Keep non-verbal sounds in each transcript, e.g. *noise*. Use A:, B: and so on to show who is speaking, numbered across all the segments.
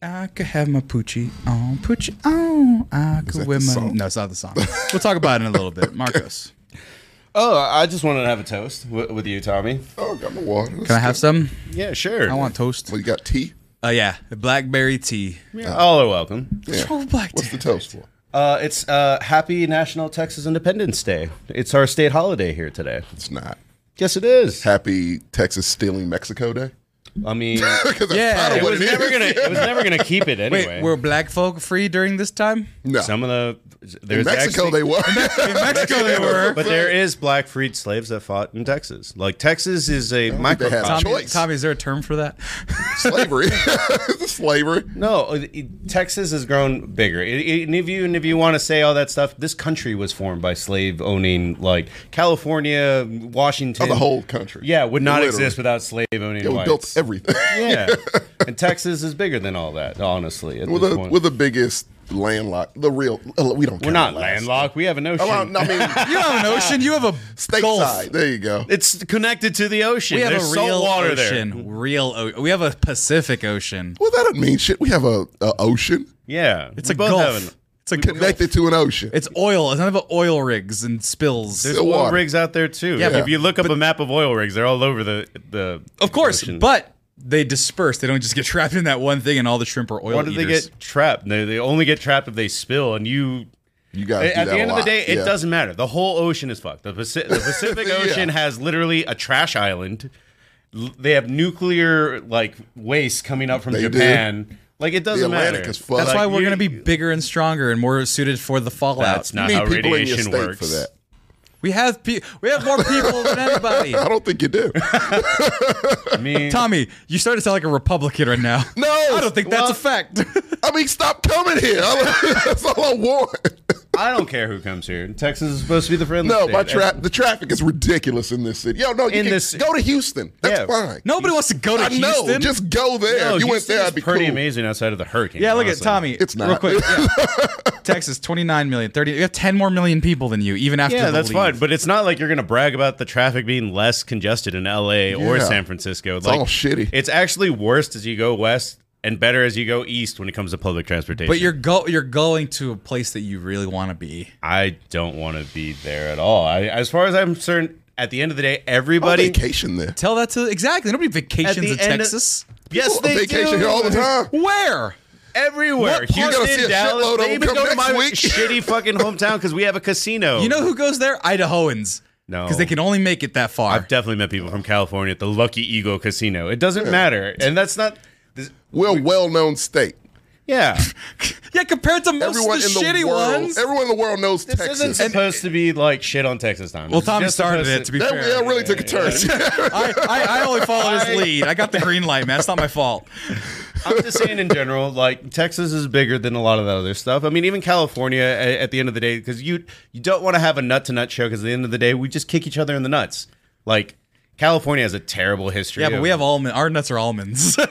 A: I could have my poochie on, poochie on. I could
B: that
A: wear
B: the
A: my.
B: song?
A: No, it's not the song. we'll talk about it in a little bit. Marcos,
C: Oh, I just wanted to have a toast with, with you, Tommy.
B: Oh, I got my water. Let's
A: can I have
B: go.
A: some?
C: Yeah, sure.
A: I want toast.
B: So you got tea?
A: Uh, yeah, blackberry tea.
C: All are welcome.
B: Yeah.
A: Oh, black
B: What's
A: tea.
B: the toast for?
C: Uh, it's uh, Happy National Texas Independence Day. It's our state holiday here today.
B: It's not.
C: Yes, it is.
B: Happy Texas stealing Mexico Day. *laughs*
C: I mean,
B: 'Cause that's
A: Yeah,
B: kinda
A: it
C: it
B: what
C: was
B: it
C: never
B: is.
C: gonna. It was never gonna
B: *laughs*
C: keep it
A: Wait,
C: anyway.
A: were black folk free during this time?
B: No.
C: Some of the
B: In
C: there's
B: Mexico
C: actually-
B: they were.
C: *laughs*
A: In Mexico, they were.
C: but there is black freed slaves that fought in Texas. Like Texas is a
B: think they had
C: microcosm.
A: Tommy,
B: choice.
A: Tommy, is there a term for that?
B: *laughs*
A: *laughs*
B: slavery. *laughs* slavery.
C: No, uh, it- Texas has grown bigger. It- it- And if you and if you want to say all that stuff, this country was formed by slave owning, like California, Washington,
B: Oh, the whole country.
C: Yeah, would not
B: Literally.
C: exist without slave owning
B: Yeah, we
C: whites.
B: built everything.
C: *laughs*
B: *laughs*
C: yeah, and Texas is bigger than all that. Honestly, at
B: we're,
C: this
B: the,
C: point.
B: we're the biggest landlocked. The real. uh, We don't.
C: we're not landlocked. We have an ocean.
B: Oh, I- no, I mean,
C: *laughs*
A: You don't have an ocean. You have a gulf.
B: stateside. There you go.
C: It's connected to the ocean.
A: We have
C: There's
A: a real
C: salt water
A: ocean.
C: there.
A: Real. O- we have a Pacific Ocean.
B: Well, that doesn't mean shit. We have a, a ocean
C: Yeah,
A: It's
C: we
A: a
C: both
A: gulf.
C: have an-
A: it's a
B: connected to an ocean.
A: It's oil. It's none of oil rigs and spills.
C: There's
B: The
C: oil
B: water.
C: rigs out there too.
A: Yeah,
C: if
A: but-
C: you look up a map of oil rigs, they're all over the the.
A: of course,
C: ocean.
A: but they disperse. They don't just get *laughs* trapped in that one thing, and all the shrimp are oil
C: Why do they
A: eaters.
C: get trapped? They, they only get trapped if they spill, and you.
B: you got
C: At the end of the day, it
B: yeah.
C: doesn't matter. The whole ocean is fucked. The,
B: *laughs*
C: Paci- the Pacific
B: Yeah.
C: Ocean has literally a trash island. L- They have nuclear like waste coming up from
B: They do.
C: Japan. Like it doesn't
B: Atlantic
C: matter.
B: is fucked.
A: That's
C: Like,
A: why we're
C: you-
A: going to be bigger and stronger and more suited for the fallout.
C: That's
B: You
C: not
B: need
C: how
B: people in your
C: radiation
B: state
C: works.
B: for that.
A: We have pe- we have more
C: *laughs*
A: people than anybody.
B: I don't think you do.
C: *laughs* I mean,
A: Tommy, you started to sound like a Republican right now.
B: No,
A: *laughs* I don't think that's
C: well-
A: a fact. *laughs*
B: I mean, stop coming here. *laughs* that's all I want.
C: I don't care who comes here. Texas is supposed to be the friendly
B: No,
C: state.
B: my tra- the traffic is ridiculous in this city. Yo, no, you
C: In
B: can
C: this-
B: go to Houston. That's
C: Yeah.
B: fine.
A: Nobody wants to go to
B: I know.
A: Houston.
B: Just go there.
C: No,
B: if you went
C: Houston
B: there,
C: is
B: I'd be
C: pretty
B: cool.
C: amazing outside of the hurricane.
A: yeah, look at
C: honestly.
A: Tommy.
B: It's not.
A: real
C: *laughs*
A: quick. yeah. Texas, 29 million, 30. We have 10 more million people than you, even after
C: Yeah,
A: the
C: that's
A: leave.
C: fine. But it's not like you're going to brag about the traffic being less congested in LA or
B: Yeah.
C: San Francisco. It's
B: all shitty.
C: It's actually worse as you go west and better as you go east when it comes to public transportation.
A: But you're go you're going to a place that you really want to be.
C: I don't want to be there at all. I, as far as I'm concerned, at the end of the day,
B: On
C: everybody.
B: vacation there.
A: Tell that to exactly nobody vacations
C: At the
A: in
C: end of-
A: Texas.
C: yes,
B: People on
C: they
B: vacation
C: do.
B: here all the time.
A: Where?
C: Everywhere.
B: part- You're gonna see a shitload of
C: Dallas.
B: them
C: They even
B: come
C: go to
B: next
C: my
B: week. *laughs*
C: shitty fucking hometown because we have a casino.
A: You know who goes there? Idahoans.
C: No.
A: because they can only make it that far.
C: I've definitely met people from California at the Lucky Eagle Casino. It doesn't matter, and that's not. This,
B: We're a well-known state.
C: yeah,
A: yeah, compared to most
B: Everyone
A: of the
B: in the
A: shitty
B: world.
A: ones.
B: Everyone in the world knows
C: this isn't
B: Texas.
C: supposed to be like shit on Texas time.
A: well,
C: It's
A: Tommy
C: just
A: started
C: supposed
A: it. To be
B: that
A: fair,
B: yeah, really took a turn.
A: I, I, I only followed his lead. *laughs* I got the green light, man. It's not my fault.
C: I'm just saying in general, like Texas is bigger than a lot of that other stuff. I mean, even California a- at the end of the day, because you you don't want to have a nut to nut show because at the end of the day, we just kick each other in the nuts. Like California has a terrible history.
A: Yeah, but
C: of-
A: we have almond. Our nuts are almonds. *laughs*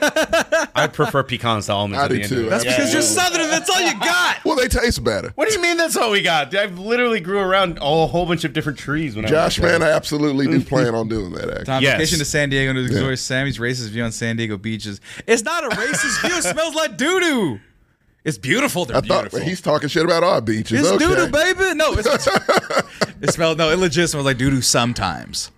C: I prefer pecans to almonds.
B: I
C: at the
B: do
C: end
B: too.
C: Of the
B: That's
C: day.
A: That's because you're southern. That's all you
B: *laughs*
A: got.
B: *laughs* well, they taste better.
C: What do you mean? That's all we got. I literally grew around a whole bunch of different trees when I was
B: Josh,
C: younger.
B: man, I absolutely do plan on doing that. Actually.
A: Tom,
C: Yes.
A: vacation to San Diego to enjoy Sammy's racist view on San Diego beaches. It's not a racist view. It smells like doo doo. It's beautiful. They're
B: I thought
A: beautiful.
B: he's talking shit about our beaches.
A: it's
B: okay.
A: doo doo, baby. No,
B: *laughs*
A: it's, it smells. No, it legit smells like doo doo sometimes.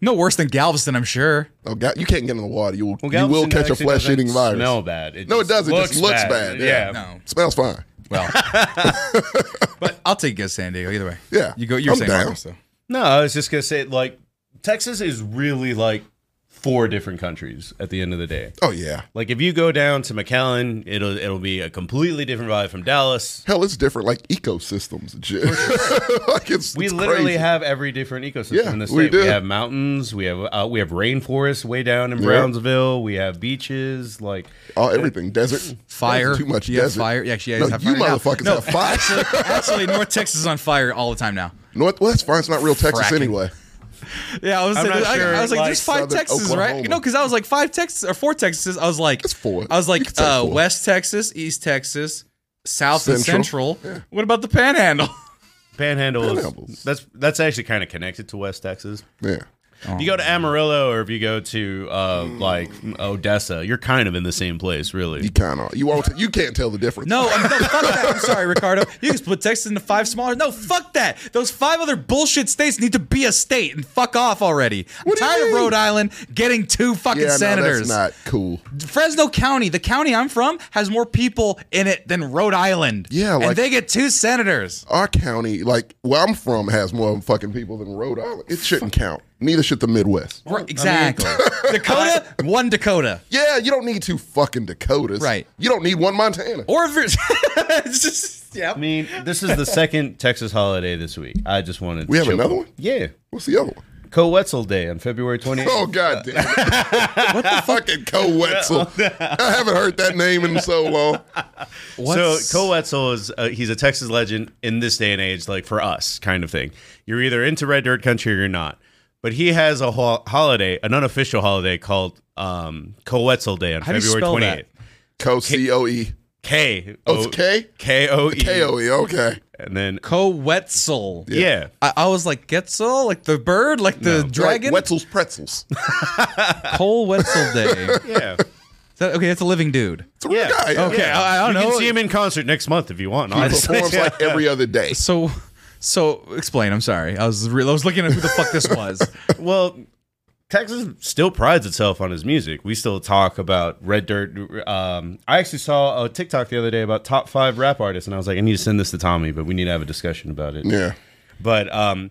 A: No worse than Galveston, I'm sure.
B: Oh, God, you can't get in the water. You will,
C: Well,
B: you will
C: Galveston
B: catch a
C: actually
B: flesh eating
C: doesn't
B: virus.
C: Smell bad.
B: No, it doesn't. It just looks bad. Yeah.
A: No,
B: Smells fine. *laughs*
A: well, but I'll take you San Diego either way.
B: Yeah.
A: you go. You're
B: I'm
A: saying
B: down.
A: Marcos, though.
C: No, I was just gonna say like Texas is really like four different countries at the end of the day.
B: Oh yeah.
C: Like if you go down to McAllen, it'll it'll be a completely different vibe from Dallas.
B: Hell, it's different. Like ecosystems and shit. *laughs* like it's
C: We
B: it's
C: literally
B: crazy.
C: have every different ecosystem
B: Yeah,
C: in the
B: we
C: state.
B: do.
C: We, have mountains. We have uh, we have rainforests way down in Brownsville. We have beaches. Like
B: oh, everything desert
A: Fire.
B: Too much
A: You have
B: desert.
A: fire. Yeah, actually, yeah,
B: no,
A: you have
B: you
A: fire now.
B: motherfuckers
A: No.
B: have
C: *laughs*
B: fire.
A: *laughs* Actually, North Texas is on fire all the time now.
B: North, well, that's fine. It's not real Texas
A: Fracking.
B: anyway.
A: Yeah, I was,
C: I'm
A: saying,
C: not
A: I,
C: sure,
A: I was like,
C: like,
A: there's five
B: Southern
A: Texas, right?
B: Oklahoma.
A: No, because I was like five Texas or four Texas. I was like,
B: It's four.
A: I was
B: You
A: like
B: can say
A: uh,
B: four.
A: West Texas, East Texas, South
B: Central.
A: and Central. What about the Panhandle? *laughs*
C: Panhandle.
B: Panhandles.
C: Is, that's that's actually kind of connected to West Texas.
B: Yeah.
C: If you go to Amarillo or if you go to uh, like Odessa, you're kind of in the same place, really.
B: You kind of you won't you can't tell the difference.
A: No, I'm, no, fuck that. I'm sorry, Ricardo. You can split Texas into five smaller. No, fuck that. Those five other bullshit states need to be a state and fuck off already. I'm
B: What do you
A: tired of
B: mean?
A: Rhode Island getting two fucking
B: yeah,
A: senators.
B: No, that's not cool.
A: Fresno County, the county I'm from, has more people in it than Rhode Island.
B: Yeah,
A: and
B: like-
A: they get two senators.
B: Our county, like where I'm from, has more fucking people than Rhode Island. It shouldn't count. Neither should the Midwest.
A: Right,
B: *laughs*
A: exactly. Dakota, one Dakota.
B: Yeah, you don't need two fucking Dakotas.
A: Right.
B: You don't need one Montana.
A: Or if it's *laughs* it's just, yeah.
C: I mean, this is
B: *laughs*
C: the second Texas holiday this week. I just wanted to
B: we have
C: chill.
B: another one.
C: Yeah.
B: What's the other one?
C: Co Wetzel Day on February 28th.
B: Oh god damn! It.
A: What the fuck?
B: fucking Co Wetzel. I haven't heard that name in so long.
A: What's-
C: So Cole Wetzel is uh, he's a Texas legend in this day and age, like for us, kind of thing. You're either into red dirt country or you're not. But he has a ho- holiday, an unofficial holiday called um, Cole Wetzel Day on
A: How do you
C: February
A: spell
C: 28th.
A: that?
B: Co C O E.
C: K
B: Oh, it's K?
C: K O E
B: K O E. Okay.
C: and then
A: Co Wetzel.
C: yeah.
A: I, I was like Getzel, like the bird, like the dragon.
B: Like Wetzel's pretzels.
A: Cole Wetzel Day.
B: *laughs*
A: Is
C: Yeah.
A: that- okay, that's a living dude.
B: It's a real
C: Yeah.
B: guy.
A: Okay, I, I don't
C: you
A: know.
C: can see him in concert next month if you want. *laughs*
B: He
C: Honestly,
B: performs like every other day.
A: so, so explain. I'm sorry. I was re- I was looking at who the fuck this was. *laughs*
C: well, Texas still prides itself on his music. We still talk about Red Dirt. Um, I actually saw a TikTok the other day about top five rap artists, and I was like, I need to send this to Tommy, but we need to have a discussion about it.
B: Yeah.
C: But um,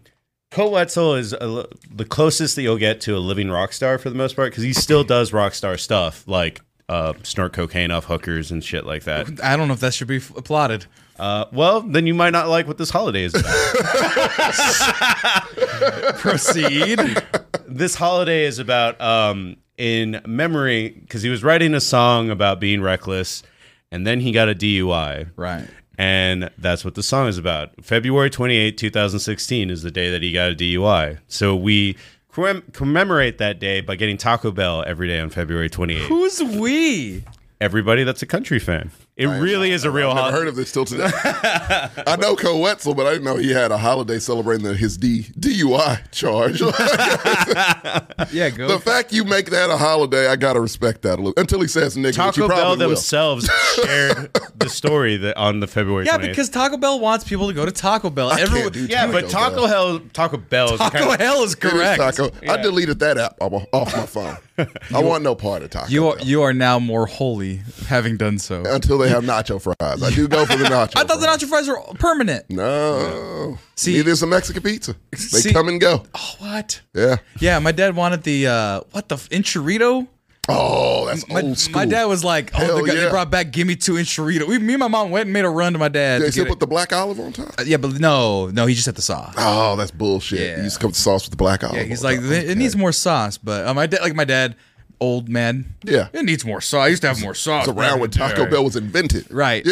C: Cole Wetzel is a li- the closest that you'll get to a living rock star for the most part because he still does rock star stuff like uh, snort cocaine off hookers and shit like that.
A: I don't know if that should be f- applauded.
C: Uh, well, then you might not like what this holiday is about.
A: Proceed.
C: this holiday is about um in memory because he was writing a song about being reckless and then he got a dui
A: right.
C: and that's what the song is about february twenty eighth, 2016 is the day that he got a dui so we commem- commemorate that day by getting taco bell every day on february 28th
A: Who's
B: *laughs*
A: we?
C: everybody that's a country fan it really is a real
B: I've
C: holiday
B: heard of this till today. I know Co Wetzel, but I didn't know he had a holiday celebrating the, his D, DUI charge.
A: Yeah, go.
B: the fact you make that a holiday, I gotta respect that a little. Until he says nigga, which
C: taco
B: he
C: bell
B: probably will. *laughs*
C: themselves shared the story that on the february
A: yeah,
C: 28th.
A: because Taco Bell wants people to go to Taco Bell.
B: can't
A: Everyone,
B: do
C: yeah but
B: Taco
C: taco hell taco bell is
A: Taco
C: kind of,
A: Hell is
B: It is
A: correct.
B: Taco. I deleted that app off off
A: *laughs*
B: my phone. I want no part of Taco
A: You are
B: Bell.
A: you are now more holy having done so.
B: until they have nacho fries. I do go for the nacho.
A: *laughs* I thought the
B: fries.
A: nacho fries were permanent.
B: Mm. No,
A: See-
B: neither is a Mexican pizza. They
A: See-
B: come and go.
A: Oh, what?
B: Yeah.
A: Yeah, my dad wanted the uh what the f- enchilito.
B: Oh, that's
A: My,
B: old school.
A: my dad was like, oh,
B: Hell
A: they, got, they
B: yeah.
A: brought back give me two enchilito. We, me and my mom went and made a run to my dad.
B: They
A: to
B: still
A: get
B: put
A: it.
B: the black olive on top.
A: Uh, yeah, but no, no, he just had the sauce.
B: Oh, that's bullshit.
A: Yeah.
B: You used to come with sauce with the black olive.
A: Yeah, he's
B: on
A: like,
B: top.
A: it needs more sauce. But uh, my dad, like my dad, old man.
B: Yeah.
A: it needs more sauce. I used to have more sauce.
B: It's around when Taco Bell was invented.
A: Right.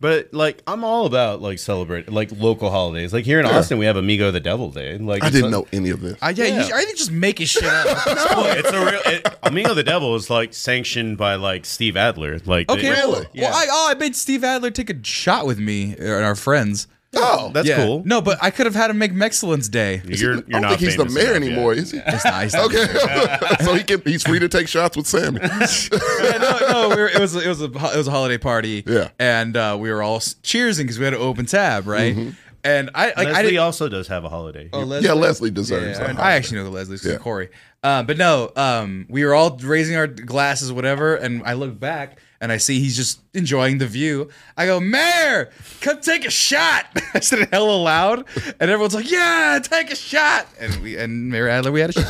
C: But like, I'm all about like celebrate like local holidays. Like here in Austin, we have Amigo the Devil Day. Like
B: I
C: it's
B: didn't
C: a-
B: know any of this.
A: Uh, yeah,
C: Yeah.
A: You, I think just making shit
B: *laughs*
A: up. *laughs*
C: No, *laughs* it's a real it, Amigo the Devil is like sanctioned by like Steve Adler. Like
A: Okay,
C: they-
B: Really?
A: Well, I, oh, I made Steve Adler take a shot with me uh, and our friends.
B: oh,
C: that's
A: yeah.
C: cool.
A: No, but I could have had him make Mexcellence Day.
C: you're,
B: I
C: you're
B: don't
C: not
B: think he's the
C: famous
B: mayor
C: enough yet.
B: anymore, is he?
A: *laughs* It's not. It's not
B: *laughs* Okay, so he can he's free to take shots with Sammy.
A: yeah, no, no, we were, it was it was a it was a holiday party.
B: Yeah.
A: and uh, we were all s- cheersing because we had an open tab, right? And I like I
C: Leslie
A: didn't.
C: also does have a holiday.
A: Oh, Leslie?
B: Mm-hmm. yeah, Leslie deserves
A: Yeah,
B: that.
A: I actually know Leslie, she's
B: Yeah.
A: Corey. Uh, but no, um, we were all raising our glasses, whatever, and I look back and I see he's just enjoying the view. I go, Mayor, come take a shot. *laughs* I said it hella loud, and everyone's like, Yeah, take a shot. And we and Mayor Adler, we had a shot.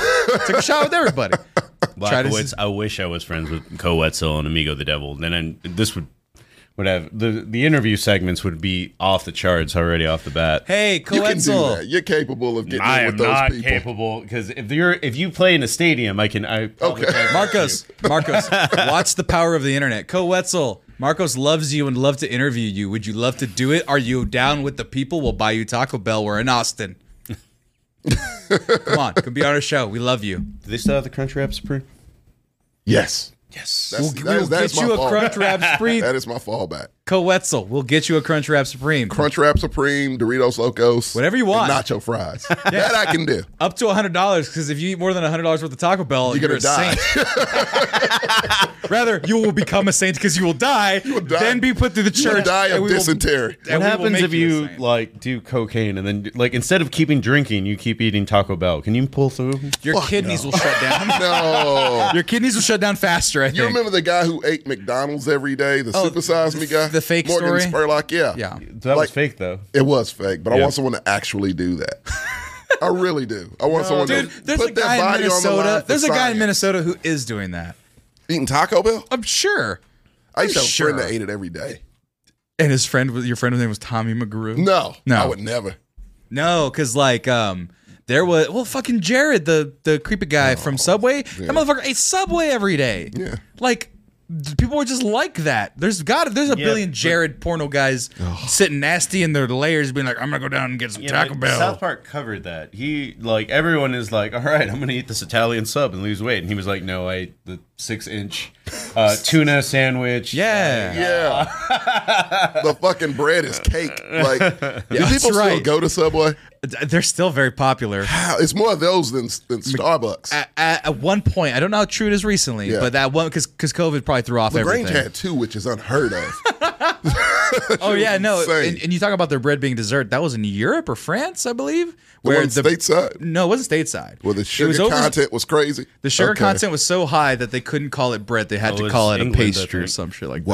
A: Took a shot with
B: *laughs*
A: everybody. Try to-
C: Blackowitz, I wish I was friends with Co Wetzel and Amigo the Devil. Then I, this would would have the the interview segments would be off the charts already off the bat.
A: Hey,
B: You can do
A: Coetzel.
B: that. You're capable of getting
C: I
B: in
C: am
B: with those
C: not
B: people.
C: capable because if you're if you play in a stadium, I can I probably
B: Okay.
C: can't-
A: Marcos,
B: *laughs*
A: Marcos, watch the power of the internet. Co Wetzel, Marcos loves you and love to interview you. Would you love to do it? Are you down with the people? We'll buy you Taco Bell. We're in Austin. Come on, come be on our show. We love you.
C: Do they still have the Crunch Wrap Supreme?
B: Yes,
C: Yes.
B: that's,
A: We'll,
B: that
A: we'll
B: is, that is
A: get you
B: my
A: a
B: fallback.
A: crunch wrap spree.
B: That is my fallback.
A: Coetzel, we'll get you a Crunchwrap Supreme.
B: Crunchwrap Supreme, Doritos Locos,
A: Whatever you want.
B: and
A: *laughs*
B: nacho fries. That I can do.
A: Up to $100, because if you eat more than $100 worth of Taco Bell, you're,
B: You're gonna
A: a
B: die.
A: saint.
B: *laughs*
A: Rather, you will become a saint because you will die,
B: die.
A: then be put through the
B: You'll
A: church.
B: die
A: and
B: of
A: we will- *laughs* and
B: dysentery.
C: What
A: we will
C: happens
A: make
C: if
A: a
C: you
A: saint.
C: like do cocaine and then like instead of keeping drinking, you keep eating Taco Bell? Can you pull through?
A: Your kidneys will shut
B: *laughs*
A: down. *laughs*
B: No.
A: Your kidneys will shut down faster, I think.
B: You remember the guy who ate McDonald's every day, the
A: Oh,
B: supersized me guy?
A: the fake
B: Morgan
A: story?
B: Spurlock, yeah.
A: Yeah.
C: That was
B: Like-
C: fake though.
B: It was fake, but I
C: Yeah.
B: want someone to actually do that. *laughs* I really do. I want someone
A: Dude,
B: to
A: there's
B: put
A: a
B: their
A: guy in
B: body on the line
A: Minnesota.
B: for
A: There's a guy in
B: science.
A: Minnesota who is doing that.
B: Eating Taco Bell?
A: I'm sure.
B: I used to
A: I'm
B: have a
A: sure.
B: friend that ate it every day.
A: And his friend, was your friend's name was Tommy McGrew.
B: No,
A: No.
B: I would never.
A: No, because like um, there was well, fucking Jared, the the creepy guy from Subway. That motherfucker ate Subway every day.
B: Oh, Yeah.
A: like th- people were just like that. There's got there's a
C: Yeah,
A: billion
C: but-
A: Jared porno guys sitting nasty in their layers, being like, I'm gonna go down and get some Taco Bell.
C: South Park covered that. He like everyone is like, all right, I'm gonna eat this Italian sub and lose weight, and he was like, no, I ate the six inch
A: *laughs*
C: uh, tuna sandwich.
A: yeah.
B: Yeah. the fucking bread is cake.
A: *laughs*
B: Like, do
A: that's
B: people still
A: right.
B: go to Subway?
A: Th- they're still very
B: *laughs*
A: popular.
B: How- It's more of those than, than Starbucks.
A: At, at, at one point, I don't know how true it is recently,
B: Yeah.
A: but that one because because COVID probably threw off
B: Grange *laughs*
A: everything.
B: had two, which is
A: *laughs*
B: unheard of.
A: Oh yeah, no,
B: insane.
A: and, and you talk about their bread being dessert. That was in Europe or France, I believe,
B: Where the stateside?
A: No, it wasn't stateside.
B: Well, the sugar
A: it was over-
B: content was crazy.
A: The sugar
B: Okay.
A: content was so high that they couldn't call it bread. They had
C: Oh, it
A: to
C: was
A: call it
C: England, I
A: a pastry or
C: think.
A: some shit like that.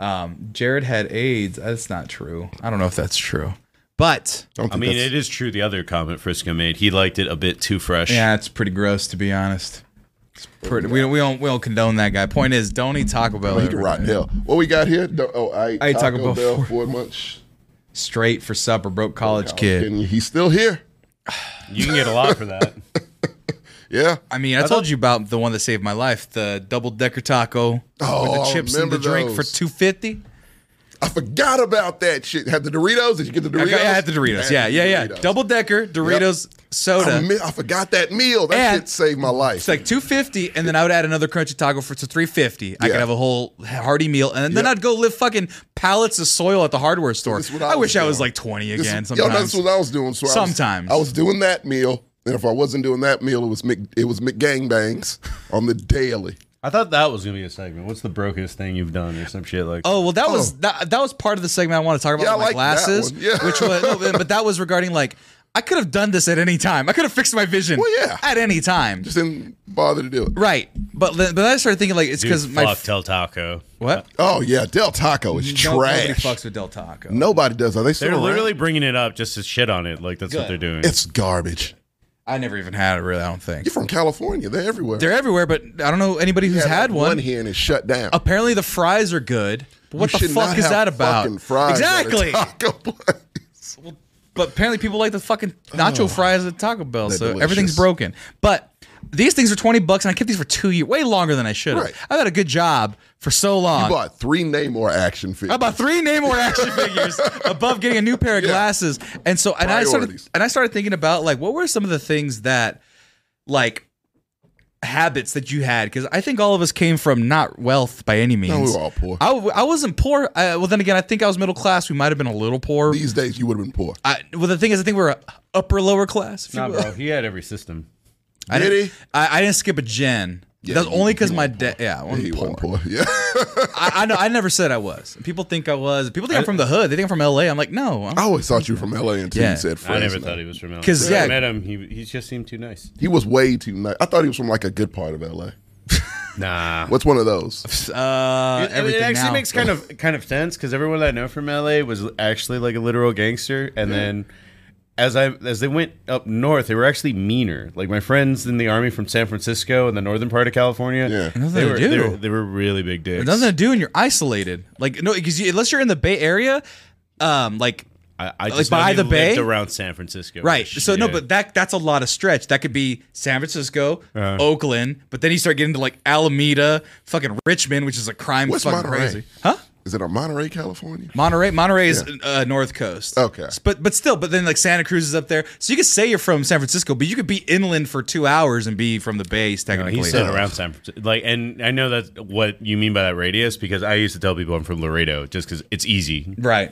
B: Wow.
A: Um, Jared had AIDS. That's not true. I don't know if that's true, but
B: Don't
C: I
B: think
C: mean,
B: that's-
C: it is true. The other comment Frisco made, he liked it a bit too fresh.
A: yeah, it's pretty gross to be honest. It's pretty. We, we don't we don't condone that guy. Point is, don't eat Taco Bell.
B: He can
A: every
B: rot in
A: day.
B: hell. What we got here? Do- Oh, I ate
A: I ate
B: Taco,
A: Taco Bell
B: Bell
A: for-
B: for much.
A: Straight for supper, broke college kid.
B: And he's still here.
C: you can get a lot
A: *laughs*
C: for that.
B: Yeah.
A: I mean, I told you about the one that saved my life, the double decker taco
B: Oh,
A: with
B: I
A: the chips and the
B: remember
A: drink for
B: those.
A: two fifty.
B: I forgot about that shit. Had the Doritos? Did you get the Doritos?
A: I, got, I had the Doritos. Yeah, yeah, yeah.
B: Doritos.
A: Double decker Doritos soda.
B: I, mi- I forgot that meal. That
A: And-
B: shit saved my life.
A: It's like two fifty, and then I would add another crunchy taco for to three fifty. I
B: Yeah.
A: could have a whole hearty meal, and then
B: Yeah.
A: I'd go live fucking pallets of soil at the hardware store.
B: This is what I
A: I, wish
B: was
A: I was
B: doing.
A: like twenty
B: This-
A: again.
B: Yo, that's
A: sometimes
B: what I was doing. So I was-
A: Sometimes.
B: I was, doing that meal, and if I wasn't doing that meal, it was Mc, it was McGangbangs on the daily.
C: I thought that was gonna be a segment. What's the brokest thing you've done or some shit like?
A: Oh well, that was that, that was part of the segment I want to talk about
B: Yeah, I
A: with my
B: like that
A: glasses,
B: one. Yeah.
A: which was no, but- but that was regarding like I could have done this at any time. I could have fixed my vision.
B: Well, yeah.
A: at any time.
B: Just didn't bother to do it.
A: Right, but then- but then I started thinking like it's because
C: Dude,
A: my
C: fuck
A: f-
C: Tel Taco.
A: what
B: Oh yeah, Del Taco is
A: No- Nobody
B: trash.
A: fucks with Del Taco.
B: Nobody does. Are they still
C: They're
B: around?
C: literally bringing it up just to shit on it. Like that's what they're
A: Good.
C: doing.
B: It's garbage.
A: I never even had it. Really, I don't think
B: You're from California. They're everywhere.
A: they're everywhere, but I don't know anybody who's
B: They have
A: had
B: one.
A: one.
B: here and it's shut down.
A: apparently the fries are good. But what
B: You
A: the
B: should not
A: fuck is
B: have
A: that about?
B: fucking Fries at a
A: exactly.
B: *laughs* taco place.
A: *laughs* But apparently people like the fucking nacho fries at Taco Bell, so
B: Oh. delicious.
A: everything's broken. But these things are twenty bucks, and I kept these for two years, way longer than I should have.
B: Right.
A: I've had a good job for so long.
B: I bought three Namor action figures.
A: I bought three
B: *laughs*
A: Namor action figures above getting a new pair of glasses, and so and I started
B: Priorities.
A: and I started thinking about like what were some of the things that like habits that you had because I think all of us came from not wealth by any means.
B: No, we were all poor.
A: I, w- I wasn't poor. I, well, then again, I think I was middle class. We might have been a little poor.
B: These days, you would have been poor.
A: I, well, the thing is, I think we we're upper lower class. If you
C: nah,
A: will.
C: bro. He had every system.
A: I
B: Did
A: didn't,
B: he?
A: I, I didn't skip a gen.
B: Yeah,
A: That's
B: you-
A: only
B: you
A: because my
B: weren't
A: dad. Yeah, I wasn't
B: He
A: poor.
B: wasn't poor. Yeah.
A: I, I know. I never said I was. People think I was. People think I, am from the hood. They think I'm from LA. I'm like, no, I'm
B: *laughs* I always thought you were from LA until
A: Yeah.
B: you said
C: I
B: Fresno.
C: never thought he was from LA.
A: 'Cause,
C: When I
A: yeah.
C: met him. He he just seemed too nice.
B: He was way too nice. I thought he was from like a good part of LA.
C: Nah.
B: What's one of *laughs* those?
A: uh,
C: It-
A: everything
C: it actually
A: now.
C: makes kind of kind of sense because everyone I know from LA was actually like a literal gangster, and then as I as they went up north, they were actually meaner. Like my friends in the army from San Francisco and the northern part of California,
B: Yeah. Nothing
A: they
C: they were,
A: do.
C: they were they were really big dicks.
A: It doesn't do when you're isolated. Like no, because you, unless you're in the Bay Area, um, like
C: I, I
A: Like,
C: just
A: by
C: know they
A: the
C: lived
A: bay?
C: around San Francisco,
A: Right.
C: which,
A: So no,
C: yeah.
A: but that that's a lot of stretch. That could be San Francisco,
C: Uh-huh.
A: Oakland, but then you start getting to like Alameda, fucking Richmond, which is a crime
B: What's
A: fucking
B: Monterey?
A: crazy. Huh?
B: Is it on Monterey, California?
A: Monterey, Monterey is uh, North Coast.
B: Okay.
A: S- but but still, but then like Santa Cruz is up there, so you could say you're from San Francisco, but you could be inland for two hours and be from the base technically.
C: He said around San Francisco. Like, and I know that's what you mean by that radius because I used to tell people I'm from Laredo just because it's easy. *laughs*
A: right.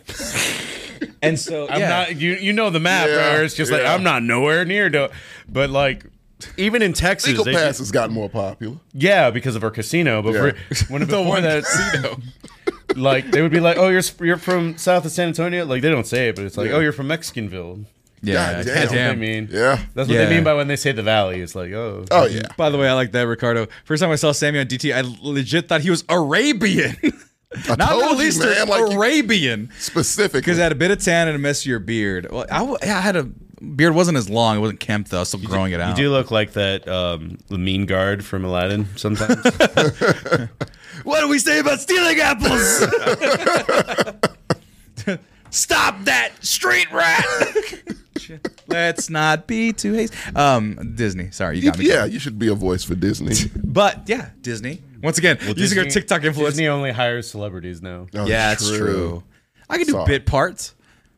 A: and so
C: I'm
A: yeah.
C: not. You you know the map,
B: Yeah,
C: where it's just like
B: yeah.
C: I'm not nowhere near. To, but like. Even in Texas,
B: *laughs* Eagle
C: they
B: Pass
C: just-
B: has gotten more popular.
C: yeah, because of our casino. But
B: Yeah.
C: for, when before that, *laughs* like they would be like, "Oh, you're you're from south of San Antonio." Like they don't say it, but it's like,
B: Yeah.
C: "Oh, you're from Mexicanville."
A: yeah,
B: God
A: yeah,
B: damn.
C: That's what they mean.
B: Yeah.
C: That's what
A: Yeah.
C: they mean by when they say the valley. It's like, "Oh,
B: Oh yeah.
A: By the way, I like that Ricardo. First time I saw Sammy on DT, I legit thought he was Arabian, *laughs* not
B: told you,
A: Middle Eastern,
B: man, like you-
A: Arabian.
B: Specifically.
A: Because I had a bit of tan and a messier beard. Well, I, w- yeah, I had a beard wasn't as long. It wasn't kempt though. I was still growing it
C: You
A: out.
C: do look like that um, the mean guard from Aladdin *laughs* sometimes.
A: What do we say about stealing
B: *laughs*
A: apples? Stop that street rat! Let's not be too hasty. Um, Disney. Sorry, you got me.
B: yeah, you should be a voice for Disney. *laughs*
A: But yeah, Disney. Once again, using our TikTok influence.
C: Disney only hires celebrities now.
B: Oh,
A: yeah, it's true. I could do
B: Sorry.
A: bit parts.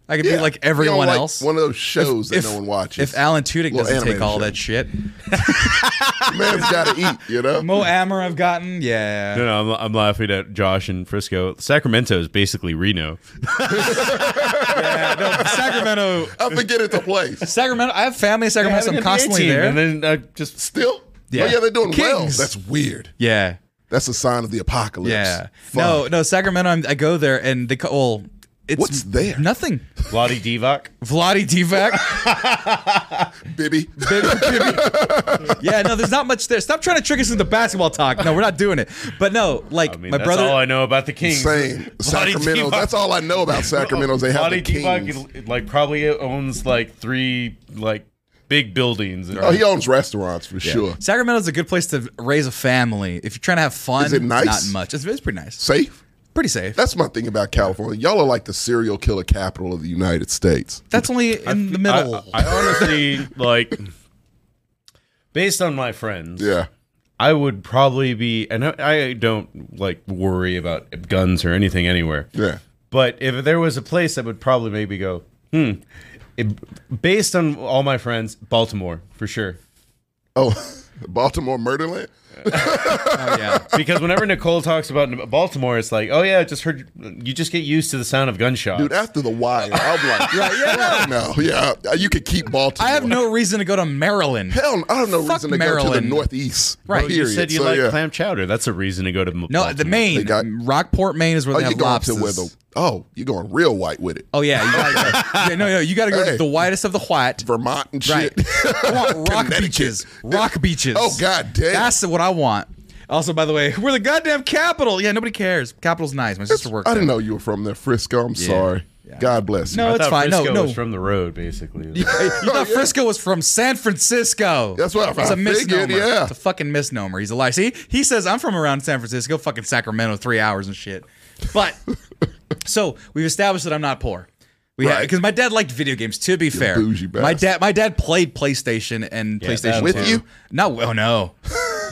A: I could
B: Yeah.
A: be like
B: You don't
A: everyone
B: like
A: else.
B: One of those shows that
A: if,
B: no one watches.
A: If
B: *laughs*
A: Alan Tudyk
B: Little
A: doesn't take
B: animated
A: all
B: show.
A: that shit,
B: man's got to eat, you *laughs* know.
A: Mo Ammer, I've gotten. Yeah.
C: No, no, I'm, I'm laughing at Josh and Frisco. Sacramento is basically Reno.
A: Yeah, no, Sacramento.
B: I forget it's a place.
A: Sacramento. I have family in Sacramento. so I'm constantly there.
C: And then uh, just
B: Still,
A: Yeah.
B: yeah, oh, yeah, they're doing
A: The
B: well.
A: Kings.
B: That's weird.
A: yeah.
B: That's a sign of the apocalypse.
A: Yeah.
B: Fuck.
A: No, no, Sacramento. I'm, I go there and they call. Well, it's
B: What's there?
A: Nothing.
C: Vladi Divac.
A: Vladi Divac.
B: *laughs* Bibby.
A: yeah, no, there's not much there. Stop trying to trick us into basketball talk. No, we're not doing it. But no, like
C: I mean,
A: my
C: that's
A: brother.
C: all I know about the Kings.
B: Same. Sacramento.
C: Divac.
B: That's all I know about Sacramento. is They have the
C: Vladi
B: Kings.
C: Divac like probably owns like three like big buildings.
B: Oh, he owns restaurants for sure.
A: Sacramento's a good place to raise a family. If you're trying to have fun,
B: Is it nice?
A: not much. It's, it's pretty nice.
B: Safe.
A: Pretty safe.
B: That's my thing about California. Y'all are like the serial killer capital of the United States.
A: That's only in the middle.
C: I, I honestly like based on my friends.
B: Yeah.
C: I would probably be, and I, I don't like worry about guns or anything anywhere.
B: Yeah.
C: But if there was a place that would probably maybe go, hmm, it- based on all my friends, Baltimore for sure.
B: Oh, *laughs* Baltimore Murderland.
A: Oh, yeah.
C: Because whenever Nicole talks about Baltimore, it's like, oh yeah, I just heard you just get used to the sound of gunshots.
B: Dude, after the wire, I'm like, yeah, no, yeah, you could keep Baltimore.
A: I have no reason to go to Maryland.
B: Hell, I have no
A: Fuck
B: reason to go to the
A: Maryland.
B: Northeast.
A: Right.
C: you
B: Period.
C: said you
B: so,
C: like
B: yeah.
C: clam chowder. That's a reason to go to M-
A: No,
C: Baltimore.
A: the Maine,
B: They got-
A: Rockport, Maine is where
B: Oh,
A: they
B: you're
A: have
B: going
A: lobsters.
B: to where the oh, you're going real white with it.
A: oh yeah, you gotta
B: *laughs*
A: go. yeah, no, no, you got to go to
B: Hey.
A: the widest of the white.
B: Vermont and
A: Right.
B: shit.
A: *laughs* I
B: *laughs*
A: want rock
B: Connecticut.
A: beaches. Rock beaches.
B: Oh, God damn.
A: That's what I want. Also, by the way, we're the goddamn capital. Yeah, nobody cares. Capital's nice. My sister works.
B: I didn't
A: there.
B: know you were from there, Frisco. I'm sorry. God bless.
A: No,
B: you.
C: I
A: it's
C: thought
A: fine.
C: Frisco
A: no, no.
C: was from the road, basically.
A: Hey, you thought Frisco was from San Francisco.
B: That's what I-
A: It's a
B: I figured,
A: misnomer.
B: yeah.
A: It's a fucking misnomer. He's a liar. See, he says I'm from around San Francisco, fucking Sacramento, three hours and shit.
B: *laughs*
A: But so we've established that I'm not poor. We
B: Right.
A: because my dad liked video games. To be fair,
B: bougie
A: my
B: bastard.
A: dad my dad played PlayStation and PlayStation
C: that With
A: 2.
B: you?
A: No, oh
B: *laughs*
A: no,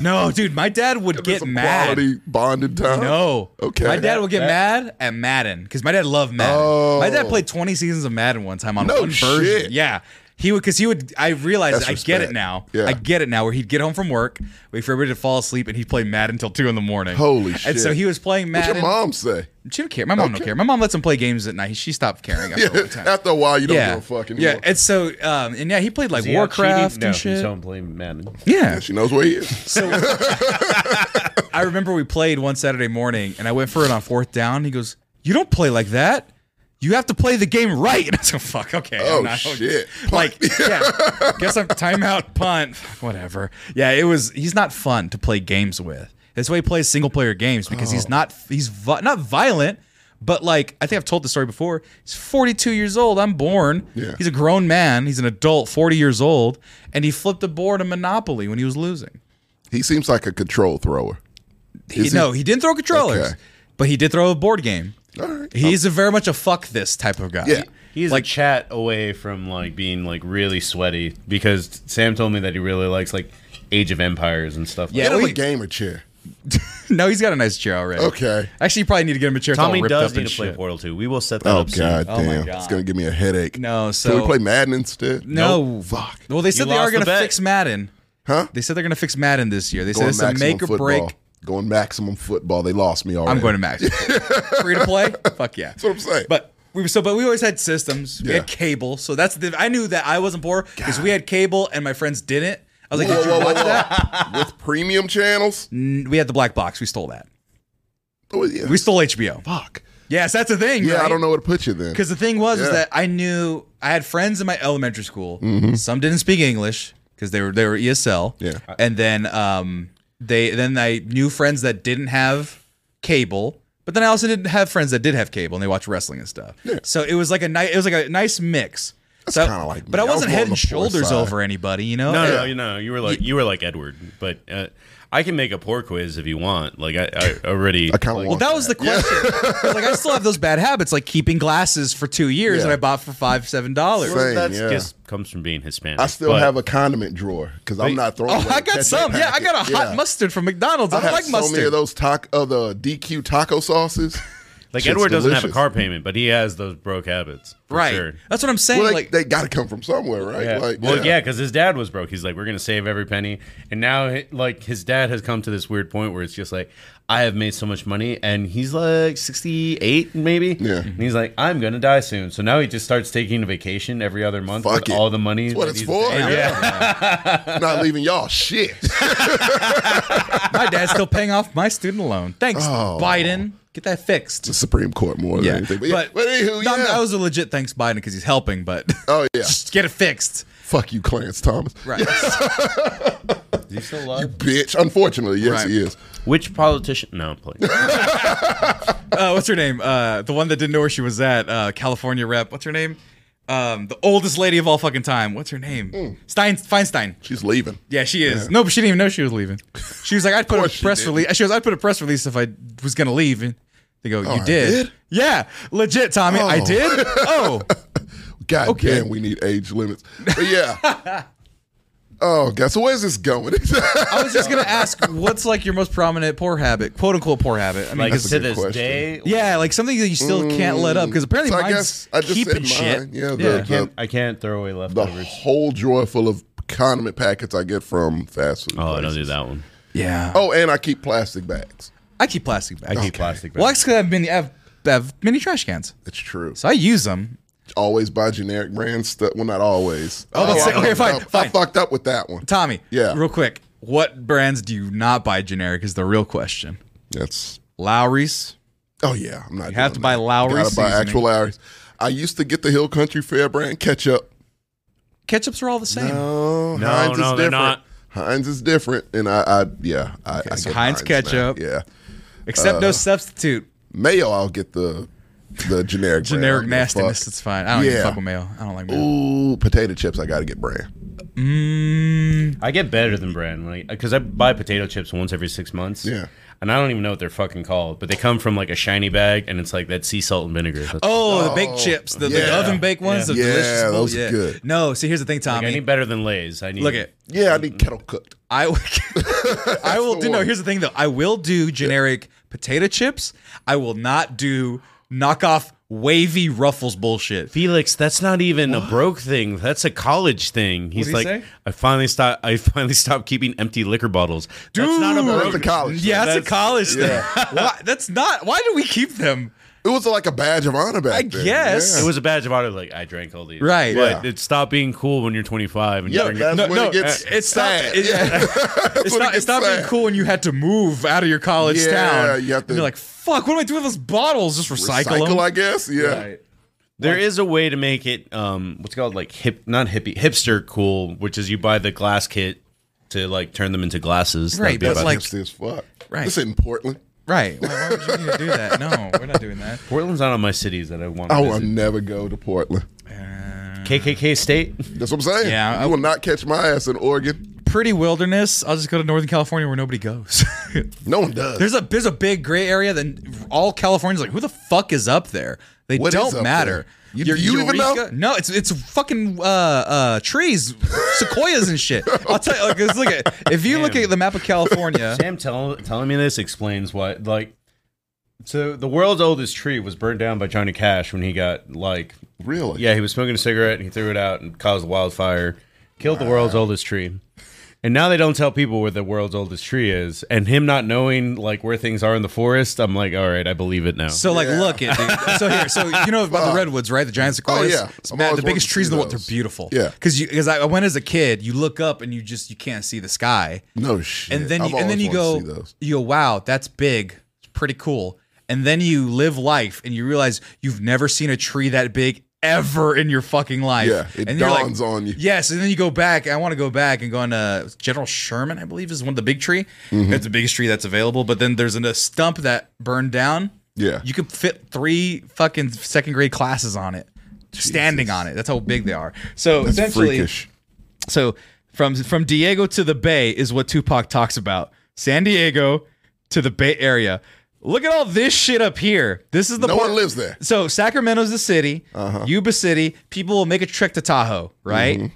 A: no, dude. My dad would
B: There's
A: get
B: some
A: mad.
B: Quality bonded time.
A: No.
B: Oh. Okay.
A: My dad would get
C: That-
A: mad at Madden because my dad loved Madden.
B: Oh.
A: My dad played 20 seasons of Madden one time on
B: No
A: one version.
B: shit.
A: Yeah. He would, because he would, I realized,
B: That's
A: I get it
B: respect.
A: now.
B: Yeah.
A: I get it now, where he'd get home from work, wait for everybody to fall asleep, and he'd play Madden until 2 in the morning.
B: Holy
A: And
B: shit.
A: so he was playing
B: What's
A: Madden.
B: your mom say?
A: She don't care. My mom don't
B: Okay.
A: care. My mom lets him play games at night. She stopped caring after
B: *laughs* Yeah,
A: a little time.
B: after a while, you don't
A: yeah.
B: give a fuck anymore.
A: yeah. And so, um, and yeah, he played like Warcraft and
C: no,
A: shit.
C: He's home playing Madden.
A: Yeah.
B: she knows where he is.
A: *laughs* So I remember we played one Saturday morning, and I went for it on fourth down. He goes, "You don't play like that. You have to play the game right." *laughs* And I said, "Fuck, okay." I'm
B: *laughs* Oh,
A: not-
B: shit.
A: *laughs* Like,
B: *laughs*
A: yeah. Guess I'm timeout, punt, whatever. Yeah, it was. He's not fun to play games with. That's why he plays single player games because he's
B: Oh.
A: not he's vi- not violent. But like I think I've told the story before, he's 42 years old. I'm born.
B: Yeah.
A: He's a grown man. He's an adult, 40 years old, and he flipped a board in Monopoly when he was losing.
B: He seems like a control thrower.
A: He,
B: Is he-
A: No, he didn't throw controllers,
B: Okay.
A: but he did throw a board game.
B: All right.
A: He's a very much a fuck this type of guy.
B: Yeah.
C: He's
A: Like-
C: like chat away from like being like really sweaty because Sam told me that he really likes like Age of Empires and stuff.
A: Yeah.
B: Get him
A: we-
B: a gamer chair.
A: *laughs* no, he's got a nice chair already.
B: Okay.
A: Actually, you probably need to get him a chair.
C: Tommy
A: that's all ripped
C: does
A: up
C: need
A: and
C: to play
A: shit.
C: Portal 2. We will set that
B: Oh
C: up soon.
B: god
A: Oh, my
B: damn,
A: God.
B: it's gonna give me a headache.
A: No, so
B: Can we play Madden instead?
A: no
B: Fuck.
A: Well, they said they
C: lost
A: are
C: the
A: going to
C: bet.
A: fix Madden.
B: Huh?
A: They said they're going to fix Madden this year. They said
B: Going
A: it's a
B: maximum
A: make or break.
B: football. Going maximum football. They lost me already.
A: I'm going to
B: *laughs*
A: Max. Free to play? Fuck yeah. That's
B: what I'm saying.
A: But we so but we always had systems. We
B: Yeah.
A: had cable. So that's the I knew that I wasn't poor because we had cable and my friends didn't. I was like,
B: Whoa,
A: Did you
B: whoa, whoa,
A: watch
B: whoa.
A: that?
B: With premium channels?
A: N- We had the black box. We stole that.
B: Oh, yeah.
A: We stole HBO.
B: Fuck.
A: Yes, that's a thing.
B: Yeah, I
A: right?
B: don't know where to put you then.
A: Because the thing was, was
B: Yeah.
A: that I knew I had friends in my elementary school. Some didn't speak English because they were they were ESL.
B: Mm-hmm. Yeah.
A: and then um they then I knew friends that didn't have cable, but then I also didn't have friends that did have cable and they watched wrestling and stuff. So it was like a nice it was like a nice mix. so,
B: kinda like me.
A: but I
B: I was
A: wasn't
B: more
A: head
B: on
A: and
B: the poor
A: shoulders
B: side.
A: over anybody, you know.
C: No,
A: And-
B: Uh,
C: no, you know, you were like you were like Edward, but uh, I can make a poor quiz if you want. Like I, I already.
B: I kind of
C: like,
B: want
A: Well, that was the question.
B: *laughs*
A: 'Cause, like I still have those bad habits, like keeping glasses for two years
B: Yeah.
A: that I bought for five, seven dollars.
B: Same,
C: That's
B: yeah.
C: just comes from being Hispanic.
B: I still
C: but-
B: have a condiment drawer because I'm not throwing.
A: Oh,
B: away
A: I
B: the ketchup
A: got some. Yeah, I
B: packet.
A: got a hot
B: Yeah.
A: mustard from McDonald's. I,
B: I
A: don't
B: have
A: like
B: so
A: mustard.
B: many of those taco, of the DQ
A: *laughs*
B: taco sauces.
C: Like
B: Shit's
C: Edward doesn't have a
B: delicious.
C: car payment, but he has those broke habits. for
A: right.
C: Sure.
A: That's what I'm saying.
B: Well, they,
A: like,
B: they got to come from somewhere, right?
C: Yeah.
B: Like,
C: well, yeah, because his dad was broke. He's like, we're gonna save every penny, and now hi- like his dad has come to this weird point where it's just like, I have made so much money, and he's like sixty eight maybe.
B: Yeah.
C: and he's like, I'm gonna die soon. So now he just starts taking a vacation every other month
B: Fuck
C: with
B: it.
C: all the money.
B: That's what
C: that
B: it's
C: he's-
B: for.
C: Yeah,
B: not leaving y'all shit. *laughs*
A: my dad's still paying off my student loan. Thanks,
B: Oh.
A: Biden. Get that
B: the
A: fixed.
B: Supreme Court more than
A: Yeah,
B: anything. But,
A: but,
B: yeah. but anywho,
A: no,
B: yeah.
A: that was a legit thanks Biden because he's helping. But
B: oh
A: *laughs*
B: yeah,
A: just get it fixed.
B: fuck you, Clarence Thomas,
A: Right.
C: *laughs* Is he still alive?
B: bitch. Unfortunately, yes,
A: Right.
B: he is.
C: Which politician? No, please.
A: *laughs* uh, what's her name? Uh, the one that didn't know where she was at. Uh, California rep. What's her name? Um, the oldest lady of all fucking time. What's her name?
B: Mm.
A: Stein Feinstein.
B: She's leaving.
A: Yeah, she is. No, but she didn't even know she was leaving. She was like, "I'd put
B: course
A: a
B: she
A: press
B: didn't.
A: release." She was, "I'd put a press release if I was gonna leave." And they go, "You
B: Oh, I
A: did.
B: did?
A: Yeah, legit, Tommy. I
B: Oh. *laughs*
A: did. Oh,
B: God
A: Okay.
B: damn, we need age limits. But yeah.
A: *laughs*
B: oh God, so where's this going? *laughs*
A: I was just gonna ask, what's like your most prominent poor habit, quote unquote poor habit? I mean,
C: Like
B: That's a
C: to
B: good
C: this
B: question.
C: day,
A: yeah, like something that you still can't let up because apparently
B: Mm, so I
A: mine's
B: guess I just
A: keeping
B: said
A: shit.
B: mine. Yeah, the,
A: Yeah.
C: I can't, I can't throw away
B: Uh-huh. the, the
C: leftovers.
B: whole drawer full of condiment packets I get from fast food.
C: Oh, I don't
B: places.
C: do that one.
A: Yeah.
B: Oh, and I keep plastic bags.
A: I keep plastic bags.
C: I keep plastic.
A: Well,
C: bags.
A: actually, I have many, I have, I have many trash cans,
B: It's true.
A: so I use them.
B: always buy generic brand stuff. Well, not always.
A: Oh, let's say-
B: I
A: okay,
B: fucked
A: fine,
B: up. I
A: fine.
B: fucked up with that one.
A: Tommy,
B: Yeah.
A: real quick, what brands do you not buy generic? Is the real question.
B: That's
A: Lowry's.
B: oh yeah. I'm not. You
A: have to buy Lowry's
B: Gotta buy
A: seasoning.
B: actual Lowry's. I used to get the Hill Country Fair brand ketchup.
A: Ketchups are all the same.
B: Oh,
C: No,
B: Heinz is
C: no, they're
B: different.
C: not.
B: Heinz is different, and I, I yeah, I, I
A: so
B: get
A: Heinz
B: now.
A: ketchup.
B: Yeah,
A: Except
B: Uh,
A: no substitute.
B: mayo. I'll get the the generic brand.
A: Generic
B: I don't give a
A: nastiness. It's fine. I don't even
B: Yeah.
A: fuck with mayo. I don't like
B: fuck.
A: mayo.
B: Ooh, potato chips. I gotta get brand.
A: Mm,
C: I get better than brand when I because I buy potato chips once every six months.
B: Yeah.
C: and I don't even know what they're fucking called, but they come from like a shiny bag, and it's like that sea salt and vinegar. That's-
A: oh, the baked chips, the, the
B: yeah.
A: oven baked ones,
C: Yeah.
A: the
B: Yeah,
A: delicious.
B: those
A: ones.
B: are good.
A: No, see, here's the thing,
C: like,
A: Tommy.
C: I need better than Lay's. I need
A: Look at
B: Yeah, I need kettle cooked.
A: I. will- *laughs* I will
B: the
A: do. No,
B: one.
A: here's the thing though. I will do generic potato chips. I will not do knockoff wavy ruffles bullshit.
C: Felix. That's not even a broke thing. That's a college thing. He's
A: he
C: like,
A: say?
C: I finally stopped. I *laughs* finally stopped keeping empty liquor bottles. that's not a
A: Dude.
B: That's
C: broke.
B: the college.
A: Yeah, that's, a
C: That's-
A: college
B: yeah.
A: thing. *laughs* Why, that's not. Why do we keep them?
B: It was like a badge of honor back
A: I
B: then.
A: guess.
C: It was a badge of honor. Like I drank all these.
A: Right.
C: But
B: Yeah.
C: it stopped being cool when you're 25 and
B: Yeah,
C: you drink
B: that's
C: it.
A: No,
B: when
A: no, uh,
B: it gets
A: It's not.
B: sad.
A: it-
B: *laughs*
A: yeah.
B: That's
A: it's
B: when it
A: not.
B: gets
A: It's not being
B: sad.
A: cool when you had to move out of your college
B: Yeah,
A: town.
B: you have to-
A: and you're like, fuck. What do I do with those bottles? Just recycle,
B: Cycle,
A: them.
B: I guess. Yeah.
A: Right.
C: There is a way to make it um what's it called like hip not hippie hipster cool, which is you buy the glass kit to like turn them into glasses. That'd
A: Right,
C: be
A: but
C: about-
A: like-
B: hipster as fuck.
A: Right.
B: This in Portland.
A: Right. Why, why would you need to do that? No, we're not doing that.
C: Portland's not on my cities that I want to
B: I will
C: visit.
B: never go to Portland.
C: KKK state.
B: That's what I'm saying.
A: Yeah, I-
B: you will not catch my ass in Oregon.
A: Pretty wilderness. I'll just go to Northern California where nobody goes. *laughs*
B: No one does.
A: there's a there's a big gray area. Then all California's like, who the fuck is up there? They
B: What is
A: don't
B: up
A: matter.
B: there? You- you even know?
A: Eureka- No, it's it's fucking uh, uh, trees, sequoias and shit. I'll tell you. Like, 'cause look at if you look
C: Damn.
A: at the map of California.
C: Sam tell, telling me this explains why. Like, so the world's oldest tree was burned down by Johnny Cash when he got like,
B: Really?
C: yeah, he was smoking a cigarette and he threw it out and caused a wildfire, killed the world's oldest tree. And now they don't tell people where the world's oldest tree is, and him not knowing like where things are in the forest. I'm like, all right, I believe it now.
A: So like, look at dude. so here. So you know about the redwoods, right? The giant sequoias.
B: Oh, yeah.
A: It's
B: I've
A: mad-
B: always
A: the biggest
B: wanted to
A: trees in
B: see
A: the world. They're
B: those.
A: beautiful.
B: Yeah.
A: Because you because I, I went as a kid. You look up and you just you can't see the sky.
B: No shit.
A: and then
B: I've
A: you, and then
B: always
A: you
B: wanted to see
A: go
B: those.
A: you go wow that's big it's pretty cool and then you live life and you realize you've never seen a tree that big ever in your fucking life
B: Yeah, it
A: and you're like,
B: dawns on you.
A: yes and then you go back i want to go back and go on uh, general sherman i believe is one of the big tree
B: Mm-hmm.
A: it's the biggest tree that's available but then there's an- a stump that burned down
B: Yeah.
A: you could fit three fucking second grade classes on it standing on it that's how big they are so
B: That's
A: essentially
B: freakish.
A: so from from Diego to the Bay is what Tupac talks about. San Diego to the Bay Area. Look at all this shit up here. This is the
B: No
A: part-
B: one lives there. Uh-huh.
A: So Sacramento's the city, Yuba City. People will make a trek to Tahoe, right?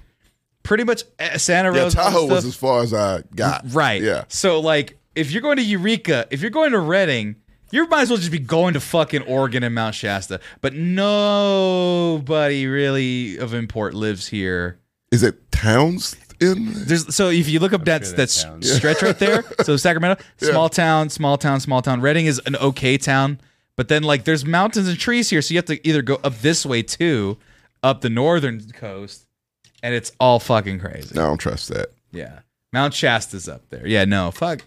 A: Pretty much eh, Santa
B: Mm-hmm. Yeah,
A: Rosa. all
B: Tahoe
A: that
B: was
A: stuff.
B: as far as I got.
A: right.
B: Yeah.
A: So like, if you're going to Eureka, if you're going to Redding. You might as well just be going to fucking Oregon and Mount Shasta, but nobody really of import lives here.
B: Is it towns in?
A: There's so if you look up that
C: sure
A: that
C: that's
A: s-
C: town.
A: stretch right *laughs* there, so Sacramento, small town, small town, small town. Reading is an okay town, but then like there's mountains and trees here, so you have to either go up this way too, up the northern coast, and it's all fucking crazy.
B: No, I don't trust that.
A: Yeah, Mount Shasta's up there. Yeah, no fuck.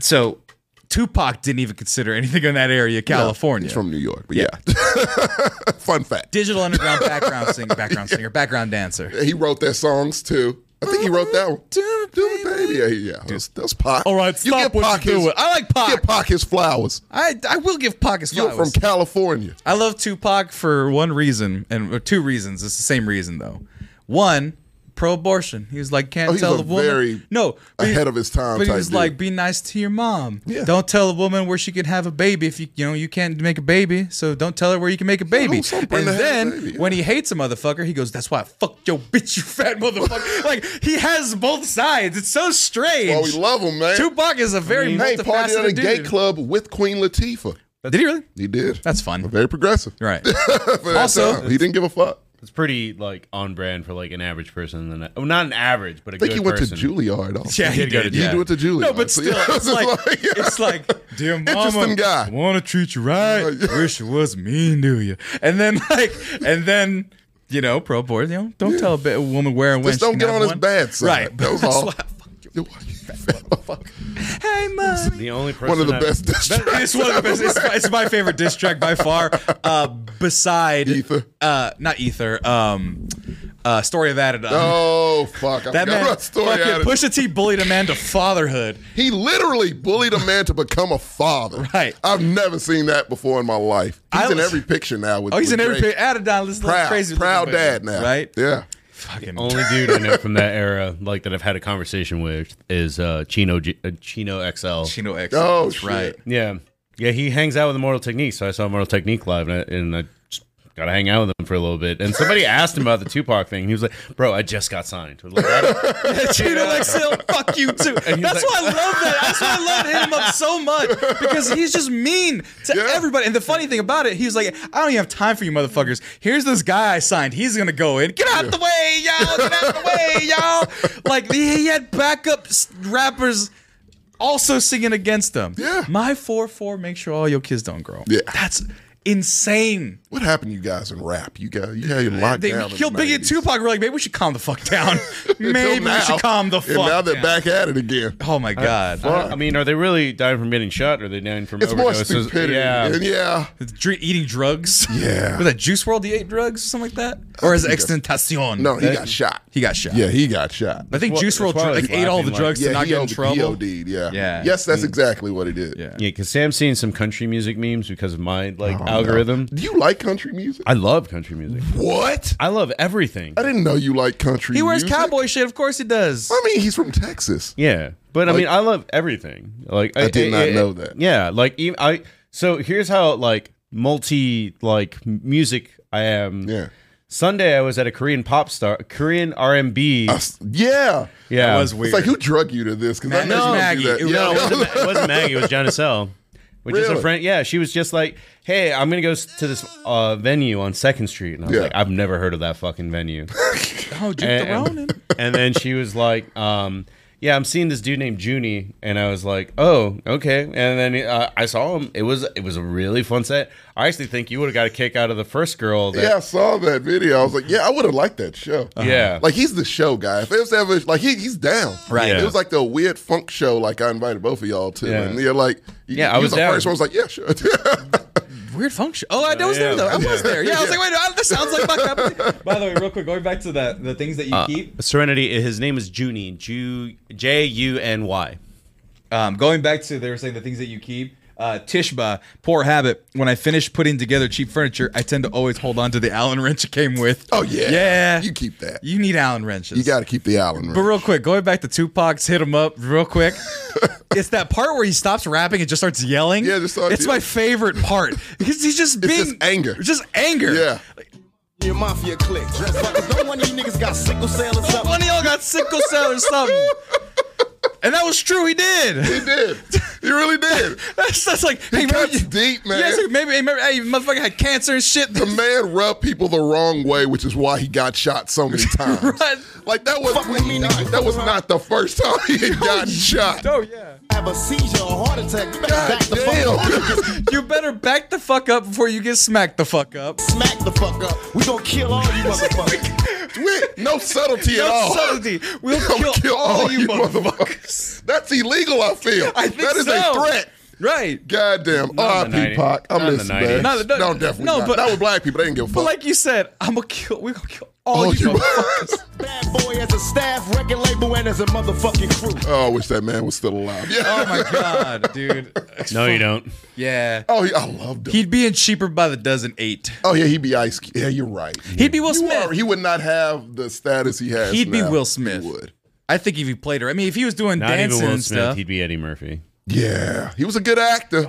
A: So Tupac didn't even consider anything in that area, California.
B: He's from New York. But yeah. *laughs* Fun fact.
A: Digital underground background singer, background singer, background dancer.
B: He wrote their songs too. I think he wrote that one.
A: Do it,
B: Do it, baby. Yeah, yeah. That's, that's Pac.
A: *laughs* All right, stop
B: give
A: what you're
B: Pac his-
A: doing. I like Pac.
B: Give Pac his flowers.
A: I I will give Pac his
B: You're
A: flowers.
B: from California.
A: I love Tupac for one reason, and or two reasons. It's the same reason though. One, pro-abortion. He was like, can't
B: Oh, he's
A: tell
B: a
A: the woman.
B: very
A: no, but he-
B: ahead of his time
A: But he
B: type
A: was
B: dude.
A: like, be nice to your mom.
B: Yeah.
A: Don't tell a woman where she can have a baby if you you know you can't make a baby. So don't tell her where you can make a baby.
B: don't
A: and
B: bring the hell
A: then
B: baby, yeah.
A: when he hates a motherfucker, he goes, that's why I fucked your bitch, you fat
B: *laughs*
A: motherfucker. like he has both sides. It's so strange.
B: Well, Oh, we love him, man.
A: Tupac is a very
B: Hey, partied at a
A: multifaceted
B: gay
A: dude.
B: club with Queen Latifah.
A: Did he really?
B: He did.
A: That's fun.
B: Very progressive. *laughs*
A: Right.
B: For that
A: Also-
B: time. he didn't give a fuck.
C: it's pretty like on brand for like an average person. And oh, not an average, but a
B: I think
C: good
B: he went
C: person.
B: to Juilliard. Also.
A: Yeah, he
C: did go
A: did.
C: to
A: yeah.
B: He went to Juilliard. *laughs*
A: No, but
B: So,
A: still,
B: yeah,
A: it's like, it's like, dear mama,
B: *laughs* Interesting guy.
A: want to treat you right. Wish it was mean to you. And then *laughs* like, and then you know, pro board, you know, don't tell a bit- a woman where and when.
B: Just
A: she
B: don't
A: can
B: get
A: have
B: on his
A: one.
B: bad side.
A: Right,
B: That was
A: *laughs* that's
B: all.
A: why I
B: You're *laughs* fucking-
A: fuck- Hey, mom.
B: *laughs*
C: The only person
B: One of the
C: I-
A: *laughs*
B: best
A: That-
B: districts.
A: it's one of the best. It's, it's my favorite diss track by far. Uh, beside
B: Ether.
A: uh, not ether. Um, uh, story of Adam.
B: Oh fuck! I
A: that
B: forgot
A: man
B: about *laughs* story
A: fucking
B: Adams.
A: Pusha T bullied a man to fatherhood.
B: He literally bullied a man to become a father.
A: Right.
B: I've never seen that before in my life. He's
A: I
B: in
A: was-
B: every picture now. With,
A: Oh, he's
B: with
A: in every
B: Drake.
A: pic- Adidon. This
B: Proud,
A: crazy,
B: proud
A: looking
B: dad
A: man,
B: now.
A: right?
B: Yeah.
A: Fucking
C: only dude I know from that era, like that I've had a conversation with, is uh, Chino G- uh, Chino XL.
A: Chino X.
B: Oh,
A: That's
B: shit.
A: *laughs* right.
C: Yeah, yeah, he hangs out with Immortal Technique, so I saw Immortal Technique live, and I, and I just got to hang out with him for a little bit. And somebody *laughs* asked him about the Tupac thing, and he was like, "Bro, I just got signed." I was like, "I
B: *laughs*
C: don't-
A: Chino XL, fuck you too. That's
C: was like-
A: why I love that. That's why I love hitting him up so much because he's just mean to
B: Yeah.
A: everybody. And the funny thing about it, he's like, I don't even have time for you motherfuckers. Here's this guy I signed. He's gonna go in. Get out the way, y'all. Get out the *laughs* way, y'all. Like he he had backup s- rappers. Also singing against them.
B: Yeah.
A: My four four. Make sure all your kids don't grow.
B: Yeah.
A: That's insane.
B: What happened, to you guys, in rap? You guys, you had your lockdown.
A: They
B: in the
A: killed Biggie and
B: 90s.
A: Tupac. We're like, maybe we should calm the fuck down.
B: *laughs*
A: *laughs*
B: Until
A: maybe we
B: now.
A: should calm the
B: And
A: fuck
B: now they're
A: down.
B: back at it again.
A: Oh my god.
C: I mean, are they really dying from getting shot, or are they dying from
B: It's more
C: overdoses?
B: stupidity.
C: Yeah,
B: And yeah.
A: Dr- eating drugs.
B: Yeah.
A: Was that Juice World? He ate drugs or something like that. Or is it Extentacion?
B: No, he got shot.
A: he got shot.
B: Yeah, he got shot.
A: I think
C: That's
A: Juice
C: why-
A: World
C: that's why I
A: like
C: was
A: ate all the
C: laughing,
A: drugs
B: yeah,
A: to not
B: he
A: get in
B: owed the
A: trouble.
B: POD'd, yeah.
A: Yeah. Mm.
B: Yes, that's exactly what he did.
A: Yeah.
C: yeah, because Sam's seen some country music memes because of my like
B: Oh,
C: algorithm.
B: Do you like country music?
C: I love country music.
B: What?
C: I love everything.
B: I didn't know you like country.
A: He wears
B: music.
A: cowboy shit. Of course he does.
B: I mean, he's from Texas.
C: Yeah, but I
B: Like-
C: mean, I love everything. Like I,
B: did not know that.
C: Yeah, like even, I. So here's how like multi like music I am.
B: Yeah.
C: Sunday I was at a Korean pop star, Korean R and B.
B: I s- yeah.
C: Yeah,
A: That was
B: It's
A: weird.
B: like who drug you to this? Because I
A: Mag-
B: know
A: no,
B: you don't do
A: Maggie.
B: that.
C: No, it
B: Yeah. *laughs*
C: wasn't, Ma- it wasn't Maggie. It was John Sell, which is a
B: Really?
C: friend. Yeah, she was just like, "Hey, I'm gonna go s- to this uh, venue on Second Street," and I was
B: Yeah.
C: like, "I've never heard of that fucking venue."
A: Oh, Duke the Ronin.
C: and, *laughs* and then she was like, um, "Yeah, I'm seeing this dude named Junie," and I was like, "Oh, okay." And then uh, I saw him. It was it was a really fun set. I actually think you would have got a kick out of the first girl. That,
B: Yeah, I saw that video. I was like, yeah, I would have liked that show.
C: Yeah.
B: Like he's the show guy. If there's ever like he, he's down.
A: Right.
B: It was like the weird funk show. Like I invited both of y'all to,
C: Yeah.
B: and you're like,
C: Yeah, I
B: you
C: was
B: the
C: down.
B: first one. I was like, yeah, sure. *laughs*
A: Weird function. Oh, I was there though. I was there. Yeah, I was like, wait, no, that sounds like fucked
B: *laughs*
A: up. By the way, real quick, going back to the the things that you keep.
C: Serenity. His name is Junie. Ju J U N Y.
A: Um, going back to they were saying the things that you keep. Uh, Tishba, poor habit. When I finish putting together cheap furniture, I tend to always hold on to the Allen wrench it came with.
B: oh yeah.
A: yeah.
B: You keep that. You,
A: You need Allen wrenches.
B: got to keep the island.
A: But real quick, going back to Tupac's "Hit 'Em Up," real
B: *laughs*
A: quick. it's that part where he stops rapping and just starts yelling.
B: Yeah, just starts
A: it's my
B: yelling.
A: favorite
B: *laughs*
A: part because he's just being
B: just anger.
A: just anger.
B: Yeah.
D: Your mafia clique. Dress like if no one of you niggas got sickle cell or something.
A: One of y'all got sickle cell or
B: *laughs*
A: something. And that was true. He did. *laughs*
B: He did. He really did.
A: That's, that's like, hey, remember,
B: cuts deep, man.
A: Yeah, it's like, maybe, hey, remember, hey, motherfucker had cancer and shit.
B: The man rubbed people the wrong way, which is why he got shot so many times.
A: Right.
B: Like that was
D: Fuck with me, nigga.
B: that was not the first time he had gotten
A: *laughs*
B: shot.
A: Oh yeah.
D: Have a seizure or heart attack. You better
B: God
D: back the fuck up.
B: damn.
A: You better back the fuck up before you get smacked the fuck up.
D: Smack the fuck up. We gonna kill all
A: *laughs*
D: you motherfuckers.
B: With no subtlety at
A: No
B: all.
A: subtlety. We'll
B: I'll
A: kill, all, you motherfuckers.
B: *laughs* That's illegal, I feel.
A: I think
B: that is
A: so.
B: a threat.
A: Right.
B: Goddamn. Ah,
C: Not in the
B: R.I.P.
C: 90s.
B: Pac. I
C: Not in
B: miss
C: the
B: you, man.
C: 90s.
A: No, no,
B: No, definitely
A: no,
B: not.
A: but-
B: not with black people. They didn't give a fuck.
A: But like you said, I'm gonna kill. We're gonna kill all
B: Oh,
A: you.
B: you-
A: motherfuckers.
D: Bad boy as a staff, record label, and as a motherfucking crew.
B: *laughs* oh, I wish that man was still alive. Yeah.
A: oh my god, dude.
C: No, you don't.
A: Yeah.
B: *laughs* Oh, he, I loved him.
A: He'd be in cheaper by the dozen eight.
B: oh, yeah, he'd be Ice Cube. Yeah, you're right.
A: He'd be Will
B: You
A: Smith.
B: are- he would not have the status he has
A: He'd be
B: now.
A: Will Smith.
B: He would.
A: I think if he played her, I mean, if he was doing
C: Not
A: dancing
C: even Will
A: and
C: Smith.
A: stuff,
C: He'd be Eddie Murphy.
B: Yeah. He was a good actor.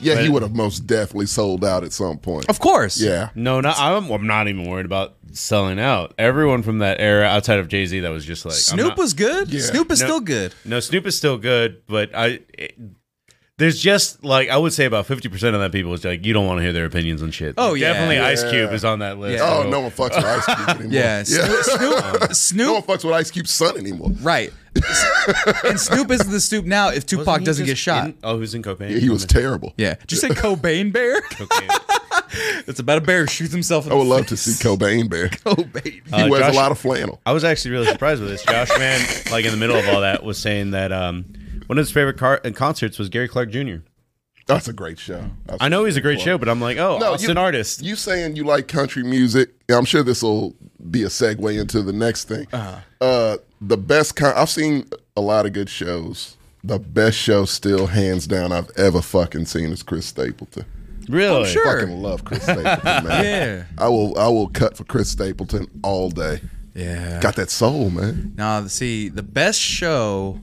B: Yeah, he
C: But-
B: would have most definitely sold out at some point.
A: Oh. of course.
B: Yeah.
C: No, not, I'm, I'm not even worried about selling out. Everyone from that era, outside of Jay Z, that was just like I'm
A: Snoop
C: not-
A: was good.
B: Yeah.
A: Snoop is
C: No.
A: still good.
C: No, Snoop is still good, but I. It, there's just like I would say about fifty percent of that people is like you don't want to hear their opinions on shit.
A: Oh,
C: Like,
A: yeah.
C: definitely Ice
B: Yeah.
C: Cube is on that list.
A: Yeah.
B: Oh,
C: So-
B: no one fucks with Ice
A: *laughs*
B: Cube anymore.
A: Yeah. Snoop.
C: *laughs* Um,
A: Snoop.
B: *laughs* No one
A: Snoop
B: fucks with Ice Cube's son anymore.
A: right. and Snoop is the Snoop now if
C: Wasn't
A: Tupac
C: he
A: doesn't
C: just
A: get shot.
C: in- oh, who's in cocaine?
B: Yeah, he was terrible.
A: yeah. Did you say Cobain
C: *laughs*
A: Bear?
C: Cocaine.
A: it's about a bear who shoots himself in
B: I would
A: the
B: love to see Cobain
A: *laughs*
B: Bear.
A: Cobain.
B: He wears
C: Josh-
B: a lot of flannel.
C: I was actually really surprised with this. Josh man, like in the middle of all that, was saying that um, one of his favorite car- uh, concerts was Gary Clark Jr.
B: That's a great show. That's
C: I know he's a great show, but I'm like, oh,
B: No,
C: Austin
B: you-
C: artist.
B: You saying you like country music? I'm sure this will be a segue into the next thing.
A: Uh-huh.
B: uh the best con- I've seen a lot of good shows. The best show, still hands down, I've ever fucking seen is Chris Stapleton.
C: really?
A: sure.
B: Fucking love
A: *laughs*
B: Chris Stapleton, man.
A: Yeah.
B: I will. I will cut for Chris Stapleton all day.
A: Yeah.
B: Got that soul, man.
A: No, see, the best show,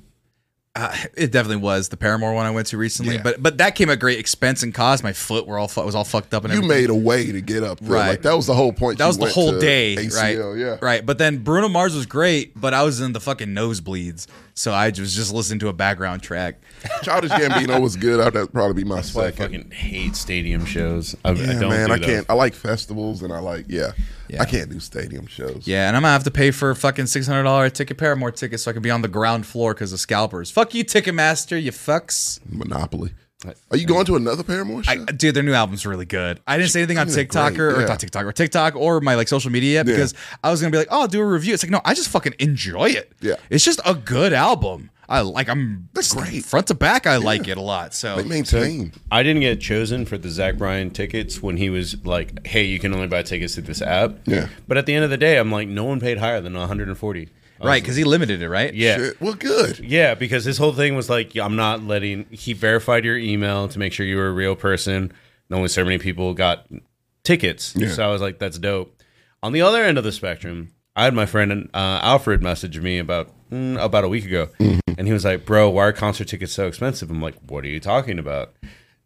A: uh, it definitely was the Paramore one I went to recently.
B: Yeah.
A: But but that came at great expense and cost. My foot were all fu- was all fucked up and
B: You
A: everything.
B: made a way to get up there.
A: Right.
B: Like that was the whole point.
A: that
B: you
A: was the
B: went
A: whole
B: to
A: day,
B: ACL,
A: right?
B: Yeah.
A: Right. But then Bruno Mars was great, but I was in the fucking nosebleeds, so I was just listening to a background track.
B: Childish Gambino was good. I'd that'd probably be my
C: I
B: second.
C: fucking hate stadium shows. I, I
B: Yeah,
C: don't.
B: man,
C: do
B: I
C: those.
B: can't. I like festivals, and I like yeah,
A: Yeah.
B: I can't do stadium shows.
A: Yeah, and I'm gonna have to pay for a fucking six hundred dollar ticket Paramore ticket so I can be on the ground floor because of scalpers. Fuck you, Ticketmaster, you fucks.
B: Monopoly. Are you going to another Paramore show?
A: I, dude, their new album's really good. I didn't say anything on
B: Isn't it
A: TikTok or,
B: great?
A: or
B: Yeah.
A: not TikTok or TikTok or my like social media yet
B: Yeah.
A: because I was gonna be like, oh, I'll do a review. It's like, no, I just fucking enjoy it.
B: Yeah.
A: it's just a good album. I like. I'm
B: That's great.
A: front to back. I like it a lot. So
B: they maintain.
C: I didn't get chosen for the Zach Bryan tickets when he was like, "Hey, you can only buy tickets through this app."
B: Yeah.
C: But at the end of the day, I'm like, no one paid higher than 140. I
A: right
C: was-
A: because he limited it, right?
C: Yeah.
B: Shit. Well, good.
C: Yeah, because his whole thing was like, I'm not letting. He verified your email to make sure you were a real person. And only so many people got tickets. So I was like, that's dope. On the other end of the spectrum, I had my friend uh, Alfred message me about mm,
B: Mm-hmm.
C: about a week ago, and he was like, "Bro, why are concert tickets so expensive?" I'm like, "What are you talking about?"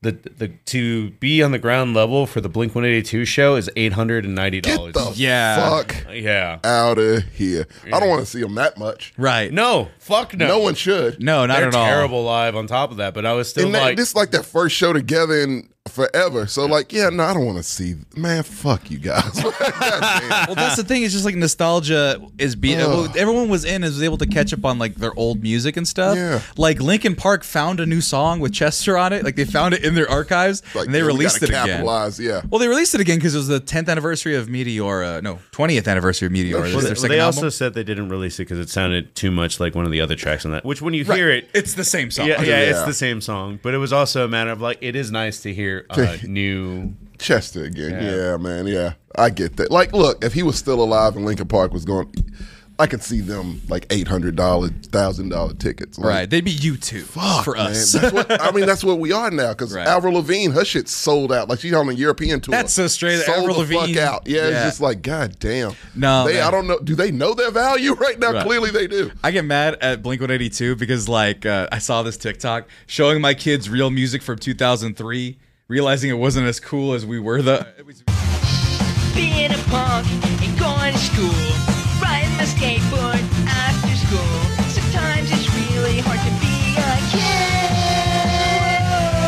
C: the the to be on the ground level for the Blink One Eighty Two show is eight hundred and ninety
B: Get
C: dollars.
B: the
A: Yeah.
B: fuck
C: Yeah.
B: out of here. I don't want to see them that much.
A: Right.
C: No. Fuck no.
B: No, one should.
A: No, not
C: They're
A: at all.
C: terrible live. On top of that, but I was still
B: And that,
C: like,
B: this is like their first show together in forever. So like, yeah, no, I don't want to see. Man, fuck you guys. *laughs*
A: Well, that's the thing. It's just like nostalgia is being.
B: Ugh.
A: Everyone was in is able to catch up on like their old music and stuff.
B: Yeah.
A: Like Linkin Park found a new song with Chester on it. Like they found it in their archives
B: Like,
A: and they
B: yeah, we
A: released it
B: gotta
A: again.
B: capitalize, Yeah.
A: Well, they released it again because it was the 10th anniversary of Meteora. uh, No, 20th anniversary of Meteora. This is
C: Well,
A: their
C: they,
A: second
C: they also
A: album.
C: said they didn't release it because it sounded too much like one of the other tracks on that. Which, when you
A: Right.
C: hear it,
A: It's the same song.
C: yeah, yeah, it's
B: Yeah.
C: the same song. But it was also a matter of like, it is nice to hear
B: *laughs*
C: uh, new.
B: Chester again.
C: Yeah.
B: Yeah. man. Yeah, I get that. Like, look, if he was still alive and Lincoln Park was going, I could see them like eight hundred dollar, thousand dollar tickets. Like,
A: Right. They'd be you two for
B: man,
A: us.
B: that's what, I mean, that's what we are now. Because
A: Right.
B: Avril Lavigne, her shit sold out. Like she's on a European tour.
A: That's so straight,
B: Sold
A: Avril
B: the
A: Lavigne.
B: fuck out. Yeah,
A: Yeah.
B: it's just like, god damn.
A: No,
B: they.
A: man.
B: I don't know. Do they know their value *laughs* right now?
A: Right.
B: Clearly, they do.
A: *laughs* I get mad at Blink 182 because, like, uh, I saw this TikTok showing my kids real music from 2003, realizing it wasn't as cool as we were. The
E: Being a punk and going to school. Riding my skateboard after school. Sometimes it's really hard to be a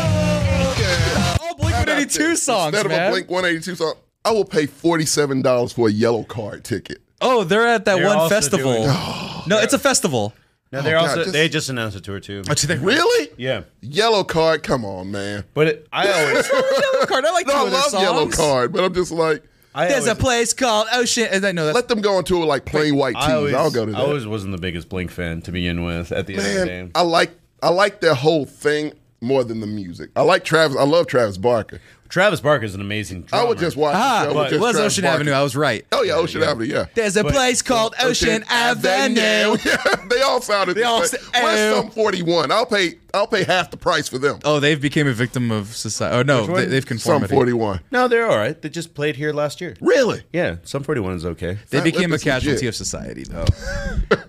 E: kid.
A: all Blink 182 songs,
B: Instead of
A: man.
B: a Blink One Eighty Two song, I will pay forty seven dollars for a yellow card ticket.
A: Oh, they're at that
C: They're
A: one
C: also
A: festival.
C: doing-
A: *gasps* no, it's a festival.
C: No, they're
B: God,
C: also
B: just-
C: they just announced a tour too.
A: Oh, do they
B: *laughs* Really?
C: Yeah,
B: Yellow card, come on, man.
C: but it,
B: *laughs*
C: I always
A: Yellow card. I like
B: No,
A: two
B: I
A: of their
B: love Yellow
A: songs.
B: Card, but I'm just like,
C: I
A: There's a
C: always-
A: place called Ocean. uh, and I know that.
B: let them go on tour with like plain white tees.
C: I always,
B: I'll go to that.
C: I always wasn't the biggest Blink fan to begin with. At the end of the day,
B: Man, I like I like their whole thing more than the music. I like Travis. I love Travis Barker.
C: Travis Barker is an amazing. Drummer.
B: I would just watch.
A: ah,
B: the show with
A: it
B: just
A: was
B: Travis
A: Ocean
B: Barker.
A: Avenue. I was right.
B: Oh yeah, Ocean Avenue. Yeah.
A: There's a
C: But-
A: place called Ocean, Avenue.
B: *laughs* Yeah, they all sounded. They
A: all
B: all.
A: sa-
B: Where's
A: Ew.
B: some forty one? I'll pay. I'll pay half the price for them.
A: Oh, they've became a victim of society. Oh no, they,
C: one?
A: they've
B: some
A: conformity.
B: forty one.
C: no, they're all right. They just played here last year.
B: Really?
C: Yeah, some forty one is okay.
A: They
B: That
A: became a
B: lip is legit.
A: casualty of society, though.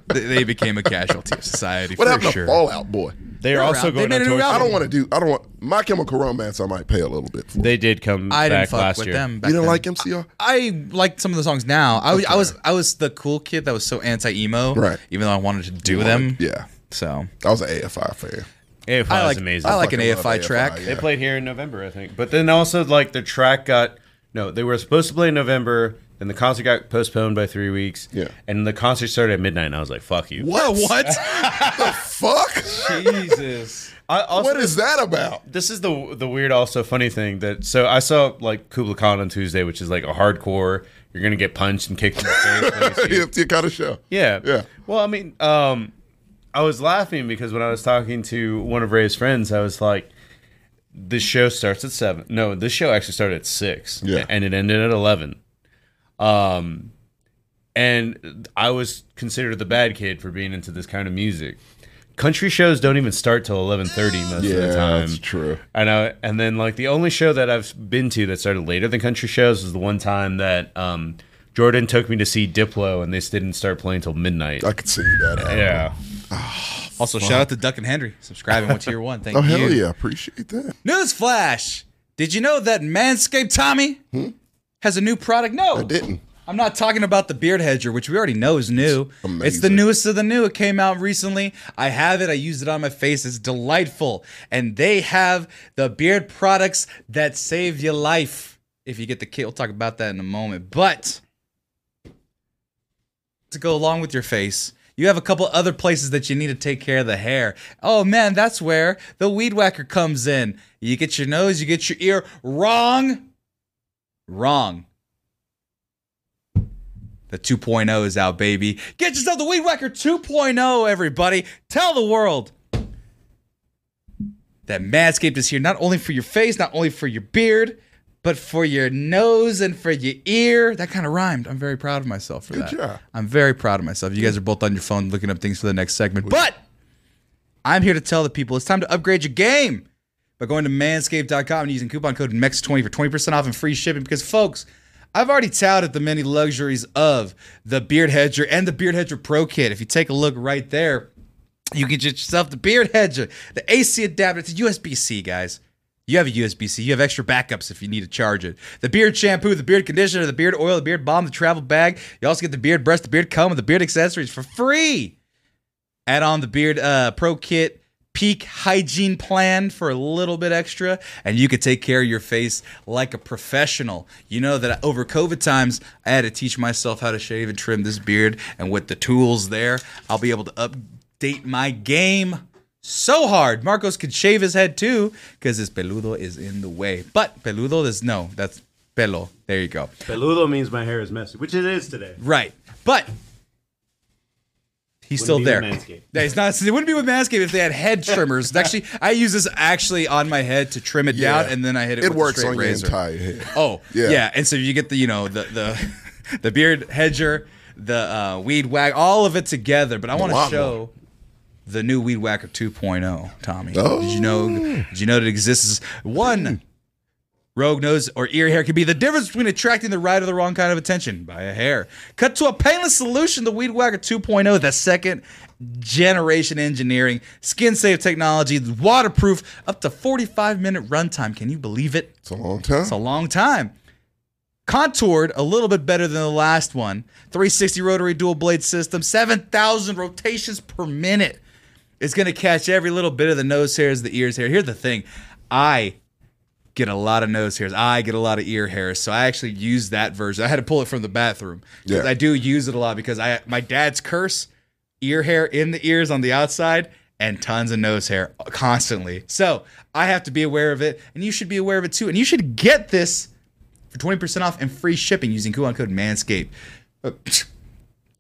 A: they, they became a casualty of society
B: *laughs* What
A: for
B: happened
A: sure.
B: to Fallout Boy?
C: They're, also
A: out. They
C: going
A: made
C: on
A: a new
C: tour.
B: I
A: album.
B: don't want to do. I don't want My Chemical Romance. I might pay a little bit for.
C: They did come
A: I didn't
C: back
A: fuck
C: last
A: with
C: year.
A: them. Back
B: you don't
A: then.
B: like MCR?
A: I liked some of the songs now. I, was I was I was the cool kid that was so anti emo,
B: Right.
A: Even though I wanted to do them,
B: Yeah,
A: So
B: I was an AFI fan.
C: AFI
A: I like
C: is amazing.
A: I like an
B: Fucking love
A: AFI
B: AFI,
A: track.
B: yeah.
C: They played here in November, I think. But then also like their track got no, they were supposed to play in November, then the concert got postponed by three weeks.
B: Yeah.
C: And the concert started at midnight and I was like, fuck you.
A: What?
B: *laughs*
A: What?
B: the fuck?
A: Jesus.
C: I also
B: What is that about?
C: this is the the weird also funny thing that so I saw like Kubla Khan on Tuesday, which is like a hardcore you're gonna get punched and kicked in the
B: *laughs*
C: face.
B: It's your kind of show.
C: Yeah.
B: Yeah.
C: Well, I mean, um, I was laughing because when I was talking to one of Ray's friends, I was like, this show starts at seven. No, this show actually started at six.
B: Yeah.
C: And it ended at 11. Um, and I was considered the bad kid for being into this kind of music. Country shows don't even start till 11:30 most of the time.
B: true.
C: I know. And then like the only show that I've been to that started later than country shows was the one time that um, Jordan took me to see Diplo, and they didn't start playing till midnight.
B: I could see that. happening.
C: yeah.
A: *laughs* Also, shout out to Duck and Henry subscribing. What's your one? Thank
B: Oh
A: you.
B: hell yeah, appreciate that.
A: News flash. Did you know that Manscaped Tommy has a new product? No.
B: Hmm? I didn't.
A: I'm not talking about the beard hedger, which we already know is new.
B: amazing.
A: It's the newest of the new. It came out recently. I have it. I used it on my face. It's delightful. And they have the beard products that save your life. If you get the kit, we'll talk about that in a moment. But to go along with your face. You have a couple other places that you need to take care of the hair. Oh man, that's where the weed whacker comes in. You get your nose, you get your ear. Wrong. Wrong. The 2.0 is out, baby. Get yourself the Weed Whacker 2.0, everybody. Tell the world that Manscaped is here not only for your face, not only for your beard, but for your nose and for your ear. That kind of rhymed. I'm very proud of myself for that.
B: job.
A: I'm very proud of myself. You guys are both on your phone looking up things for the next segment. But I'm here to tell the people it's time to upgrade your game by going to manscaped.com and using coupon code MEX20 for 20% off and free shipping. Because, folks, I've already touted the many luxuries of the Beard Hedger and the Beard Hedger Pro Kit. If you take a look right there, you can get yourself the Beard Hedger, the AC adapter. It's a USB C, guys. You have a USB C. You have extra backups if you need to charge it. The beard shampoo, the beard conditioner, the beard oil, the beard balm, the travel bag. You also get the beard brush, the beard comb, and the beard accessories for free. Add on the beard uh, pro kit peak hygiene plan for a little bit extra, and you could take care of your face like a professional. You know that over COVID times, I had to teach myself how to shave and trim this beard, and with the tools there, I'll be able to update my game so hard. Marcos could shave his head too because his peludo is in the way. But peludo is no, that's pelo. There you go.
F: Peludo means my hair is messy, which it is today.
A: Right. But he's still
F: be
A: there.
F: with Manscaped.
A: Yeah, he's not. It wouldn't be with Manscaped if they had head trimmers. actually, I use this actually on my head to trim it
B: Yeah.
A: down, and then I hit it.
B: It
A: with
B: works
A: a straight
B: on your
A: razor.
B: entire head.
A: Oh, yeah.
B: Yeah.
A: And so you get the you know the the *laughs* the beard hedger, the uh, weed whack, all of it together. But I want to
B: lawnmower.
A: show the new weed whacker 2.0. Tommy,
B: Oh.
A: did you know? Did you know that it exists? One. Rogue nose or ear hair can be the difference between attracting the right or the wrong kind of attention by a hair. Cut to a painless solution, the Weed Whacker 2.0, the second generation engineering, skin safe technology, waterproof, up to 45 minute runtime. Can you believe it?
B: It's a long time.
A: It's a long time. Contoured a little bit better than the last one. 360 rotary dual blade system, 7,000 rotations per minute. It's going to catch every little bit of the nose hairs, the ears hair. Here's the thing I get a lot of nose hairs. I get a lot of ear hairs. So I actually use that version. *laughs* I had to pull it from the bathroom. 'Cause
B: Yeah.
A: I do use it a lot because I my dad's curse, ear hair in the ears on the outside and tons of nose hair constantly. So, I have to be aware of it and you should be aware of it too. And you should get this for 20% off and free shipping using coupon code MANSCAPE. *sniffs*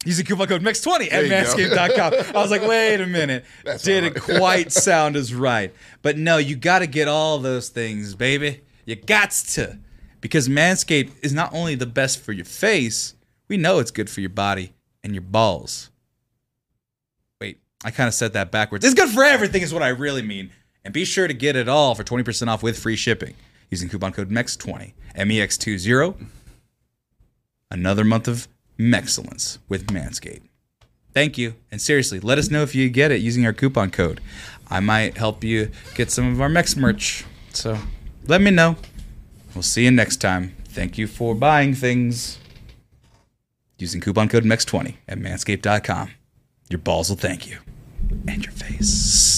A: Using coupon code MEX20 at
B: you go.
A: manscaped.com. I was like, wait a
B: *laughs*
A: minute. Didn't quite sound as right. But no, you got to get all those things, baby. You got to. Because Manscaped is not only the best for your face, we know it's good for your body and your balls. Wait, I kind of said that backwards. It's good for everything, is what I really mean. And be sure to get it all for 20% off with free shipping using coupon code MEX20, MEX20. Another month of Mexcellence with Manscaped. Thank you. And seriously, let us know if you get it using our coupon code. I might help you get some of our Mex merch. So let me know. We'll see you next time. Thank you for buying things using coupon code MEX20 at manscaped.com. Your balls will thank you. And your face.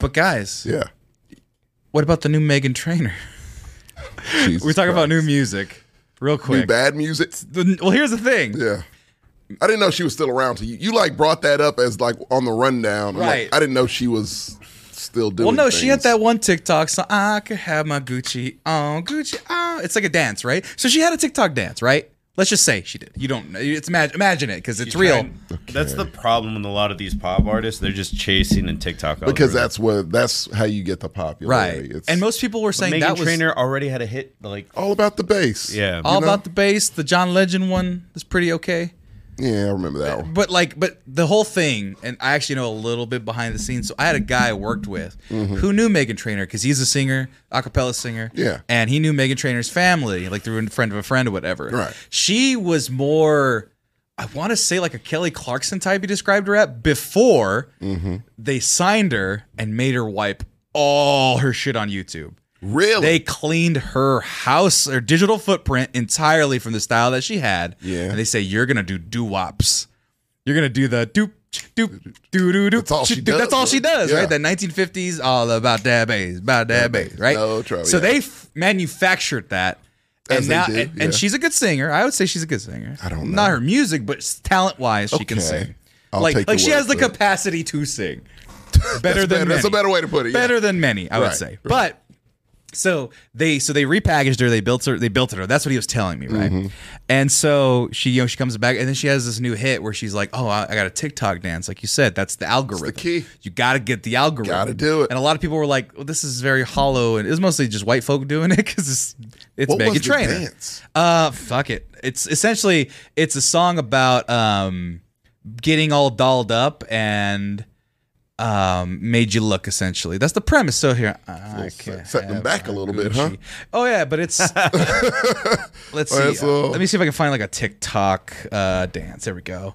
A: But guys,
B: yeah.
A: what about the new Megan Trainer? *laughs*
B: Jesus
A: We're talking about new
B: Christ.
A: music. Real quick.
B: New bad music.
A: The- well, here's the thing.
B: Yeah. I didn't know she was still around. To you, you like brought that up as like on the rundown. I'm like,
A: Right.
B: I didn't know she was still doing.
A: Well, no, she had
B: things.
A: that one TikTok song. I could have my Gucci on, Gucci on. It's like a dance, right? So she had a TikTok dance, right? Let's just say she did. You don't. know. It's imagine, imagine it because it's real.
C: That's the problem with a lot of these pop artists. They're just chasing and TikTok
B: because
C: algorithm.
B: that's what that's how you get the popularity.
A: right?
B: It's
A: And most people were saying
C: Megan
A: that was
C: Trainer already had a hit. Like
B: all about the bass.
C: yeah,
A: all
B: know?
A: about the bass. The John Legend one is pretty okay.
B: yeah, I remember that one.
A: But like, but the whole thing, and I actually know a little bit behind the scenes. So I had a guy I worked with
B: Mm-hmm.
A: who knew Megan Trainer because he's a singer, a cappella singer.
B: Yeah.
A: and he knew Megan Trainer's family, like through a friend of a friend or whatever.
B: Right.
A: She was more, I want to say, like a Kelly Clarkson type. You described her at before
B: Mm-hmm.
A: they signed her and made her wipe all her shit on YouTube.
B: Really?
A: They cleaned her house or digital footprint entirely from the style that she had.
B: Yeah.
A: And they say you're gonna do doo wops. You're gonna do the doop doop doo doo doop.
B: That's all she
A: doop. That's
B: does,
A: all she
B: right?
A: does,
B: Yeah.
A: right? The 1950s, all about that bass, about that bass,
B: bass,
A: right?
B: no trouble,
A: so
B: yeah.
A: they f- manufactured that.
B: As
A: and
B: they
A: now,
B: did,
A: and,
B: yeah.
A: and she's a good singer. I would say she's a good singer.
B: I don't
A: Not
B: know.
A: her music, but talent wise, she can
B: Okay.
A: sing.
B: I'll
A: like,
B: take
A: like
B: your
A: she
B: word
A: has the
B: for it.
A: capacity
B: *laughs*
A: to sing. better than
B: That's better- that's a
A: many.
B: better way to put it, yeah.
A: Better than many, I would
B: Right,
A: say.
B: right.
A: But So they so they repackaged her. They built her. They built her. That's what he was telling me, right?
B: Mm-hmm.
A: And so she you know she comes back and then she has this new hit where she's like, oh, I, I got a TikTok dance, like you said. That's the algorithm.
B: key.
A: You got to get the algorithm.
B: Gotta do it.
A: And a lot of people were like, well, this is very hollow, and it was mostly just white folk doing it because it's it's
B: What
A: Megan
B: was the
A: Trainor.
B: dance?
A: Uh, fuck it. It's essentially it's a song about um getting all dolled up and um made you look essentially. That's the premise. So here, I can't
B: Set them
A: have
B: back a little bit, huh?
A: Gucci. Oh yeah, but
B: *laughs*
A: it's let's see. Uh,
B: All right, so-
A: let me see if I can find like a TikTok uh, dance. There we go.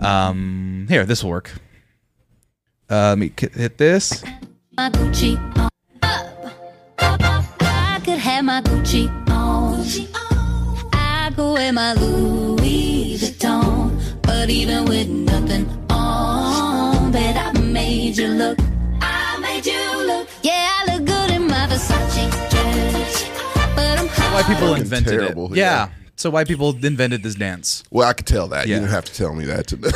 A: Um, here, this will work. Uh, let me k- hit this.
G: my Gucci on. Up, up, up. oh. I could have my Gucci on. I go in my Louis Vuitton, but even with nothing on, bet I made you look. I made you look. Yeah, I look good in my Versace dress, but I'm
A: Why
G: hot.
A: people
B: Fucking
A: invented
B: terrible,
A: it?
B: yeah.
A: Yeah. So why people invented this dance?
B: Well, I could tell that.
A: Yeah.
B: You didn't have to tell me that. To *laughs*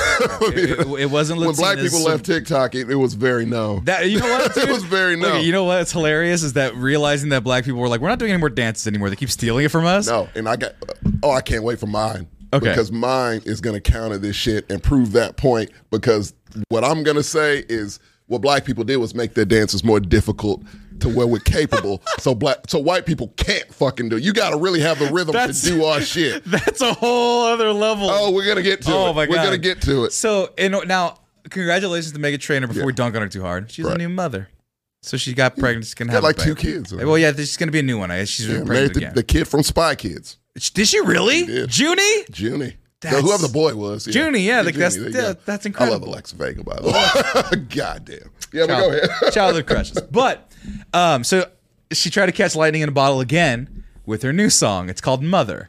A: It, it wasn't
B: when
A: Latinas,
B: black people
A: so-
B: left TikTok, it, it was very known.
A: That you know what
B: *laughs* It
A: dude?
B: was very
A: Look,
B: known.
A: you know what's hilarious is that realizing that black people were like, we're not doing any more dances anymore. They keep stealing it from us.
B: No, and I got. Oh, I can't wait for mine.
A: Okay.
B: Because mine is gonna counter this shit and prove that point. Because what I'm gonna say is what black people did was make their dances more difficult to where we're
A: *laughs*
B: capable. so black, so white people can't fucking do. it. You gotta really have the rhythm
A: That's-
B: to do our shit.
A: *laughs* That's a whole other level.
B: Oh, we're gonna get to
A: Oh,
B: it.
A: my
B: We're
A: God.
B: gonna get to it.
A: So and now, congratulations to Megan Trainor. Before we dunk on her too hard, she's a
B: Right.
A: new mother. So she got pregnant. She's gonna
B: Got
A: have
B: like
A: a baby.
B: two kids.
A: Well, yeah, she's gonna be a new one. I- She's
B: Yeah,
A: pregnant
B: married the,
A: again.
B: the kid from Spy Kids,
A: Did she really?
B: did. *laughs*
A: Junie?
B: Junie.
A: That's-
B: whoever the boy was. Yeah.
A: Junie, yeah, like, that's-
B: Junie, there you
A: yeah,
B: go.
A: that's
B: I
A: incredible.
B: love Alexa Vega, by the way. *laughs* Goddamn. Yeah, but go
A: Child-
B: ahead. *laughs*
A: childhood crushes. But um, so she tried to catch lightning in a bottle again with her new song. It's called Mother.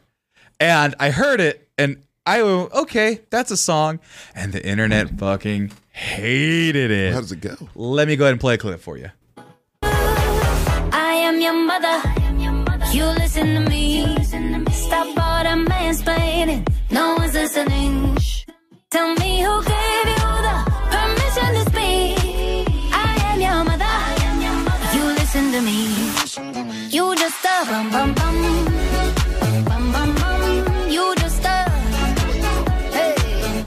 A: And I heard it and I went, okay, that's a song. And the internet fucking hated it.
B: How does it go?
A: Let me go ahead and play a clip for you.
G: I am your mother. You listen to me. Stop all the mansplaining. No one's listening. Tell me who gave you the permission to speak. I am your mother. You listen to me. You just a bum bum bum. Bum bum bum. You just a. Hey.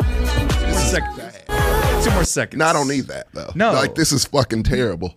A: Just a second. Two more seconds.
B: No, I don't need that though.
A: No.
B: Like this is fucking terrible.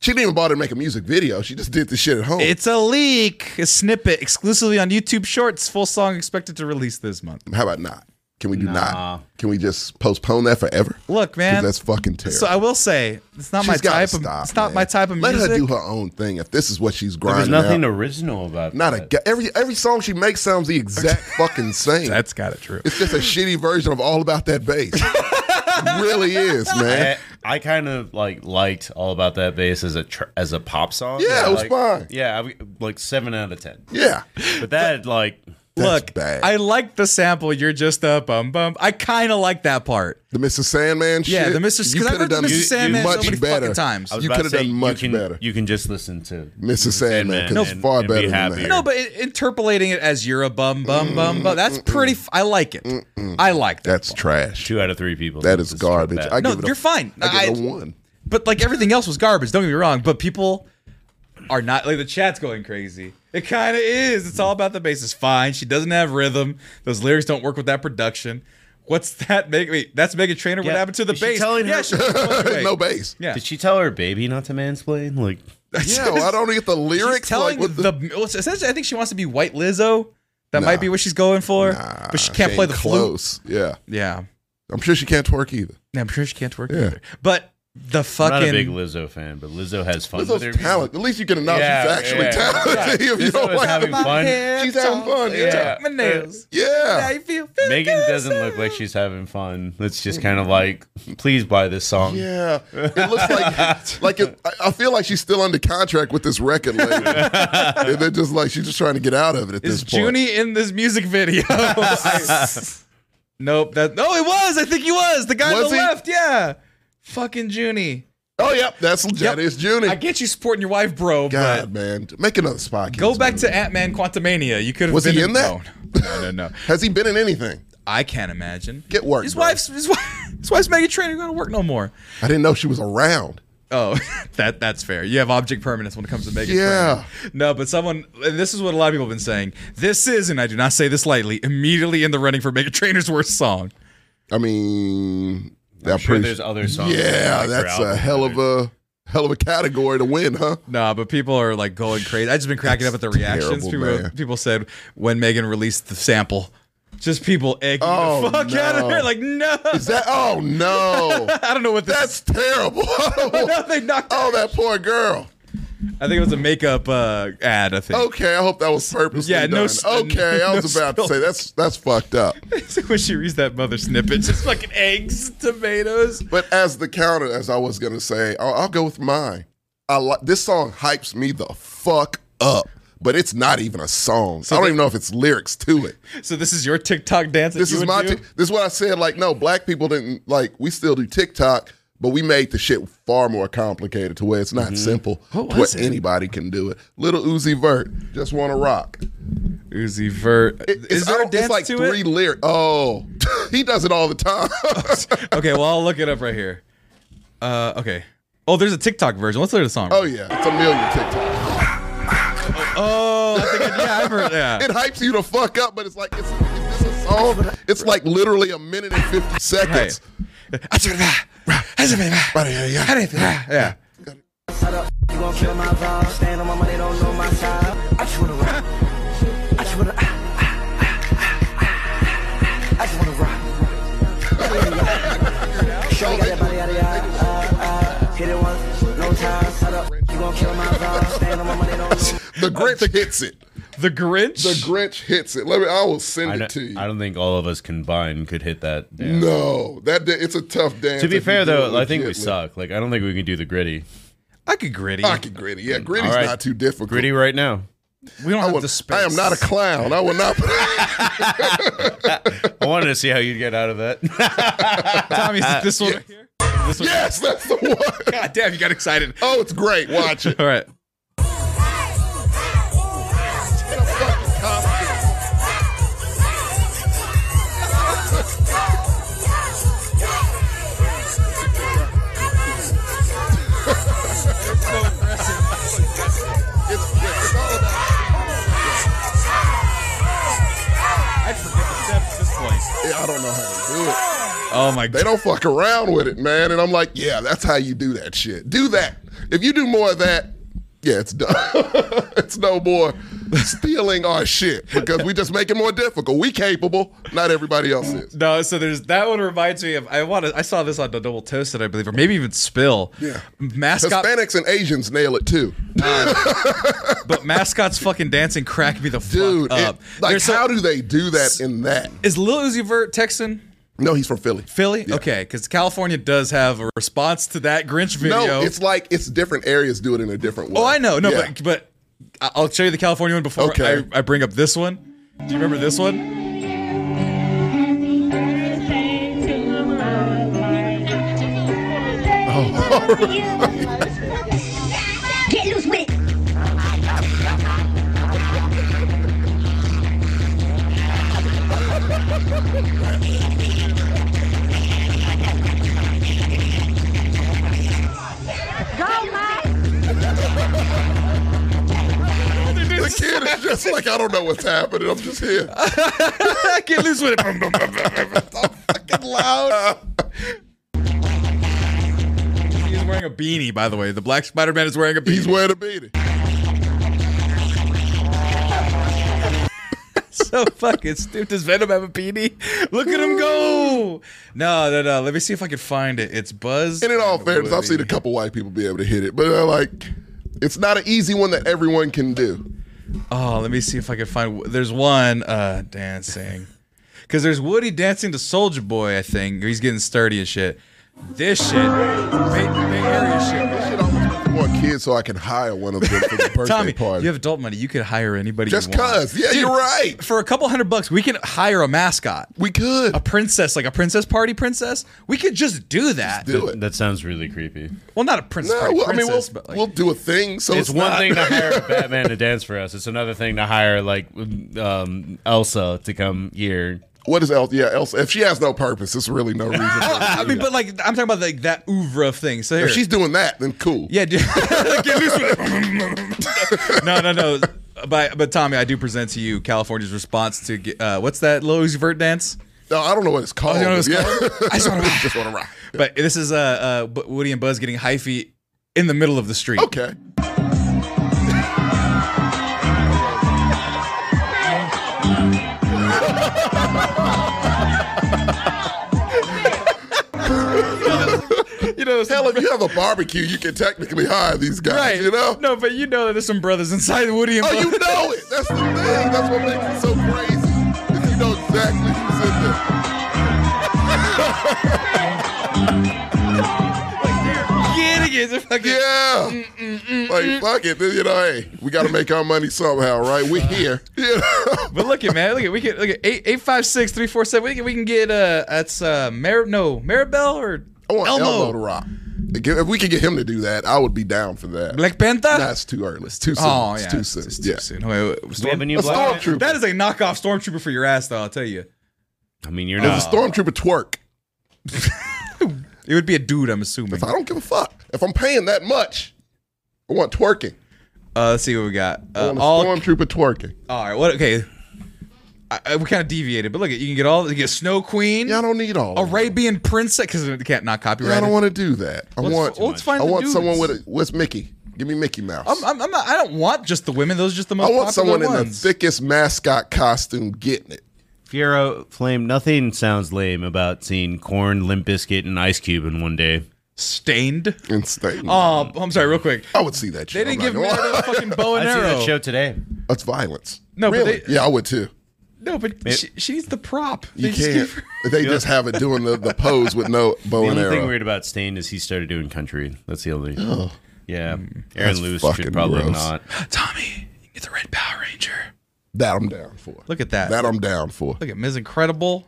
B: She didn't even bother to make a music video. She just did this shit at home.
A: It's a leak, a snippet exclusively on YouTube Shorts. Full song expected to release this month.
B: How about not? Can we do not? Can we just postpone that forever?
A: Look,
B: 'Cause
A: man.
B: that's fucking terrible.
A: So I will say, it's not
B: She's
A: my
B: gotta
A: type. Of,
B: stop,
A: it's not
B: man.
A: my type of
B: Let
A: music.
B: her do her own thing. If this is what she's
C: There was
B: grinding,
C: nothing
B: out.
C: original about *laughs*
B: Not a
C: that.
B: gu- every every song she makes sounds the
A: *laughs*
B: exact fucking same.
A: That's kind of true.
B: it's just a shitty version of all about
A: *laughs*
B: that bass. It really is, man.
A: Eh.
C: I, Eh, I kind of like liked all about that bass as a tr- as a pop song.
B: Yeah, it was
C: like-
B: fine.
C: Yeah, I, w- like seven out of ten.
B: Yeah,
C: But that like
B: That's
A: Look,
B: bad.
A: I like the sample. You're just a bum bum. I kind of like that part.
B: the Mr. Sandman.
A: Yeah,
B: shit,
A: the Mr.
B: You
A: Because I
B: could have
A: heard the
B: done
A: Mr. Sandman
B: much
A: so many
B: better
A: fucking times.
C: I was
B: You
C: about to
B: could've
C: say,
B: done much
C: you can,
B: better.
C: You can just listen to
B: Mr. Sandman, 'cause it's far
C: and
B: better
C: be
B: than that.
C: happier.
B: No,
A: No, but it, interpolating it as you're a bum bum
B: Mm,
A: bum bum. That's pretty. F- I like it. I like that.
B: That's trash.
C: two out of three people.
B: That
C: think
B: is
C: this
B: garbage.
C: bad.
B: I
A: No,
B: give it a-
A: you're fine.
B: I give it a
A: I-
B: one.
A: but like everything else was garbage. Don't get me wrong. But people are not like the chat's going crazy. It kind of is. It's all about the bass. It's fine. She doesn't have rhythm. Those lyrics don't work with that production. What's that? Make wait, That's Megan Trainor. What
C: Yeah.
A: happened to the
C: Is she
A: bass?
C: telling
A: yeah,
C: her-
A: she was
B: *laughs*
A: going away.
B: no bass.
A: Yeah.
C: Did she tell her baby not to mansplain? Like
A: *laughs*
B: Yeah, well, I don't get the lyrics.
A: She's telling
B: like, what
A: the, well, essentially, I think she wants to be White Lizzo. That might be what she's going for, but she can't play
B: ain't
A: the
B: close. Yeah,
A: flute. Yeah,
B: I'm sure she can't twerk either.
A: Yeah, I'm sure she can't work
B: Yeah.
A: either. But the
C: I'm not a big
A: fucking
C: Lizzo fan, but Lizzo has
A: Oh,
C: fun with her
B: Lizzo's talent. At least you can announce
C: Yeah,
B: she's actually
C: yeah.
B: talented. *laughs* If you
C: Lizzo
B: don't
C: is
B: like
C: having
B: the-
C: fun.
A: hair
B: She's having
A: talk,
B: fun,
A: Yeah,
C: yeah.
A: my nails. Now
B: Yeah.
A: you feel
C: Megan
A: good,
C: doesn't
A: so-
C: look like she's having fun. It's just kind of like, please buy this song.
B: *laughs* Yeah, it looks like
A: *laughs*
B: like it, I- I feel like she's still under contract with this record label. and they're just like she's just trying to get out of it at
A: Is
B: this point.
A: Junie in this music
B: *laughs*
A: video? *laughs* nope. That. Oh, it was. I think he was the guy on
B: Was
A: the
B: he?
A: left. Yeah. Fucking Junie.
B: oh yep, that's that is Junie.
A: I get you supporting your wife, bro. but
B: God, man, make another spot.
A: Go back to Ant Man Quantumania. You could have
B: Was
A: been
B: he in that?
A: No, no, no, no.
B: Has he been in anything?
A: I can't imagine.
B: Get work,
A: His *laughs*
B: bro.
A: wife's his, wife, his wife's Megan Trainor going to work no more.
B: I didn't know she was around.
A: Oh, *laughs* that that's fair. You have object permanence when it comes to making.
B: Yeah.
A: friends. No, but someone. And this is what a lot of people have been saying. This is, and I do not say this lightly. Immediately in the running for Megan Trainor's worst song.
B: I mean,
C: I'm
B: that
C: sure
B: pretty-
C: there's other songs.
B: Yeah,
C: that are like
B: that's
C: her
B: a
C: album,
B: hell of
C: dude.
B: a hell of a category to win, huh?
A: Nah, but people are like going crazy. I just been cracking up at the reactions.
B: terrible,
A: people
B: man.
A: people said when Megan released the sample, just people egging the
B: Oh,
A: fuck out of
B: no.
A: her. Like no, *laughs*
B: Is that?
C: *laughs*
B: Oh no,
A: I don't know what this. *laughs*
B: that's terrible. *laughs*
A: no, they knocked.
B: oh, that poor girl.
A: I think it was a makeup uh, ad. I think.
B: Okay, I hope that was purposely
A: Yeah,
B: yeah,
A: no
B: no,
C: uh,
A: s-
B: done. Okay,
A: no
B: I
C: *laughs*
B: was about
A: spill.
B: to say that's that's fucked up.
A: *laughs* when she reads that mother snippet, just fucking eggs, tomatoes.
B: But as the counter, as I was gonna say, I'll, I'll go with mine. I like this song hypes me the fuck up, but it's not even a song. I don't even know if it's lyrics to it.
A: So this is your TikTok dance. that
B: This
A: you
B: is
A: would
B: my.
A: do?
B: T- this is what I said. Like, no, black people didn't like. We still do TikTok, but we made the shit far more complicated to where it's not simple. to where
A: Mm-hmm. was it?
B: anybody can do it. Little Uzi Vert, just want to rock.
A: Uzi Vert.
B: It-
A: is there a
B: I don't- it's
A: dance
B: like
A: to
B: three
A: it?
B: lyrics. Oh, *laughs* he does it all the time. *laughs*
A: okay, well I'll look it up right here. Uh, okay. Oh, there's a TikTok version. Let's hear the song.
B: oh yeah, it's a million TikToks.
A: Oh, I think I, yeah, I've heard. Yeah.
B: *laughs* it hypes you to fuck up, but it's like it's is this a song? It's like literally a minute and fifty seconds. *laughs*
A: *laughs* yeah.
D: You gon' kill my vibe. Stand on my money, don't know my side. I just wanna rock. I just wanna. ah, I just wanna rock. Show me that body out of your eye. ah, Hit it once, no time. Shut up. You gon' kill my vibe. Stand on my money, don't know
A: Uh,
B: The Grinch hits it.
A: The Grinch.
B: The Grinch hits it. Let me. I will send
C: I
B: it to
C: don't,
B: you.
C: I don't think all of us combined could hit that. dance.
B: No, that di- it's a tough dance.
C: To be
B: if you
C: fair,
B: do it
C: though, I think we
B: legitly.
C: suck. Like, I don't think we can do the gritty.
A: I could gritty.
B: I can gritty. Yeah, gritty's
C: All right.
B: not too difficult.
C: Gritty right now.
A: we don't
B: I,
A: have
B: would,
A: the space.
B: I am not
A: *laughs*
B: a clown. I will
C: *laughs*
B: not. *laughs*
C: I wanted to see how you'd get out of that.
A: Tommy, is it this one
B: *laughs*
A: right here? This one.
B: yes, that's the one.
A: God damn, you got excited.
B: Oh, it's great. Watch it.
A: All right.
B: It's, it's all about.
A: I forget the steps at this point.
B: Yeah, I don't know how to do it.
A: Oh my god.
B: They don't fuck around with it, man. And I'm like, yeah, that's how you do that shit. Do that. If you do more of that, yeah, it's done. *laughs* it's no more stealing our shit because we just make it more difficult. We capable, not everybody else is.
A: No, so there's that one reminds me of I want to I saw this on the double toasted I believe or maybe even spill.
B: Yeah.
A: Mascot
B: Hispanics and Asians nail it too,
A: but mascots fucking dancing crack me the fuck
B: dude. it-
A: up.
B: like,
A: There's so-
B: how do they do that in that?
A: is Lil Uzi Vert Texan?
B: No, he's from Philly.
A: Philly? Okay, because California does have a response to that Grinch video.
B: No, it's like it's different areas do it in a different way.
A: oh, I know. No,
B: Yeah.
A: but but I- I'll show you the California one before
B: Okay.
A: I, I bring up this one. Do you remember this
B: *laughs*
A: one?
G: Get loose with it.
B: the kid is just like I don't know what's happening. I'm
A: *laughs*
B: just here.
A: I can't lose with it.
B: fucking loud.
A: *laughs* He's wearing a beanie, by the way. The Black Spider Man is wearing a beanie.
B: *laughs* He's wearing a beanie.
A: *laughs* so fucking stupid. Does Venom have a beanie? *laughs* Look at him
B: *laughs*
A: go! No, no, no. Let me see if I can find it. It's Buzz.
B: And in all
A: and
B: fairness, I've
A: Woody.
B: seen a couple white people be able to hit it, but uh, like, it's not an easy one that everyone can do.
A: Oh, let me see if I can find. There's one uh dancing, because there's Woody dancing to Soldier Boy. I think he's getting sturdy and shit. This shit, Bay, Bay Area shit.
B: Shit, I almost want more kids so I can hire one of them
A: *laughs*
B: for the birthday
A: Tommy,
B: party.
A: you have adult money. You could hire anybody.
B: Just
A: you want.
B: cuz. Yeah, you're right.
A: For a couple hundred bucks, we can hire a mascot,
B: We could.
A: a princess, like a princess party princess. We could just do that.
B: do it.
C: *laughs* that sounds really creepy.
A: Well, not a princess
B: No,
A: party
B: well, I mean,
A: princess,
B: we'll,
A: but like
B: we'll do a thing. So
C: It's,
B: it's,
C: one
B: not-
C: thing
B: *laughs*
C: to hire Batman to dance for us. It's another thing to hire like um, Elsa to come here
B: What is else? Yeah, else. If she has no purpose, it's really no reason. for
A: *laughs*
B: her to
A: I
B: do
A: mean,
B: that.
A: but like I'm talking about like that oeuvre of things. So here,
B: if she's doing that, then cool.
A: yeah,
B: *laughs*
A: dude. Get loose with it. no, no, no. But but Tommy, I do present to you California's response to uh, what's that Lil Uzi Vert dance?
B: No, I don't know what it's called.
A: Oh, you know what it's
B: Oh, yeah. *laughs*
A: called? I just wanna rock.
B: just want to rock.
A: But this is uh, uh Bu- Woody and Buzz getting hyphy in the middle of the street.
B: Okay.
A: You know,
B: Hell, *laughs* if you have a barbecue, you can technically hire these guys.
A: right?
B: You know.
A: No, but you know that there's some brothers inside Woody and
B: Oh,
A: Buzz.
B: you know it. That's the thing. That's what makes it so crazy. Is you know exactly who's in there.
A: *laughs* Getting it. They're fucking- Mm,
B: Yeah. Like fuck it. You know, hey, we got to make our money somehow, right? We here. You know? *laughs*
A: But look at man, look at we can look at eight eight five six three four seven. We can we can get uh that's uh Mar no Maribel or
B: I want Elmo.
A: Elmo.
B: to rock. Again, If we could get him to do that, I would be down for that.
A: Black Panther.
B: That's too early. It's too soon.
A: oh
B: it's
A: yeah,
B: too soon.
A: It's
B: yeah.
A: too soon. Wait, wait, wait,
C: We have
A: Storm-
C: a new
B: A
C: black.
B: stormtrooper.
A: that is a knockoff stormtrooper for your ass, though. I'll tell you,
C: I mean, you're
B: There's
C: not.
B: a stormtrooper twerk.
A: it would be a dude. I'm assuming.
B: If I don't give a fuck. If I'm paying that much, I want twerking.
A: Uh, let's see what we got.
B: I
A: Uh,
B: want a
A: all
B: stormtrooper twerking.
A: all right. What okay. I, I, we kind of deviated, but look at you can get all you get Snow Queen,
B: Yeah, I don't need all. of that.
A: Arabian Princess because it can't not copyright.
B: Yeah, I don't want to do that. I
A: Let's-
B: want.
A: let's find
B: I
A: the
B: want
A: dudes.
B: someone with a, what's Mickey? Give me Mickey Mouse.
A: I'm, I'm, I'm not, I don't want just the women. Those are just the
B: I
A: most.
B: want
A: popular
B: someone in the
A: ones.
B: thickest mascot costume getting it.
C: Fiero Flame, nothing sounds lame about seeing corn, Limp Biscuit, and Ice Cube in one day.
A: stained.
B: And stay.
A: Oh, I'm sorry. Real quick,
B: I would see that.
A: They
B: Shit.
A: didn't
B: I'm
A: give
B: not gonna
A: Maribel a
B: *laughs* lie.
A: fucking bow and
C: I see
A: arrow.
C: that show today.
B: That's violence.
A: No, but
B: really?
A: they-
B: yeah, I would too.
A: No, but she, she needs the prop. They
B: You
A: just
B: can't.
A: give her-
B: *laughs* They just have it doing the, the pose
A: *laughs*
B: with no bow and
C: The only thing
B: arrow.
C: weird about Stain is he started doing country. That's the only. Yeah, Aaron
B: Oh. Hmm. That's
C: Lewis
B: fucking
C: should probably
B: gross.
C: not.
A: Tommy, you get the red Power Ranger.
B: that I'm down for.
A: Look at that.
B: That I'm down for.
A: Look at Ms. Incredible.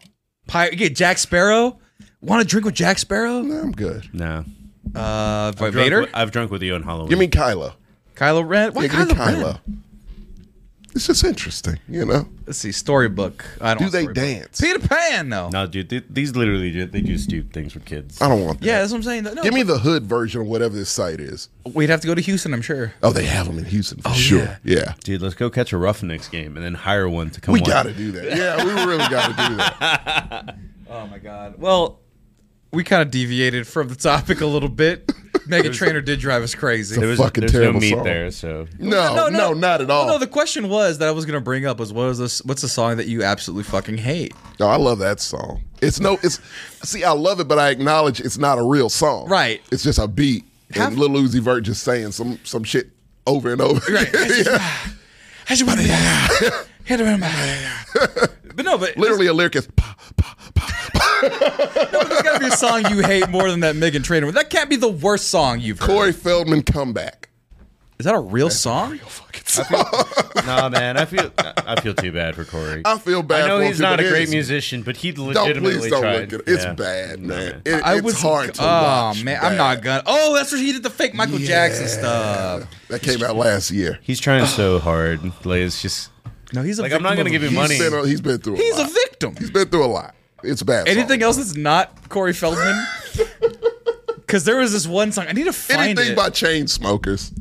A: Pirate. You get Jack Sparrow. Want to drink with Jack Sparrow?
B: Nah, I'm good.
C: No,
A: Uh,
C: Drunk
A: Vader.
C: with- I've drunk with you on Halloween.
B: Give me Kylo.
A: Kylo Ren. Why
B: Yeah, give me
A: Kylo, Ren?
B: Kylo. It's just interesting, you know.
A: Let's see. Storybook. I don't.
B: Do
A: want
B: they
A: storybook.
B: dance?
A: Peter Pan though.
C: no, dude. th- these literally do, they just do things for kids.
B: I don't want that.
A: Yeah, that's what I'm saying. No,
B: Give me the hood version of whatever this site is.
A: We'd have to go to Houston, I'm sure.
B: Oh, they have them in Houston for sure. Yeah.
C: Dude, let's go catch a Roughnecks game and then hire one to come.
B: We
C: watch.
B: got to do that. Yeah, we really got to do that.
A: Oh my God. Well, we kind of deviated from the topic a little bit. *laughs* Mega Trainer did drive us crazy.
C: There was,
B: Fucking
C: there's
B: terrible
C: no meat
B: song.
C: there, so
B: No, Oh, no, not at all.
A: No, the question was that I was gonna bring up was what is this? What's the song that you absolutely fucking hate?
B: No, I love that song. It's no, it's see, I love it, but I acknowledge it's not a real song.
A: Right.
B: It's just a beat
A: Have-
B: and Lil Uzi Vert just saying some some shit over and over. *laughs*
A: Right.
B: Yeah.
A: Hit *laughs* him in
B: *laughs*
A: my- But no, but
B: Literally, a lyric is pa, pa, pa, pa.
A: there's gotta be a song you hate more than that Megan Trainer. That can't be the worst song you've heard.
B: Corey Feldman comeback.
A: Is that a real song?
B: Fucking song.
C: *laughs* nah, man. I feel I feel too bad for Corey.
B: I feel bad.
C: I know
B: for him,
C: he's
B: too,
C: not
B: but
C: a
B: it
C: great
B: is-
C: musician, but he
B: Don't
C: legitimately
B: please don't
C: tried.
B: look at it. It's
C: Yeah.
B: bad,
C: No,
B: man. It,
A: I
B: it's
A: was
B: hard to
A: oh,
B: watch.
A: man, I'm not
B: bad.
A: gonna. Oh, that's where he did the fake Michael Jackson
B: Yeah.
A: stuff.
B: That came out last year.
C: He's trying so hard. Like it's just
A: No, he's a
C: like I'm not
A: victim
C: gonna
A: of
C: give
A: abuse.
C: him
B: He's
C: money.
B: been, he's been through.
A: He's
B: a
A: a
B: lot.
A: victim.
B: He's been through a lot. It's a bad.
A: Anything
B: song.
A: else that's not Corey
B: *laughs*
A: Feldman? Because there was this one song I need to find
B: Anything
A: it.
B: by chain smokers.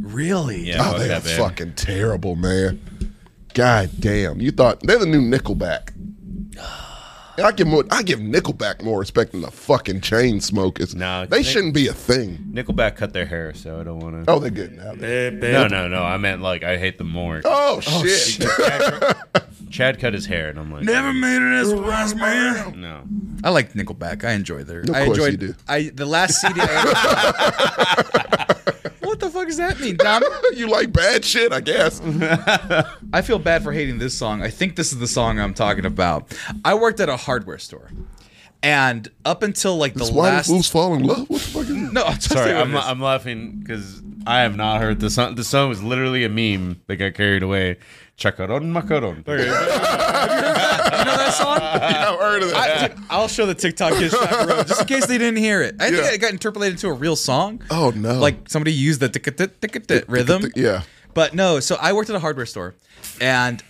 A: really?
C: Yeah,
B: Oh,
C: fuck
B: they are
C: that band.
B: fucking terrible, man. God damn. You thought they're the new Nickelback. And I give more I give Nickelback more respect than the fucking chain smokers.
C: No,
B: they
C: they-
B: shouldn't be a thing.
C: Nickelback cut their hair, so I don't want to.
B: Oh, they're good now.
C: No, no, no. I meant like I hate them more.
B: Oh, shit.
C: Chad cut his hair, and I'm like,
A: made it as a wise man.
C: No,
A: I like Nickelback. I enjoy their. I
B: course
A: enjoyed.
B: you do.
A: I the last CD. I
B: *laughs*
A: what the fuck does that mean, Dom?
B: you like bad shit, I guess.
A: Mm-hmm. I feel bad for hating this song. I think this is the song I'm talking about. I worked at a hardware store, and up until like the
B: That's why
A: last.
B: these fools fall in love. What the fuck is
A: *laughs*
B: this? *laughs*
A: no, I'm
C: sorry. I'm, I'm laughing because I have not heard the song. The song was literally a meme that got carried away. Chacaron macaron.
A: you know that song?
B: Yeah, I've heard of
A: I,
B: that.
A: I'll show the TikTok kids Shot Road just in case they didn't hear it. I think
B: Yeah.
A: it got interpolated into a real song.
B: Oh, no.
A: Like somebody used the tick tick tick tick rhythm.
B: yeah.
A: But no, so I worked at a hardware store, and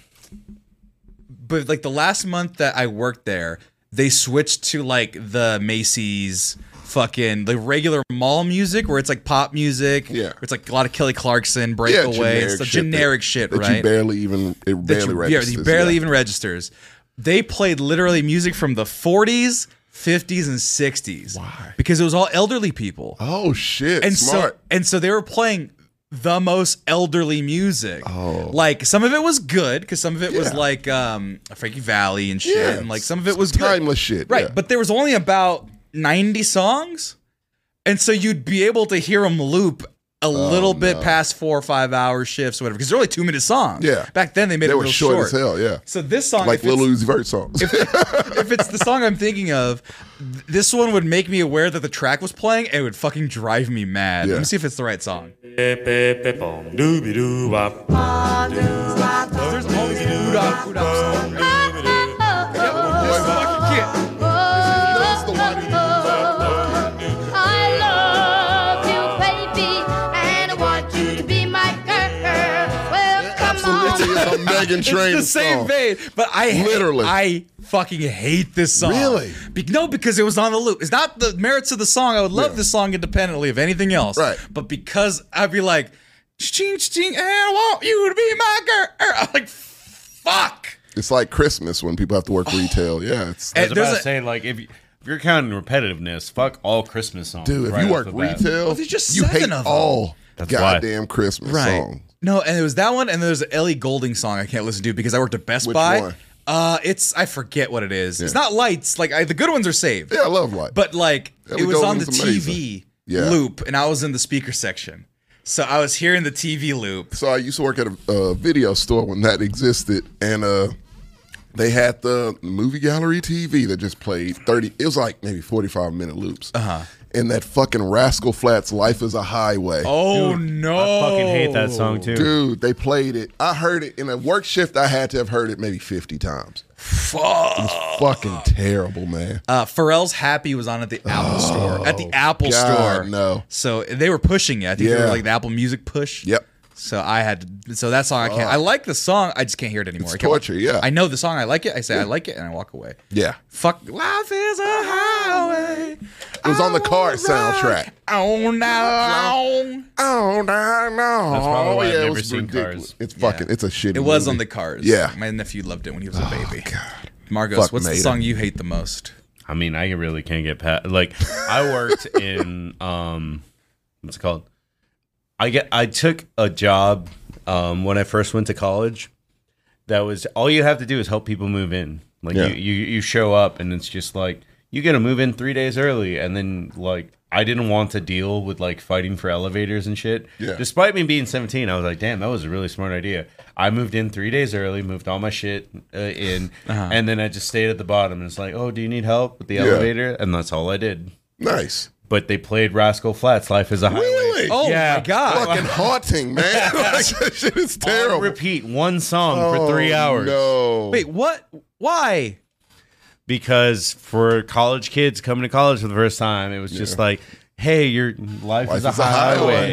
A: but like the last month that I worked there, they switched to like the Macy's fucking the regular mall music where it's like pop music.
B: Yeah.
A: where it's like a lot of Kelly Clarkson, Breakaway, it's the generic shit,
B: that
A: right?
B: you barely even it
A: that
B: barely
A: you- yeah,
B: registers.
A: he barely
B: yeah.
A: even registers. They played literally music from the 40s, 50s, and 60s. Why? Because it was all elderly people.
B: Oh shit!
A: and
B: smart.
A: so and so they were playing the most elderly music. Oh. Like some of it was good because some of it was
B: Yeah.
A: like um Frankie Valley and shit,
B: Yeah,
A: and like some of it was good.
B: timeless shit.
A: Right,
B: yeah.
A: but there was only about 90 songs. And so you'd be able to hear them loop
B: Oh,
A: a little bit past four or five hour shifts, whatever, because they're only two minute songs.
B: Yeah.
A: Back then they made
B: they
A: it
B: were
A: real
B: short,
A: short.
B: as hell. Yeah,
A: So this song,
B: like
A: if, it's,
B: Lil Uzi Vert songs. *laughs*
A: if it's the song I'm thinking of, th- this one would make me aware that the track was playing. and It would fucking drive me mad. Let
B: Yeah.
A: me see if it's the right song. There's all these oodop, oodop songs.
B: Oh,
G: Oh,
A: This fucking kid.
G: Oh, I love you, baby, and I want you to be my girl. Well, come
B: Absolutely,
G: on.
B: it's a Megan Train
A: It's the same
B: song.
A: vein, but I
B: Literally.
A: I fucking hate this song.
B: Really?
A: Be- no, because it was on the loop. It's not the merits of the song. I would love this song independently of anything else.
B: Right.
A: But because I'd be like, ching ching, and I want you to be my girl. I'm like, fuck.
B: It's like Christmas when people have to work
A: *sighs*
B: retail. Yeah, it's
C: I was
A: There's
C: about to
A: a-
C: say, like, if, you, if you're counting repetitiveness, fuck all Christmas songs.
B: dude. If
C: right
B: you
C: off
B: work
C: the bat.
B: retail,
A: there's just
B: you
A: seven
B: hate
A: of them.
B: all
C: why.
B: goddamn Christmas songs.
A: No, and it was that one, and there's an Ellie Golding song I can't listen to because I worked at Best
B: Which
A: Buy.
B: one?
A: Uh, it's I forget what it is. It's not lights. Like I, the good ones are saved.
B: Yeah, I love like.
A: but like
B: Ellie
A: it was on the
B: Golding's amazing.
A: TV
B: Yeah.
A: loop, and I was in the speaker section, so I was hearing the TV loop.
B: so I used to work at a, a video store when that existed, and uh, they had the movie gallery TV that just played thirty. It was like maybe forty-five minute loops. Uh
C: Uh-huh.
B: huh. And that fucking Rascal Flats "Life Is a Highway."
A: Oh no!
C: I fucking hate that song, too.
B: Dude, they played it. I heard it in a work shift. I had to have heard it maybe 50 times.
A: Fuck.
C: Oh.
B: Fucking terrible, man.
A: Uh, Pharrell's "Happy" was on at the Apple Store. At the Apple
B: Oh, God,
A: Store,
B: no.
A: So they were pushing it. I think they were
B: Yeah.
A: like the Apple Music push.
B: Yep.
A: So I had to, so that song I can't. I like the song. I just can't hear it anymore.
B: It's
A: I can't watch-
B: torture, yeah.
A: I know the song. I like it. I say I like it, and I walk away.
B: Yeah.
A: Fuck. Life is a highway.
B: It was on the car
A: Cars
B: soundtrack.
A: On that long.
B: Oh, no, no.
C: That's probably why I've
B: it
C: never
B: was
C: seen
B: ridiculous.
C: Cars.
B: It's fucking,
A: Yeah.
B: it's a shitty
A: It was
B: movie.
A: on the cars.
B: Yeah. Oh,
A: My nephew loved it when he was a baby.
B: God.
A: Margos,
B: Fuck
A: what's the
B: made
A: song
B: him.
A: you hate the most?
C: I mean, I really can't get past. Like,
B: *laughs*
C: I worked in um, what's it called? I get. I took a job um when I first went to college. That was all you have to do is help people move in. Like
B: Yeah.
C: you, you, you show up and it's just like you get to move in three days early, and then like I didn't want to deal with like fighting for elevators and shit.
B: Yeah.
C: Despite me being seventeen, I was like, damn, that was a really smart idea. I moved in three days early, moved all my shit uh, in,
A: Uh-huh.
C: and then I just stayed at the bottom. And it's like, oh, do you need help with the elevator? And that's all I did.
B: Nice.
C: But they played Rascal Flats. Life is a highway.
B: Really?
A: Oh
C: Yeah.
A: my god.
C: *laughs*
B: Fucking haunting, man. *laughs* like, that shit is
C: On
B: terrible.
C: repeat one song for three
B: Oh,
C: hours.
B: No.
A: Wait, what? Why?
C: because for college kids coming to college for the first time, it was just like, hey, your life, is, a highway.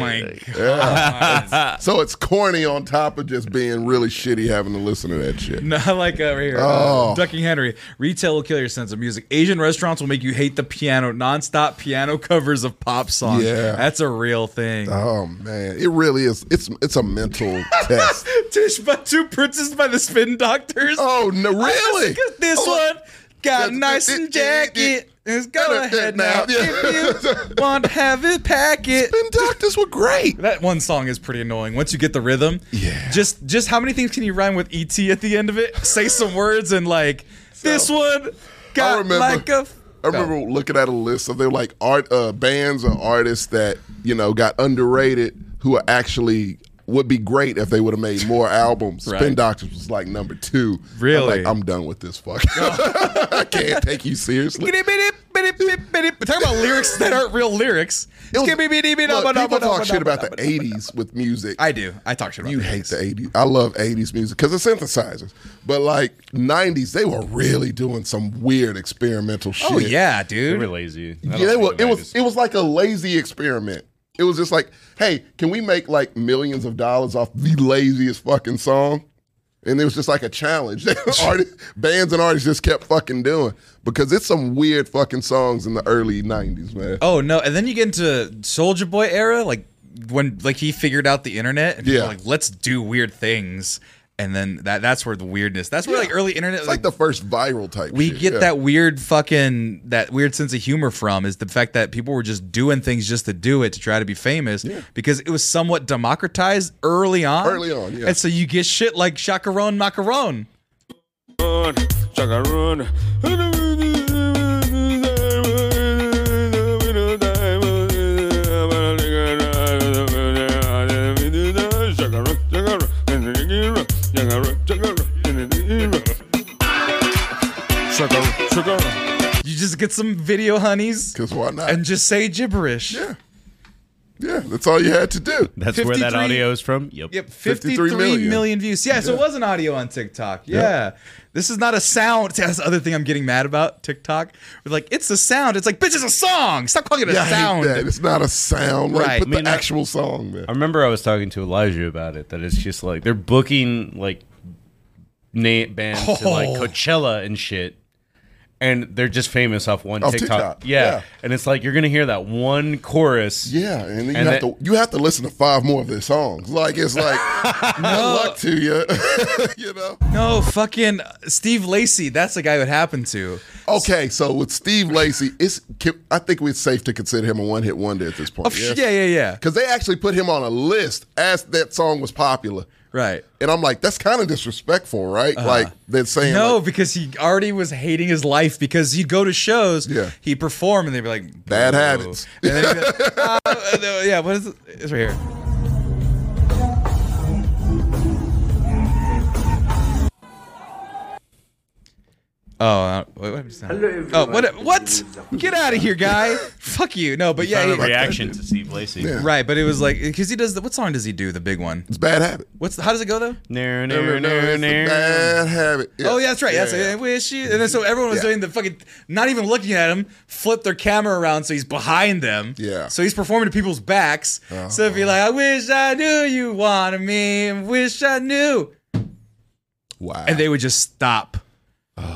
A: Oh my *laughs*
B: Yeah. so it's corny on top of just being really shitty having to listen to that shit.
A: No, I like uh, right here. uh,
B: Oh.
A: Ducking Henry. Retail will kill your sense of music. Asian restaurants will make you hate the piano. Nonstop piano covers of pop songs.
B: Yeah.
A: That's a real thing.
B: Oh man, it really is. It's it's a mental test.
A: *laughs* Tish by two princes by the spin doctors.
B: Oh no,
A: I just
B: really?
A: got this
B: Oh,
A: one got
B: That's-
A: nice and jacket. Let's go
B: Better
A: ahead
B: than
A: now.
B: now. *laughs* Yeah.
A: If you want to have it, pack it.
B: Them doctors were great.
A: That one song is pretty annoying. Once you get the rhythm,
B: Yeah.
A: Just just how many things can you rhyme with ET at the end of it? Say some words and like this one got
B: remember-
A: like a. f-
B: I remember looking at a list of they're like art uh, bands or artists that you know got underrated who are actually would be great if they would have made more albums. Spin
A: Right.
B: Doctors was like number two.
A: Really?
B: I'm, like, I'm done with this fuck. *laughs* I can't take you seriously.
A: Talking about lyrics that aren't real lyrics.
B: It was- look, people talk shit about the '80s with music.
A: I do. I talk shit about
B: You
A: the
B: hate
A: 80s.
B: the 80s. I love 80s music because of synthesizers. But like 90s, they were really doing some weird experimental shit.
A: Oh yeah,
C: They
A: dude.
C: were lazy. I
B: Yeah,
C: don't
B: they were,
C: like
B: it
C: the
B: was it was like a lazy experiment. It was just like, hey, can we make like millions of dollars off the laziest fucking song? And it was just like a challenge *laughs* that artists, bands and artists just kept fucking doing because it's some weird fucking songs in the early 90s, man.
A: Oh no! And then you get into Soldier Boy era, like when like he figured out the internet and people
B: Yeah.
A: were like let's do weird things, and then that that's where the weirdness. That's where like early internet.
B: It's like the first viral type
A: we
B: shit,
A: get
B: yeah.
A: that weird fucking that weird sense of humor from is the fact that people were just doing things just to do it to try to be famous because it was somewhat democratized early on.
B: Early on, yeah.
A: And so you get shit like Chacaron Macaron. You just get some video honeys
B: 'Cause why not?
A: and just say gibberish. Yeah.
B: yeah, that's all you had to do.
C: That's where that
A: 53
C: audio is from. Yep.
A: Yep, 53
B: 53
A: million
B: million.
A: views. Yeah, so it was an audio on TikTok. Yeah. This is not a sound. *laughs* See, That's the other thing I'm getting mad about TikTok. We're like, it's a sound. It's like, bitch, it's a song. Stop calling it a
B: Yeah, I hate
A: sound.
B: that. It's not a sound. Like,
A: Right.
B: Put
A: I
B: the
A: mean,
C: I-
B: actual song there.
C: I remember I was talking to Elijah about it. That it's just like they're booking like na- bands to like
A: Oh.
C: Coachella and shit, and they're just famous off one
B: Off
C: TikTok.
B: TikTok,
C: Yeah.
B: yeah.
C: and it's like you're gonna hear that one chorus.
B: Yeah, and then you
C: And
B: have
C: that-
B: to you have to listen to five more of their songs. Like it's
A: *laughs*
B: like good luck to you, *laughs* you know.
A: No, fucking uh, Steve Lacy. That's the guy it would happen to.
B: Okay, so with Steve Lacy, it's can- I think it's safe to consider him a one hit wonder at this point.
A: Oh, sh- yeah, yeah, yeah.
B: Because they actually put him on a list as that song was popular,
A: Right.
B: and I'm like, that's kind of disrespectful, right? Like they're saying,
A: No,
B: like,
A: because he already was hating his life because he'd go to shows,
B: Yeah.
A: he'd perform, and they'd be like,
B: Bad
A: "Bro."
B: habits.
A: And then he'd be
B: *laughs*
A: like, "Uh, uh, no, yeah, what is it? It's right here. Oh, uh, wait, what happened to sound? Oh, what? What? Get out of here, guy! Fuck you! No, but yeah,
C: Kind of
A: he-
C: reaction to Steve Lacey.
B: Yeah.
A: right. But it was like because he does. The, what song does he do? The big one.
B: it's bad habit.
A: What's the, how does it go though?
C: Nair,
B: No, no,
C: nair,
B: no,
C: nair,
B: it's a
C: nair.
B: bad habit. Yeah.
A: Oh, yeah, that's right.
B: Yeah,
A: that's
B: yeah.
A: it. I wish you. And then so everyone was
B: Yeah.
A: doing the fucking, not even looking at him, flip their camera around so he's behind them.
B: Yeah. Uh-huh.
A: So he's performing to people's backs. So it'd be like, I wish I knew you wanted me, and wish I knew.
B: Wow.
A: And they would just stop.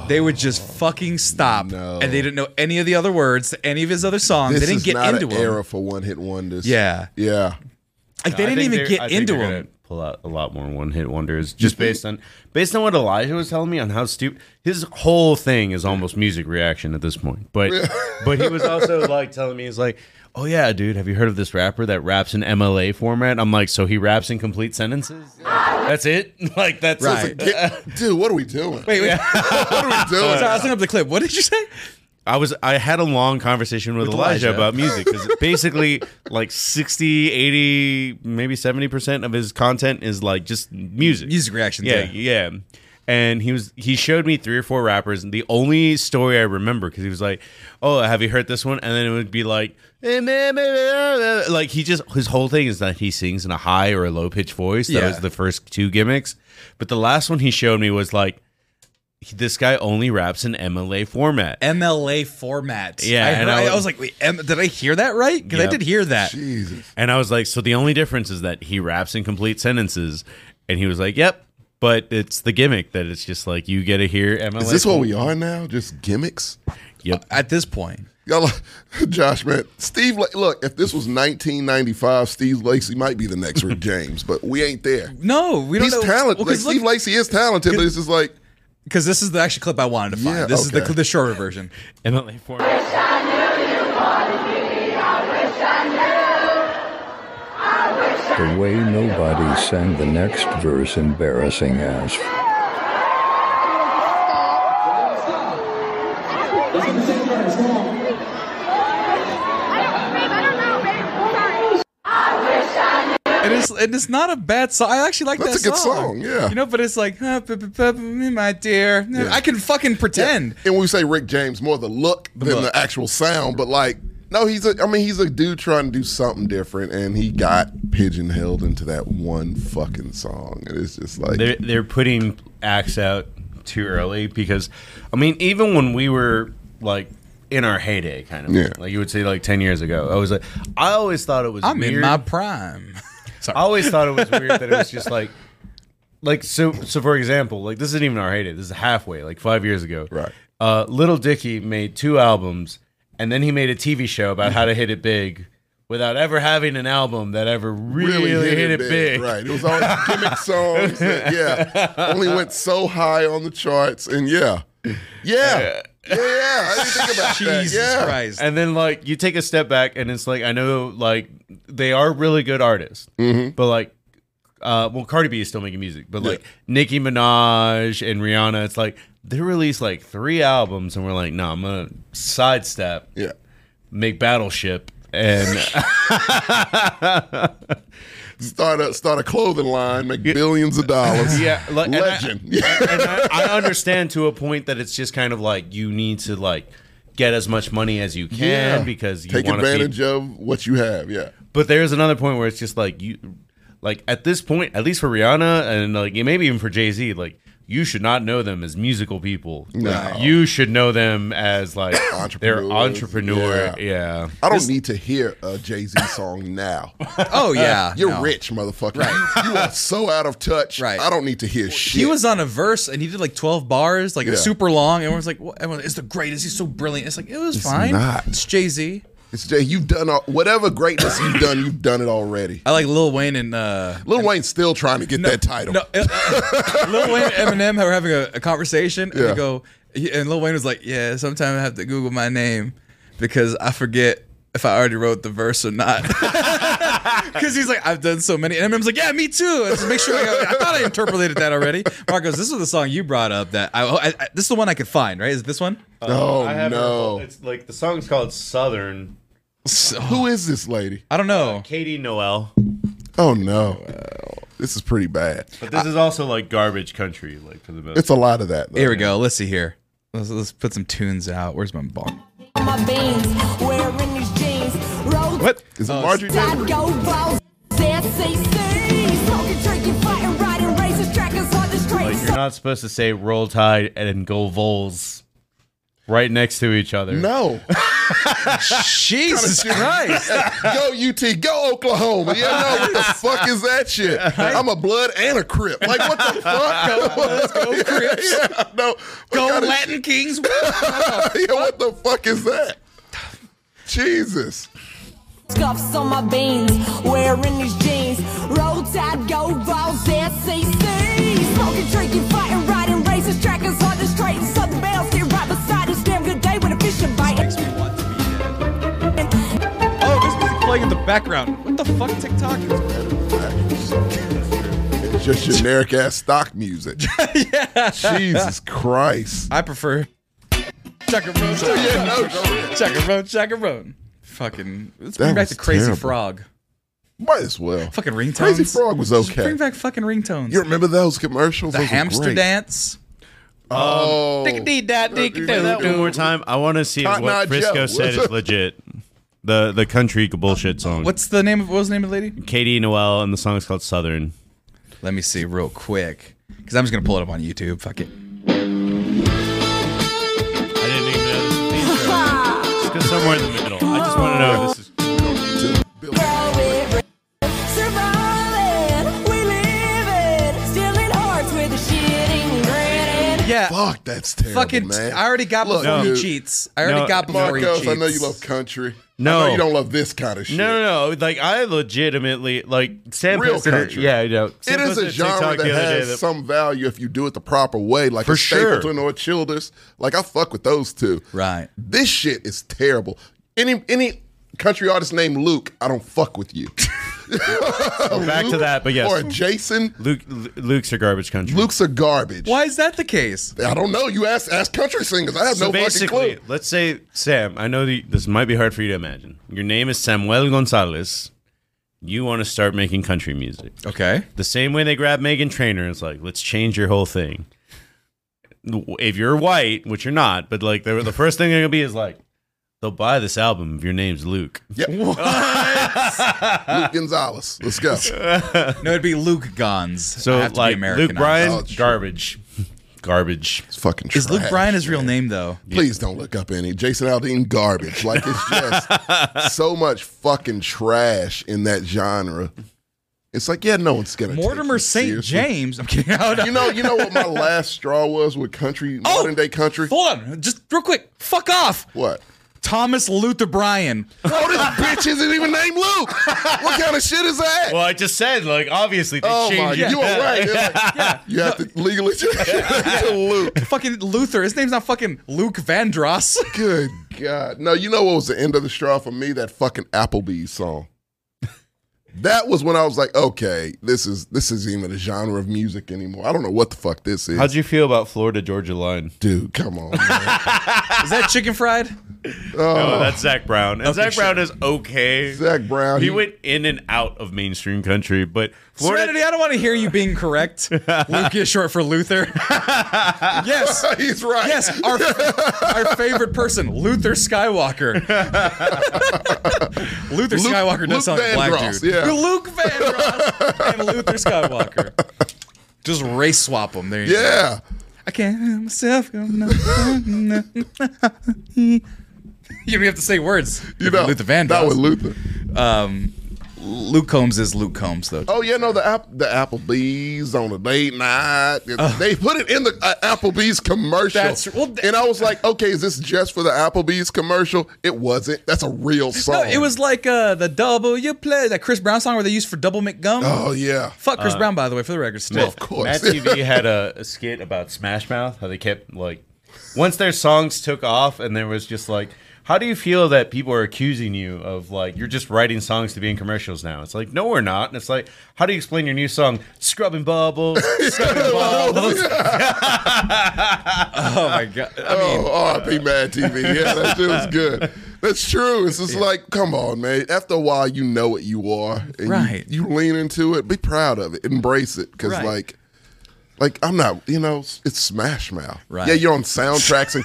A: They would just fucking stop,
B: no.
A: and they didn't know any of the other words to any of his other songs.
B: this
A: they didn't
B: is
A: get
B: not
A: into
B: an
A: him.
B: era for one hit wonders.
A: Yeah,
B: yeah.
A: like they
C: I
A: didn't
C: think
A: even
C: they're- I
A: get
C: think
A: into
C: they're
A: him.
C: gonna Pull out a lot more one hit wonders just based on based on what Elijah was telling me on how stupid his whole thing is almost music reaction at this point. But *laughs* but he was also like telling me he's like, oh yeah, dude, have you heard of this rapper that raps in MLA format? I'm like, so he raps in complete sentences. That's it. *laughs* Like that's
A: Right.
B: Get- dude, what are we doing?
A: Wait, wait.
B: what are we doing?
A: Sorry, *laughs* I was looking up the clip. What did you say?
C: I was I had a long conversation with, Elijah,
A: Elijah.
C: about music because *laughs* basically like 60, 80, maybe 70% of his content is like just music.
A: Music reactions,
C: Yeah, yeah. And he was he showed me three or four rappers and the only story I remember cuz he was like, "Oh, have you heard this one?" and then it would be like "Eh, meh, meh, meh, meh," like he just his whole thing is that he sings in a high or a low pitched voice. That
A: Yeah.
C: was the first two gimmicks. But the last one he showed me was like he- this guy only raps in MLA format.
A: MLA format.
C: Yeah,
A: I, heard-
C: and I
A: I,
C: would-
A: was like, wait, M- did I hear that right? Because
C: Yeah.
A: I did hear that.
B: Jesus.
C: And I was like, so the only difference is that he raps in complete sentences. And he was like, yep. But it's the gimmick that it's just like you get to hear MLA.
B: Is this what we are now? Just gimmicks?
C: Yep.
A: At this point,
B: Y'all, *laughs* Josh, man, Steve, La- look, if this was 1995, Steve Lacey might be the next
A: *laughs*
B: Rick James, but we ain't there.
A: no, we don't
B: He's
A: know.
B: talented. like,
A: because
B: Steve Lacey is talented, but it's just like,
A: this is the actual clip I wanted to find.
B: Yeah,
A: this is
B: okay.
A: the, the shorter version.
C: MLA format.
H: The way nobody sang the next verse embarrassing as
A: And it's and it's not a bad song. I actually like
B: That's
A: that
B: a good song, yeah.
A: you know, but it's like, huh, bu- bu- bu- bu- my dear, I can fucking pretend.
B: and when we say Rick James, more the look than
A: look.
B: the actual sound, but like, no, he's a, I mean, he's a dude trying to do something different, and he got pigeonholed into that one fucking song. And it's just like,
C: They're, they're putting acts out too early because, I mean, even when we were like in our heyday, kind of,
B: Yeah.
C: like you would say like 10 years ago, I was like, I always thought it was
A: I'm
C: weird.
A: in my prime. *laughs*
C: I always thought it was weird that it was just like like so so for example like this isn't even our heyday this is halfway like five years ago right uh little dicky made two albums and then he made a tv show about how to hit it big without ever having an album that ever really, hit, it big,
B: Right. It was always gimmick songs.
C: *laughs*
B: that- yeah. Only went so high on the charts. And yeah. Yeah.
C: Uh,
B: Yeah. Yeah. I didn't think about that. Yeah.
C: and then like you take a step back and it's like i know like they are really good artists
B: Mm-hmm.
C: but like uh, well, Cardi B is still making music, but like Nicki Minaj and Rihanna, it's like they released like three albums, and we're like, no, nah, I'm gonna sidestep,
B: yeah,
C: make Battleship, and *laughs*
B: Start a start a clothing line, make billions of dollars.
C: Yeah, like, and I-
B: legend. *laughs*
C: and I, I understand to a point that it's just kind of like you need to like get as much money as you can
B: Yeah.
C: because you
B: take
C: want to
B: advantage of what you have. Yeah.
C: But there's another point where it's just like you, like at this point, at least for Rihanna and like maybe even for Jay Z, like you should not know them as musical people. Like,
B: No.
C: you should know them
B: *coughs*
C: as like their entrepreneur. Yeah.
B: I don't need to hear a Jay
C: *laughs*
B: Z song now.
A: Oh, yeah,
B: you're
A: no.
B: rich, motherfucker. You, you are so out of touch. Right. I don't need to hear shit.
A: He was on a verse and he did like 12 bars, like
B: Yeah.
A: super long. Everyone's like, what? Everyone, it's the greatest. He's so brilliant. It's like, it was fine. It's Jay Z.
B: It's Jay. You've done all, whatever greatness you've done. You've done it already.
A: I like Lil Wayne and uh,
B: Lil Wayne's still trying to get that title.
A: No, uh, uh, *laughs* Lil Wayne and Eminem were having a, a conversation, and
B: Yeah.
A: they go, and Lil Wayne was like, "Yeah, sometimes I have to Google my name because I forget if I already wrote the verse or not." *laughs* Because he's like, "I've done so many," and Eminem's like, "Yeah, me too." Let's make sure I, got, I thought I interpolated that already. Mark goes, "This is the song you brought up that I, I, I- this is the one I could find, right? Is it this one?"
B: Oh,
C: It's like the song's called Southern.
B: Who is this lady?
A: I don't know.
C: Katie Noel.
B: Oh no, this is pretty bad.
C: But this is also like garbage country, like for the most.
B: It's a lot of that. Though.
A: Here we go. Let's see here. Let's, let's put some tunes out. Where's my ball?
B: *laughs*
I: my beans, wearing these jeans. Roads
A: What
B: is
A: it?
B: Marjorie
I: Dad go balls, SCCs. Smoking, drinking, fighting, riding, racist trackers on the
C: Like
I: streets.
C: you're not supposed to say roll tide and go vols right next to each other.
A: *laughs*
B: No.
A: Jesus Christ.
B: go UT, go Oklahoma. Yeah, no, what the fuck is that shit? I'm a blood and a crip. Like what the fuck?
A: Let's go, Crips.
B: *laughs* yeah, no.
A: Go
B: What kinda
A: Latin Kings.
B: shit- *laughs* yeah, what the fuck is that? Jesus.
I: Scuffs on my beans, wearing these jeans. Road tide, go balls, SCCs. Smoking, drinking, fighting, riding, racist trackers on the streets. Southern bells get right beside us. Damn good day when a fish are biting.
A: Oh, this music playing in the background. What the fuck, TikTok?
B: It's just generic ass
A: *laughs*
B: stock music. Jesus Christ.
A: I prefer Chacarone.
B: Oh, Yeah, no
A: Chacarone. Chacarone. Chacarone. Fucking. Let's bring
B: That
A: back the
B: was
A: Crazy
B: terrible.
A: Frog.
B: Might as well.
A: Fucking ringtones.
B: Crazy Frog was
A: Just
B: okay.
A: Bring back fucking ringtones.
B: You remember those commercials?
A: the
B: Those were
A: hamster
B: great.
A: dance.
B: Oh.
A: Dickity dat, dickity
C: Play that one
A: doo.
C: more time. I want to see
B: Cotton Eye
C: what Frisco
B: Joe.
C: said is legit. The the country bullshit song.
A: What's the name of what was the name of the lady?
C: Katie Noel and the song is called Southern.
A: Let me see real quick. Because I'm just gonna pull it up on YouTube. Fuck it.
C: I didn't even know this was Just go somewhere in the middle. I just want to know if this is.
I: Surviving, we living, stealing hearts with a shitting granite.
A: Yeah.
B: Fuck, that's terrible,
A: fucking.
B: man.
A: I already got
B: Look,
A: before he
B: dude.
A: cheats. I already
C: No,
A: got before he
B: Marcos,
A: cheats.
B: I know you love country.
C: No.
B: I know you don't love this kind of shit.
C: No, no, no. Like I legitimately like Sam
B: Real
C: posted it-
B: country.
C: Yeah, I know. Sam
B: it is
C: posted
B: a
C: TikTok
B: genre that
C: the other day
B: has some value if you do it the proper way, like
C: For
B: a
C: sure.
B: Stapleton or a Childers. Like I fuck with those two.
A: Right.
B: This shit is terrible. Any any country artist named Luke, I don't fuck with you.
C: back to
B: Luke
C: that, but yes.
B: Or Jason.
C: Luke Lu- Luke's a garbage country.
B: Luke's a garbage.
A: Why is that the case?
B: I don't know. You ask ask country singers. I have
C: so
B: no fucking
C: basically,
B: clue.
C: let's say Sam. I know the, this might be hard for you to imagine. Your name is Samuel Gonzalez. You want to start making country music.
A: Okay.
C: The same way they grab Megan Trainor, it's like let's change your whole thing. If you're white, which you're not, but like the, the first thing they're gonna be is like, they'll buy this album if your name's Luke.
B: *laughs* Luke Gonzalez. Let's go.
A: No, it'd be Luke Gons. I
C: So
A: have to be
C: like Luke
A: Americanized.
C: Bryan,
B: Oh, shit.
C: garbage, garbage.
B: It's fucking trash.
A: Is Luke Bryan his real name though?
B: Please don't look up any Jason Aldean garbage.
C: *laughs*
B: Like it's just so much fucking trash in that genre. It's like, yeah, no one's gonna.
A: Mortimer St. James. I'm kidding. *laughs*
B: *laughs* you know, you know what my last straw was with country, modern day country.
A: Hold on, just real quick. Fuck off.
B: What?
A: Thomas Luther Bryan.
B: Oh, this bitch isn't even named Luke. What kind of shit is that?
C: Well, I just said, like, obviously they
B: Oh my,
C: changed it.
B: you are right. It's like, You have to legally *laughs* change it to Luke.
A: Fucking Luther. His name's not fucking Luke Vandross.
B: Good God. No, you know what was the end of the straw for me? That fucking Applebee's song. That was when I was like, okay, this is this is even a genre of music anymore. I don't know what the fuck this is.
C: How'd you feel about Florida Georgia Line?
B: Dude, come on. man.
C: *laughs*
A: Is that chicken fried?
B: Oh,
C: No, that's Zach Brown. And
A: Okay,
C: Zach Brown
A: sure.
C: is okay.
B: Zach Brown.
C: he,
B: he-
C: went in and out of mainstream country, but Florida.
A: Serenity, I don't want to hear you being correct. Luke is short for Luther. *laughs* yes.
B: *laughs* He's right.
A: Yes, *laughs* our, our favorite person, Luther
B: *laughs*
A: Skywalker. Luther
B: Luke-
A: Skywalker does
B: Luke
A: sound like a black
B: Vandross,
A: dude.
B: yeah.
A: Luke Vandross and Luther Skywalker. Just race swap them. There you go.
B: Yeah.
A: I can't help myself. You *laughs* don't have to say words.
B: You know,
A: Luther Vandross.
B: That was Luther.
A: um, Luke Combs is Luke Combs, though.
B: Oh yeah, no, the app, the Applebee's on a date night. They put it in the uh, Applebee's commercial.
A: That's- well, th-
B: and I was like, okay, is this just for the Applebee's commercial? It wasn't. That's a real
A: No,
B: song.
A: it was like uh, the double you play that Chris Brown song where they used for double McGum.
B: Oh yeah.
A: Fuck Chris Brown, by the way, for the record. Still,
B: Of course.
C: Matt
B: *laughs*
C: TV had a, a skit about Smash Mouth, how they kept like once their songs took off, and there was just like, how do you feel that people are accusing you of like you're just writing songs to be in commercials now? It's like, no, we're not. And it's like, how do you explain your new song, Scrubbing Bubbles?
B: *laughs*
C: Scrubbing Bubbles.
A: oh my god. I mean,
B: oh, RIP Mad TV. Yeah, that shit was good. That's true. It's just like, come on, man. After a while, you know what you are. and you-
A: Right.
B: You, lean into it. Be proud of it. Embrace it. Because,
A: Right.
B: like, like I'm not, you know, it's Smash Mouth.
A: Right.
B: Yeah, you're on soundtracks and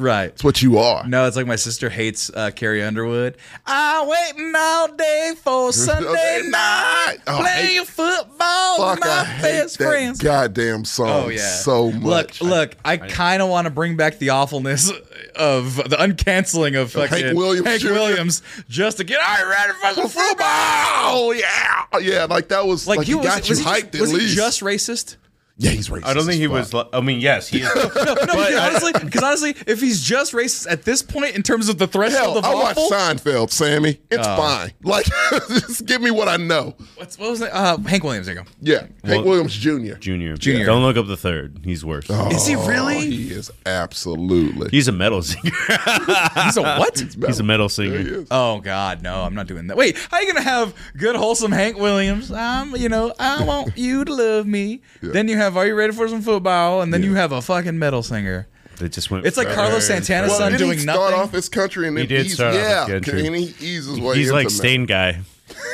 A: *laughs* Right.
B: It's what you are.
A: no, it's like my sister hates uh, Carrie Underwood. I'm waiting all day
B: *laughs*
A: for Sunday night,
B: Oh, I hate-
A: playing football
B: Fuck,
A: with my
B: I hate
A: best
B: that
A: friends.
B: goddamn song
A: Oh yeah,
B: so
A: Look,
B: much.
A: look, I kind of want to bring back the awfulness of the uncanceling of
B: Hank
A: fucking
B: Williams
A: Hank
B: Jr.
A: Williams, just to get all right ready for some football.
B: Football, yeah, yeah. Like that was like,
A: Like, he
B: he
A: was,
B: got
A: was
B: you
A: he,
B: hyped at
A: was he
B: least.
A: just racist?
B: yeah, he's racist.
C: I don't think
B: as
C: he
B: fuck.
C: was. li- I mean, yes, he is.
B: *laughs*
A: No,
C: But
A: because
C: I-
A: honestly, because honestly, if he's just racist at this point in terms of the threshold
B: Hell,
A: of
B: I watched
A: awful,
B: Seinfeld, Sammy. It's
C: Oh.
B: fine. *laughs* Like, just give me what I know.
A: what's, what was it? Uh, Hank Williams. There you go.
B: Yeah, Hank Williams Jr.
C: Junior.
A: Junior.
C: Don't look up the third. He's worse.
A: Is he
B: Oh,
A: really?
B: he is absolutely.
C: He's a metal singer. *laughs*
A: He's a
B: *laughs*
A: what?
C: He's a metal singer.
B: He is.
A: Oh God, no! I'm not doing that. Wait, how you gonna have good wholesome Hank Williams? Um, you know,
B: *laughs*
A: I want you to love me. Then you have Are you ready for some football? And then you have a fucking metal singer.
C: They just went.
A: It's like Carlos Santana's
B: well,
A: son
B: didn't
A: doing
B: he start
A: nothing?
B: off *laughs* his country and then
C: He did
B: ease-
C: start off
B: yeah,
C: his country.
B: and he eases his way
C: He's
B: into
C: like
B: that.
C: stained guy.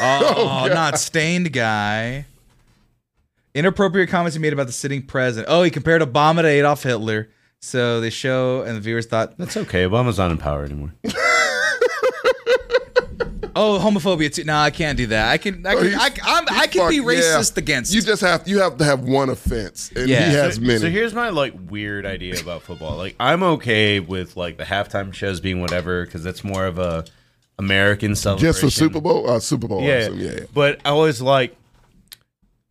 A: Oh, not stained guy. Inappropriate comments he made about the sitting president. Oh, he compared Obama to Adolf Hitler. So they show, and the viewers thought,
C: That's okay. Obama's not in power anymore.
A: "Oh, homophobia too." No, I can't do that. I can, I
B: Oh,
A: can,
B: he's-
A: I, I'm, I
B: he's
A: can be
B: fuck- yeah.
A: racist against.
B: You just have you have to have one offense, and
A: Yeah.
B: he has many.
C: So here's my like weird idea about football. Like I'm okay with like the halftime shows being whatever because that's more of a American celebration.
B: just for Super Bowl, uh, Super Bowl,
C: Yeah,
B: awesome, yeah.
C: But I was like,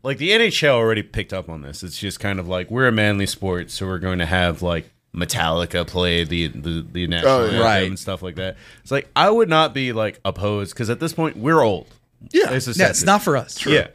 C: like the NHL already picked up on this. It's just kind of like we're a manly sport, so we're going to have like Metallica play the the, the national
B: Oh, yeah.
C: anthem
A: Right.
C: and stuff like that. It's like I would not be like opposed because at this point we're old.
B: Yeah.
C: It's just
A: yeah, it's not for us.
C: Yeah.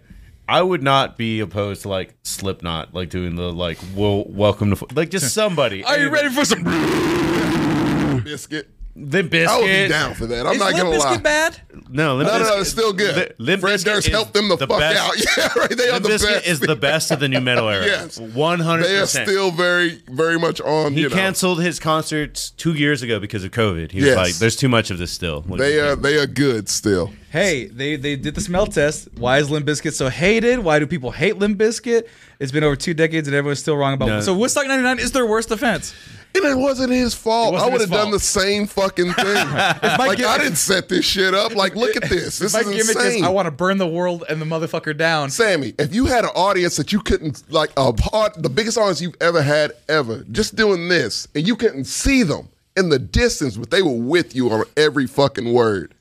C: I would not be opposed to like Slipknot, like doing the like well, welcome to fo-" like just somebody.
A: Are you ready for some?
C: Mm.
B: Biscuit.
C: Limp
B: I would be
C: Bizkit.
B: Oh, down for that. I'm
A: Is
B: not
A: Limp
B: gonna lie.
A: Bizkit bad?
C: No, Limp
B: No, no,
C: Bizkit-
B: no, it's still good.
C: Lim- Limp
B: Fred
C: Bizkit
B: Durst
C: is
B: helped them the, fuck
C: best-
B: out. *laughs* Yeah, right. They are
C: Limp
B: the
C: Bizkit
B: best.
C: is the best of the new metal
B: *laughs*
C: era.
B: Yes.
C: one hundred
B: They are
C: percent.
B: still very, very much on.
C: He
B: you know.
C: canceled his concerts two years ago because of COVID. He was
B: Yes.
C: like, "There's too much of this still." Like,
B: They are, they are good still.
A: Hey, they, they did the smell test. Why is Limp Bizkit so hated? Why do people hate Limp Bizkit? It's been over two decades and everyone's still wrong about
C: No.
A: it. So Woodstock 99 is their worst offense.
B: And it wasn't his fault.
A: wasn't
B: I would
A: his
B: have done
A: fault.
B: the same fucking thing.
A: *laughs*
B: like
A: Gibbons-
B: I didn't set this shit up. Like look at this. This
A: My
B: is
A: gimmick
B: insane.
A: is I want to burn the world and the motherfucker down.
B: Sammy, if you had an audience that you couldn't like a part, the biggest audience you've ever had ever, just doing this, and you couldn't see them in the distance, but they were with you on every fucking word.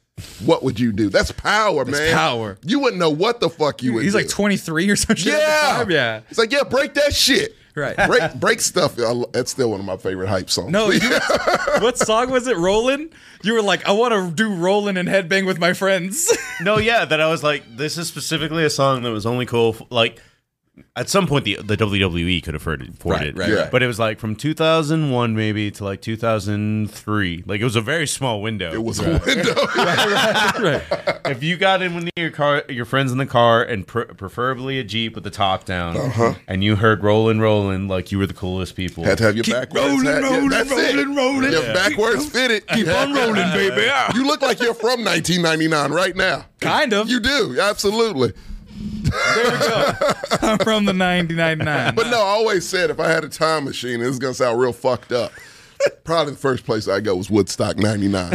B: What would you do? That's power,
A: That's
B: man.
A: power.
B: You wouldn't know what the fuck you would
A: He's
B: do.
A: like 23 or some shit. at the
B: Yeah.
A: time, yeah.
B: It's like, yeah, break that shit.
A: Right.
B: *laughs* Break break stuff. I lo- That's still one of my favorite hype songs. *laughs*
A: No, you- what song was it? Rolling? You were like, I want to do rolling and headbang with my friends. *laughs*
C: No, yeah, that I was like, this is specifically a song that was only cool. f- Like, at some point, the the WWE could have heard it, poured
A: Right,
C: it,
A: right, Yeah. right.
C: but it was like from 2001 maybe to like 2003. Like, it was a very small window. It
B: was a window.
C: If you got in with your car, your friends in the car, and pr- preferably a jeep with the top down,
B: Uh-huh.
C: and you heard "Rollin' Rollin'," like you were the coolest people.
B: *laughs* Had to have your backwards.
C: rolling,
B: hat.
C: rolling,
B: that's it.
C: rolling, rolling.
B: Your
C: Yeah.
B: backwards fitted.
C: Keep on rolling, baby. Yeah.
B: You look like you're from 1999 right now. Kind of. You do. Absolutely.
A: I'm from the 99.9.
B: But no, I always said if I had a time machine, this is gonna sound real fucked up. Probably the first place I go was Woodstock '99,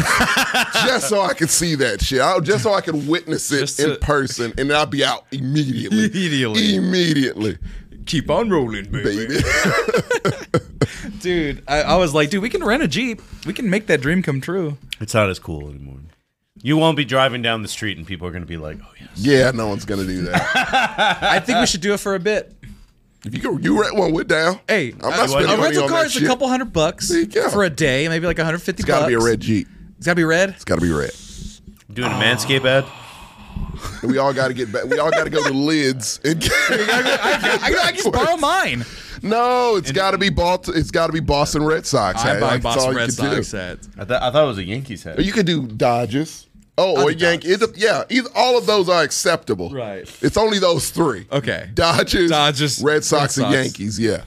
B: just so I could see that shit, I, just so I could witness it in person, and I'd be out immediately. Immediately. Immediately.
A: Keep on rolling, baby. Dude, I, I was like, dude, we can rent a Jeep. We can make that dream come true.
C: It's not as cool anymore. You won't be driving down the street, and people are going to be like, "Oh yes."
B: Yeah, no one's gonna do that.
A: I think we should do it for a bit.
B: If you go, you rent one, we're down.
A: Hey,
B: I'm not spending
A: a
B: money
A: rental
B: on
A: car
B: that
A: is a
B: shit.
A: couple hundred bucks for a day, maybe like 150
B: It's gotta be a
A: bucks.
B: red Jeep.
A: It's got to be red?
B: It's gotta be red.
C: Doing a Manscaped ad.
B: We all gotta get back. We all gotta go to lids and get.
A: I, I, I can borrow mine.
B: No, it's got to be Balt- It's got to be Boston Red Sox.
A: I buy
B: hat. Like, it's all
A: Boston
B: you
A: Red
B: could do.
A: Sox hats.
C: I, th- I thought it was a Yankees hat.
B: Or You could do Dodgers. Oh, or Yankees. Yeah, either, all of those are acceptable.
A: Right.
B: It's only those three.
A: Okay.
B: Dodgers,
A: Dodgers,
B: Red Sox,
A: Red
B: and
A: Sox.
B: Yankees. Yeah.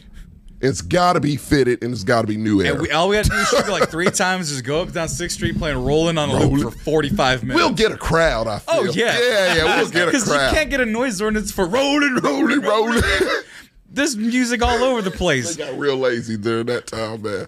B: It's got to be fitted and it's got to be new
A: And
B: era.
A: we, all we had to do is go like three times, just go up and down Sixth Street playing Rolling on a loop for 45 minutes.
B: We'll get a crowd, I feel.
A: Oh yeah,
B: Yeah, yeah,
A: *laughs*
B: we'll get a
A: Because you
B: crowd. *laughs*
A: can't get a noise ordinance for rolling, rolling, *laughs* rolling. There's music all over the
B: They
A: place.
B: *laughs* got real lazy during that time, man.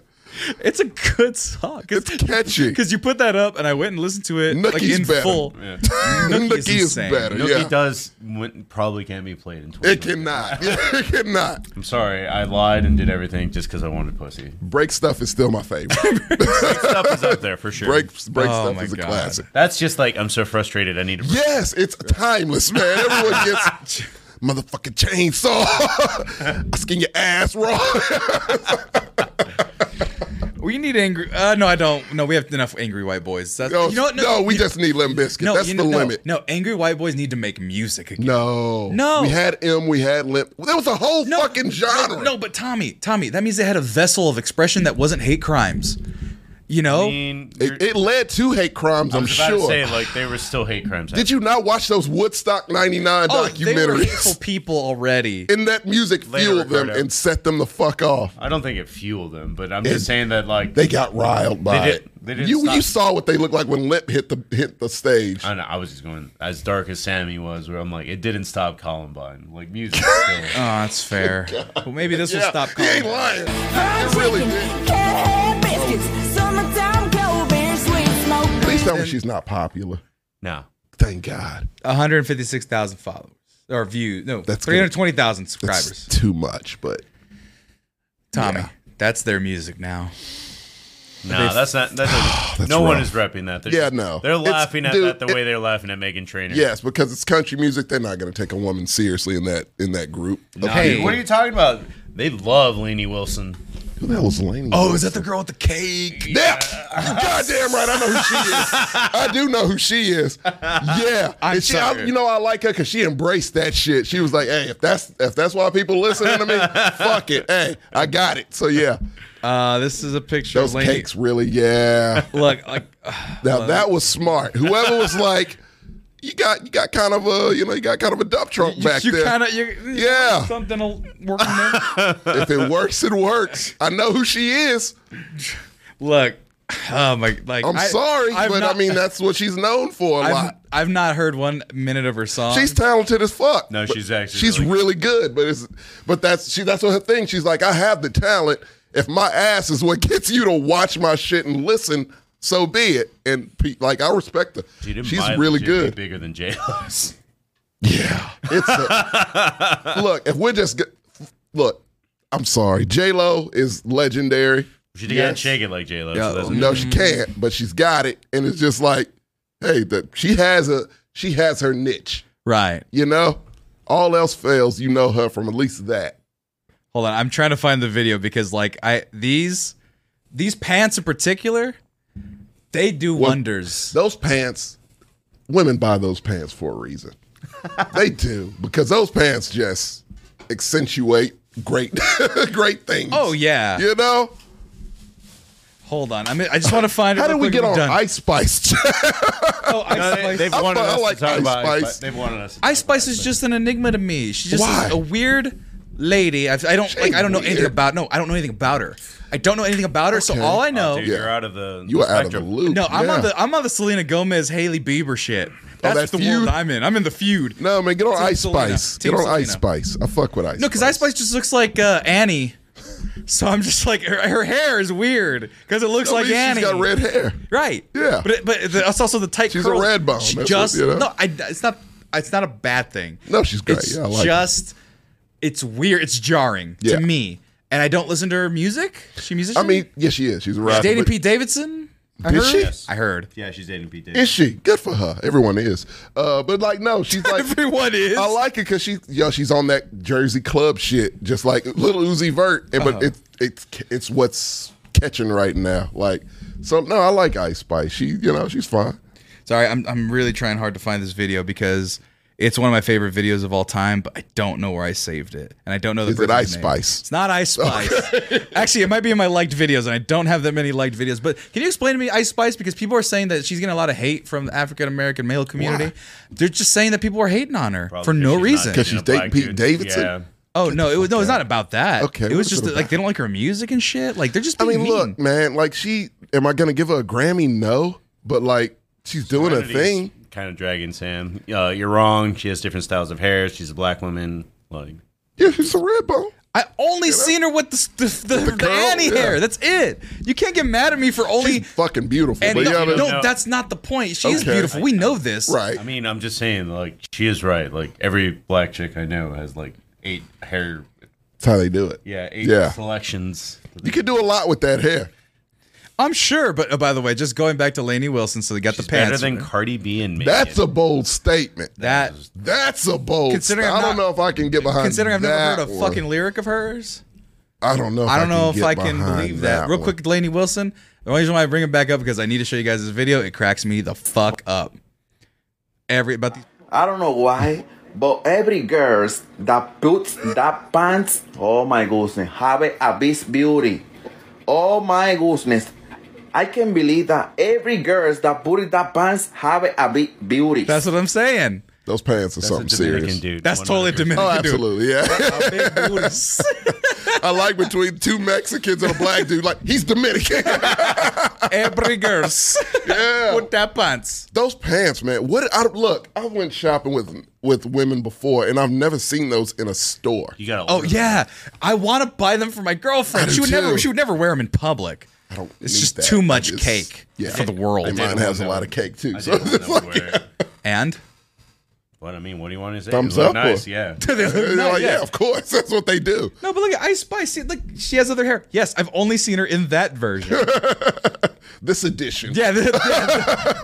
A: It's a good song. It's *laughs*
B: catchy.
A: Because you put that up, and I went and listened to it like
B: Nookie's
A: in
B: better.
A: full.
C: Yeah.
A: Nookie is
B: *laughs* Nookie is
A: insane.
B: better.
C: Nookie
B: yeah.
C: does wouldn't- probably can't be played in. 20
B: It cannot.
A: *laughs*
B: it cannot.
C: I'm sorry, I lied and did everything just because I wanted pussy.
B: Break stuff is still
A: *laughs*
B: my favorite.
C: Stuff is up there for sure.
B: Break, break
A: Oh
B: stuff
A: my
B: is a
A: God.
B: classic.
C: That's just like I'm so frustrated. I need to.
B: Yes, it's
A: *laughs*
B: timeless, man. Everyone gets motherfucking chainsaw. *laughs* I skin your ass raw.
A: We need angry. Uh, no, I don't. No, we have enough angry white boys. That's,
B: no,
A: you know what?
B: no, we just need Limp Biscuit.
A: no,
B: That's
A: you
B: the
A: know- no,
B: limit.
A: No, angry white boys need to make music again.
B: No.
A: No.
B: We had M, we had Limp. There was a whole fucking genre.
A: No, but Tommy, Tommy, that means they had a vessel of expression that wasn't hate crimes. You know,
C: I mean, you're-
B: It, it led to hate crimes,
C: I
B: I'm
C: was about to
B: sure.
C: say like they were still hate crimes.
B: Did you not watch those Woodstock 99
A: oh, they were hateful
B: documentaries?
A: people already.
B: *laughs*
A: Oh,
B: And that music
C: Later,
B: fueled them
C: Ricardo.
B: and set them the fuck off.
C: I don't think it fueled them, but I'm
B: It-
C: just saying that like
B: They got riled by
C: They did-
B: it.
C: they didn't
B: you
C: stop.
B: you saw what they looked like when Limp hit the hit the stage.
C: I don't know. I was just going as dark as Sammy was, where I'm like, it didn't stop Columbine. Like music
B: *laughs*
C: still.
A: Oh, that's fair. Well, maybe this will
B: Yeah,
A: stop
B: He ain't
A: calling.
B: lying.
I: Fried
B: It really
I: chicken,
B: did.
I: cat biscuits, summertime blueberry sweet smoke.
B: At least tell me she's not popular.
C: No.
B: Thank God.
A: 156,000 followers or views. No,
B: That's good.
A: 320,000
B: That's
A: subscribers.
B: too much, but
A: Tommy, that's their music now.
C: No, that's not. That
B: *sighs*
C: doesn't,
B: That's
C: no one
B: rough.
C: is repping that. They're
B: Yeah,
C: just-
B: no.
C: They're
B: It's-
C: laughing at
B: dude,
C: that the
B: it-
C: way they're laughing at Megan Trainor.
B: yes, because it's country music, they're not going to take a woman seriously in that in that group. of
C: Hey,
B: people.
C: what are you talking about? They love Lainey Wilson.
B: Who the hell is Lainey?
A: Oh, is that the girl with the cake?
B: Yeah, you goddamn right. I know who she is. I do know who she is.
C: *laughs*
B: Yeah,
A: I'm
B: and she, I,
A: sorry.
B: you know, I like her because she embraced that shit. She was like, "Hey, if that's if that's why people listening to me, fuck it. Hey, I got it." So yeah,
A: Uh, this is a picture
B: those
A: of Lainey.
B: cakes really,
A: *laughs*
B: yeah.
A: Look, like
B: Now that was smart. Whoever was like, you got you got kind of a you know you got kind of a dump trunk *laughs* back
A: you
B: there.
A: kind of you
B: Yeah.
A: something will work in
B: *laughs*
A: there.
B: if it works, it works. I know who she is.
A: Look, oh my, like
B: I'm
A: I-
B: sorry,
A: I've
B: but
A: not-
B: I mean that's what she's known for a
A: I've,
B: lot.
A: I've not heard one minute of her song.
B: She's talented as fuck.
C: No,
B: but
C: she's actually
B: she's
C: really-
B: really, good. But it's but that's she that's what her thing. She's like, I have the talent. If my ass is what *laughs* gets you to watch my shit and listen, so be it. And pe- like I respect her.
C: She didn't
B: She's
C: buy
B: really
C: legit be
B: good.
C: Bigger than J
B: *laughs*
C: Lo's.
B: Yeah, it's a, look. If we're just g- look, I'm sorry. J Lo is legendary.
C: She didn't
B: Yes.
C: shake it like J
B: *laughs*
C: Lo.
A: Yeah.
C: so that's
B: No, she can't, but she's got it, and it's just like hey, that she has a she has her niche.
A: Right.
B: You know, all else fails, you know her from at least that.
A: Hold on, I'm trying to find the video because like I these these pants in particular, they do wonders.
B: Those pants, women buy those pants for a reason. they do because those pants just accentuate great, *laughs* great things.
A: Oh yeah.
B: You know.
A: Hold on, I mean, I just want to find. it
B: How did
A: real
B: we
A: quick
B: get
A: and
B: on
A: we're done.
B: Ice Spice? *laughs*
A: Oh, Ice
C: No, they,
A: Spice.
C: they've
B: I
C: wanted
B: fu- I
C: us
B: like
C: to talk
B: Ice
C: about Ice
B: Spice.
C: Spice. They've wanted us. To
A: Ice Spice is just an enigma to me. She's just
B: Why?
A: a weird lady. I, I don't like. I don't know anything
B: weird.
A: about. No, I don't know anything about her. I don't know anything about her. So
B: Okay.
A: all I know.
C: Oh, Dude, you're out of the.
B: you
C: the
B: are out of the
C: spectrum.
B: loop.
A: No, I'm
B: yeah.
A: on the I'm on the Selena Gomez Haley Bieber shit. That's
B: that
A: the
B: feud?
A: world I'm in. I'm in the feud. No,
B: No man, get on
A: Team
B: Ice
A: Selena.
B: Spice.
A: Team
B: get on Ice
A: Selena.
B: Spice. I fuck with Ice.
A: because Ice Spice just looks like uh, Annie. So I'm just like her, her hair is weird because it looks
B: No,
A: like
B: she's
A: Annie.
B: got red hair.
A: Right.
B: Yeah.
A: But it, but it- that's also the tight.
B: She's a
A: curls.
B: red bone.
A: She
B: That's
A: Just
B: what- you know?
A: no, I, it's not. It's not a bad thing.
B: No, she's great.
A: It's
B: yeah, I like. her.
A: just. It's weird. It's jarring
B: Yeah.
A: to me, and I don't listen to her music. Is she a musician.
B: I mean, yeah, she is. She's
A: she's
B: a rapper.
A: dating
B: but-
A: Pete Davidson. I
B: Did
A: heard.
B: she?
C: Yes.
A: I heard.
C: Yeah, she's dating Pete
B: Is
C: Davidson.
B: she good for her? Everyone is. Uh, but like, no, she's
A: *laughs*
B: like.
A: Everyone is.
B: I like it because she, yo, she's on that Jersey club shit, just like little Uzi Vert. And,
A: Uh-huh.
B: But it's it's it's what's catching right now. Like, so no, I like Ice Spice. She, you know, she's fine.
A: Sorry, I'm I'm really trying hard to find this video because it's one of my favorite videos of all time, but I don't know where I saved it, and I don't know the.
B: Is it
A: person's
B: Ice
A: name.
B: Spice?
A: It's not Ice Spice. Actually, it might be in my liked videos, and I don't have that many liked videos. But can you explain to me Ice Spice? Because people are saying that she's getting a lot of hate from the African American male community.
B: Why?
A: They're just saying that people are hating on her for no reason.
B: Because she's dating Pete Davidson?
A: Oh no, it was no, it's not about that.
B: Okay,
A: it
B: what
A: was
B: is
A: just
B: it
A: that, like
B: about?
A: they don't like her music and shit. Like they're just.
B: I
A: Being
B: mean,
A: mean.
B: look, man, like she, am I gonna give her a Grammy? No, but like she's doing a thing.
C: Kind of dragging Sam. Uh, you're wrong. She has different styles of hair. She's a black woman. Like
B: Yeah, she's a red bone.
A: I only seen her with the the, the, the,
B: curl,
A: Annie
B: yeah.
A: hair. That's it. You can't get mad at me for only
B: She's fucking beautiful.
A: And
B: but
A: no,
B: yeah,
A: no,
B: but-
C: know.
A: that's not the point. She is
B: Okay.
A: beautiful. We know this.
B: right.
C: I mean, I'm just saying. Like she is right. Like every black chick I know has like eight hair.
B: That's how they do it.
C: Yeah, eight
B: Yeah.
C: selections.
B: You could do a lot with that hair.
A: I'm sure. But uh, by the way, just going back to Lainey Wilson, so they got
C: She's
A: the pants.
C: better than Cardi B and me.
B: That's a bold statement.
A: that.
B: That's a bold.
A: Considering
B: Considering I
A: I'm
B: don't
A: not-
B: know if I can get behind.
A: Considering I've never heard a
B: that one.
A: fucking lyric of hers,
B: I don't know. If
A: I don't know if
B: get
A: I can
B: behind
A: believe that. Real
B: one.
A: quick, Lainey Wilson. The only reason why I bring it back up because I need to show you guys this video. It cracks me the fuck up. Every about these.
J: I don't know why, but every girls that puts that pants, oh my goodness, have a beast beauty. Oh my goodness. I can believe that every girls that put that pants have a big beauty.
A: That's what I'm saying.
B: Those pants are something serious.
C: dude.
A: That's totally a Dominican.
B: Oh,
A: dude.
B: absolutely. Yeah. *laughs*
A: *laughs* Big booties.
B: I like between two Mexicans and a black dude. Like he's Dominican. *laughs*
A: Every girls.
B: Yeah.
A: Put that pants.
B: those pants, man. What? I, look, I went shopping with with women before, and I've never seen those in a store.
C: You gotta.
A: Oh
C: order
A: yeah, I want to buy them for my girlfriend.
B: do
A: She would never.
B: too.
A: She would never wear them in public.
B: I don't.
A: It's
B: need
A: just
B: that.
A: too
B: I
A: much
B: just-
A: cake for the world.
B: And
A: I
B: mine
A: did
B: has a
C: one
B: lot
C: that-
B: of cake too. *laughs*
C: I
B: So
C: didn't
B: it's
C: know
B: like,
C: where-
A: And
C: What I mean, what do you want to say?
B: Thumbs
C: It looked
B: up or-
C: Nice, yeah.
A: They look
B: They're
A: nice,
B: like,
A: yeah.
B: yeah, of course. That's what they do.
A: no, but look at Ice Spice. See, Like she has other hair. Yes, I've only seen her in that
B: *laughs*
A: version.
B: This edition.
A: yeah. the-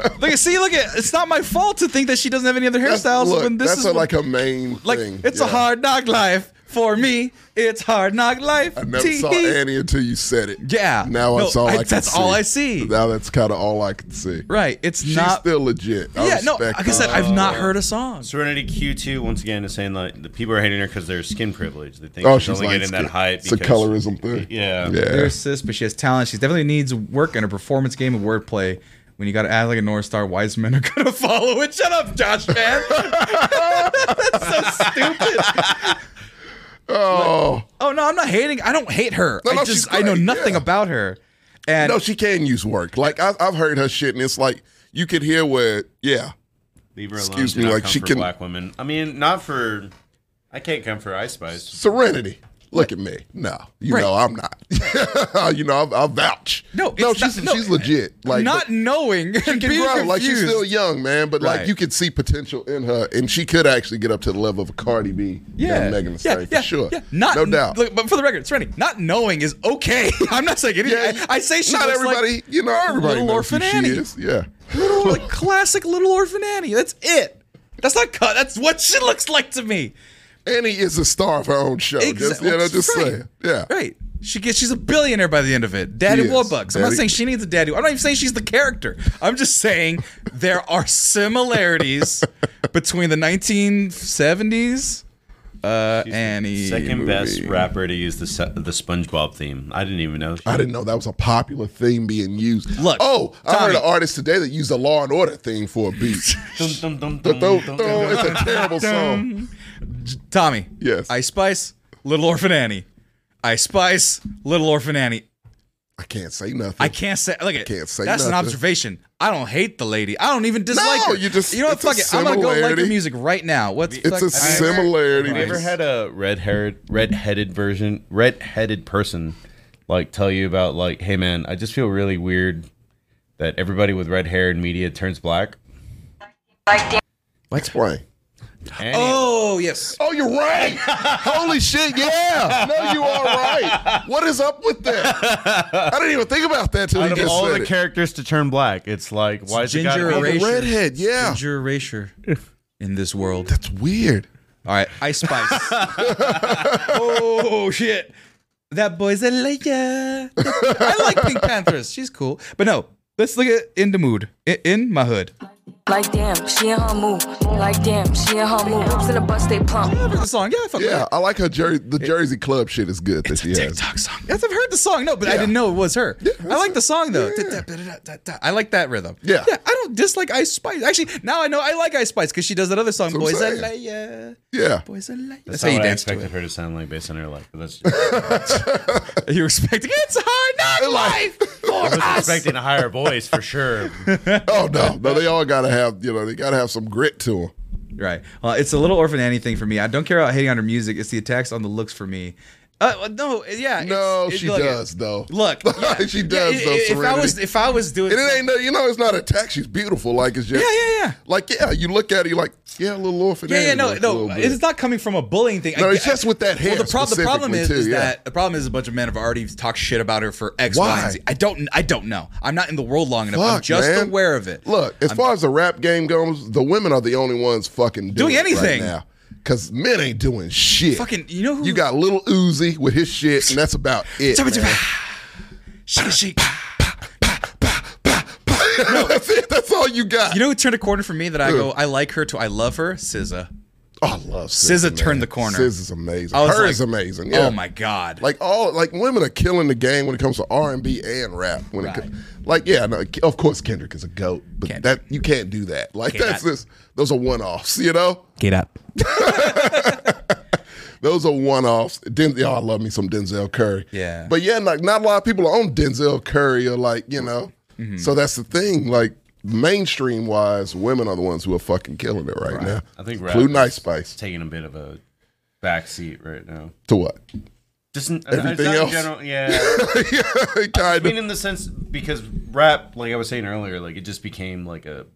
A: yeah. Look at see. Look at. It's not my fault to think that she doesn't have any other
B: That's,
A: hairstyles.
B: look,
A: when this
B: that's
A: is
B: a,
A: what-
B: like a main
A: like
B: thing.
A: it's a
B: yeah.
A: hard knock life for me. It's hard knock life.
B: I never saw
A: Tee-hee.
B: Annie until you said it.
A: Yeah.
B: Now
A: No,
B: that's all I,
A: I-
B: can
A: that's
B: see.
A: all I see.
B: Now that's kind of all I can see.
A: Right. It's
B: She's
A: not.
B: still legit. I
A: yeah. No.
B: respect
A: Like I said,
B: her.
A: I've not heard a song.
C: Serenity Q2 once again is saying like the people are hating her because they're skin privileged. They think
B: oh,
C: she's,
B: she's
C: only
B: like
C: getting that height
B: It's a
C: because
B: colorism thing.
C: Yeah.
A: There's
B: Yeah.
A: sis, but she has talent. She definitely needs work in her performance game and wordplay. When you got to act like a North Star, wise men are *laughs* gonna follow it. Shut up, Josh, *laughs* man. That's so stupid.
B: Oh
A: Oh no, I'm not hating. I don't hate her.
B: No,
A: I
B: no, she's
A: just I know
B: great,
A: nothing
B: yeah.
A: about her. And
B: no, she can use work. Like I, I've heard her shit, and it's like you could hear where. Yeah.
C: Leave her alone.
B: Excuse
C: Do
B: me,
C: not
B: like,
C: come
B: she
C: for
B: can-
C: black women. I mean, not for. I can't come for Ice Spice.
B: Serenity. Look at me. No, you
A: Right.
B: know I'm not. *laughs* you know I'll, I'll vouch.
A: No,
B: no,
A: it's not-
B: she's
A: no,
B: she's legit. Like
A: not
B: but
A: knowing
B: she
A: and
B: can
A: being
B: grow. Like she's
A: confused.
B: still young, man. But
A: Right.
B: like you could see potential in her, and she could actually get up to the level of a Cardi B,
A: yeah,
B: and Megan Thee
A: yeah,
B: Stallion,
A: yeah,
B: for sure.
A: Yeah, not
B: no doubt.
A: Look, but for the record, Serenity, not knowing is okay. *laughs* I'm not saying anything.
B: yeah,
A: I, I say she
B: not
A: looks like
B: everybody. you know, everybody
A: Little
B: knows who
A: Orphan Annie.
B: she is. Yeah.
A: Little,
B: *laughs*
A: like classic Little Orphan Annie. That's it. That's not cut. That's what she looks like to me.
B: Annie is a star of her own show. Oh, Just, you know, just
A: right.
B: saying. Yeah.
A: Right. She gets. She's a billionaire by the end of it. Daddy
B: Yes,
A: Warbucks. I'm not
B: daddy-
A: saying she needs a daddy. I'm not even saying she's the character. I'm just saying there are
B: *laughs*
A: similarities between the 1970s uh, Annie
C: Second
A: movie.
C: best rapper to use the se- the SpongeBob theme. I didn't even know.
B: I didn't know that was a popular theme being used.
A: Look,
B: oh, I heard
A: Tommy.
B: an artist today that used a Law and Order theme for
A: *laughs*
B: a beat.
C: dum, dum,
B: Dum, dum, dum, it's a terrible song.
A: Tommy.
B: Yes.
A: Ice Spice, Little Orphan Annie. Ice Spice, Little Orphan Annie.
B: I can't say nothing.
A: I can't say. Look at
B: Can't say
A: That's an
B: nothing.
A: observation. I don't hate the lady. I don't even dislike
B: No,
A: her.
B: you just-
A: You know what?
B: it's a
A: Fuck it. I'm gonna go like her
B: similarity.
A: music right now. What's
B: It's a similarity.
C: Have you ever had a red haired, red headed version, red headed person like tell you about like, hey man, I just feel really weird that everybody with red hair in media turns black?
B: Explain.
C: Annie,
A: Oh yes.
B: Oh, you're right. Holy shit, yeah. No, you are right. What is up with that? I didn't even think about that till
C: out
B: you
C: of
B: just
C: all
B: said
C: the
B: it.
C: characters to turn black, it's like, why is it got
A: ginger
B: Oh, the
A: erasure.
B: redhead, yeah.
A: Ginger erasure in this world.
B: That's weird.
A: All right, Ice
B: *laughs*
A: Spice. oh shit. That boy's a liar. I like Pink Panthers. She's cool. But no, let's look at in the mood. In, in my hood.
K: Like damn, she in her move. Like damn, she in her move. Hips in the bus, they plump.
A: I've heard the song. Yeah, I fuck with
B: Yeah,
A: it.
B: I like her Jer- the Jersey Club shit is good that she has.
A: TikTok song. Yes, I've heard the song. No, but I didn't know it was her. I like the song though. Da-da-da-da-da-da. I like that rhythm.
B: Yeah.
A: Yeah, I don't dislike Ice Spice. Actually, now I know I like Ice Spice because she does that other song,
B: That's what I'm
A: Boys a
B: saying.
A: Liar.
B: Yeah.
A: Boys a Liar.
C: That's,
A: That's how you
C: what I
A: dance to
C: expected
A: it.
C: her to sound like based on her life. But that's
A: *laughs* You're expecting it's a hard knock life.
B: *laughs*
C: I
A: for
C: was
A: us.
C: expecting a higher voice for sure.
B: Oh no, no, they all gotta have you know they gotta have some grit to them.
A: Right. Well, it's a little orphan Annie thing for me. I don't care about hating on her music. It's the attacks on the looks for me. Uh, no, yeah. it's-
B: No,
A: it's
B: she
A: like-
B: does though.
A: Look, yeah,
B: *laughs* she
A: yeah,
B: does
A: i-
B: though.
A: i- If I
B: Serenity.
A: was, if I was doing,
B: and it ain't no, you know, it's not a tax. She's beautiful. Like it's just,
A: yeah, yeah, yeah.
B: like yeah, you look at her, you're like, yeah, a little orphan.
A: Yeah, yeah,
B: Annie,
A: no,
B: like, a
A: no.
B: little bit.
A: It's not coming from a bullying thing.
B: No,
A: I-
B: it's just with that hair
A: Well, the, prob- the problem
B: specifically,
A: is,
B: too,
A: is
B: yeah.
A: that the problem is a bunch of men have already talked shit about her for X, Y,
B: Why?
A: and Z. I don't, I don't know. I'm not in the world long enough. I'm
B: Fuck,
A: just
B: man.
A: aware of it.
B: Look, as far as the rap game goes, the women are the only ones fucking doing,
A: Doing
B: it right
A: anything.
B: now. Cause men ain't doing shit.
A: Fucking- you know who-
B: You got little Uzi with his shit, and that's
A: *laughs*
B: about it.
A: Tell me, tell me.
B: man.
A: *sighs* Shake, it, shake.
B: *laughs* that's it. That's all you got.
A: You know who turned a corner for me that I go, I like her to I love her? SZA.
B: oh, I love
A: SZA
B: man.
A: turned the corner.
B: SZA's amazing.
A: I was
B: Her
A: like,
B: is amazing. Yeah.
A: Oh my god.
B: Like all like women are killing the game when it comes to R and B and rap. When it co- like yeah, no, of course Kendrick is a goat, but that you can't do that. Like
A: Can't.
B: that's this. Those are one offs. You know.
A: Get up.
B: Those are one offs. Den- y'all I love me some Denzel Curry.
A: Yeah.
B: But yeah, like not a lot of people are on Denzel Curry or like, you know.
C: Mm-hmm.
B: So that's the thing. Like mainstream wise, women are the ones who are fucking killing it right, now.
C: I think rap
B: including Ice
C: is
B: Spice.
C: taking a bit of a backseat right now.
B: To what? *laughs*
C: Just in-
B: Everything
C: not in
B: else.
C: general- yeah. I
B: kind
C: mean,
B: of.
C: in the sense because rap, like I was saying earlier, like it just became like a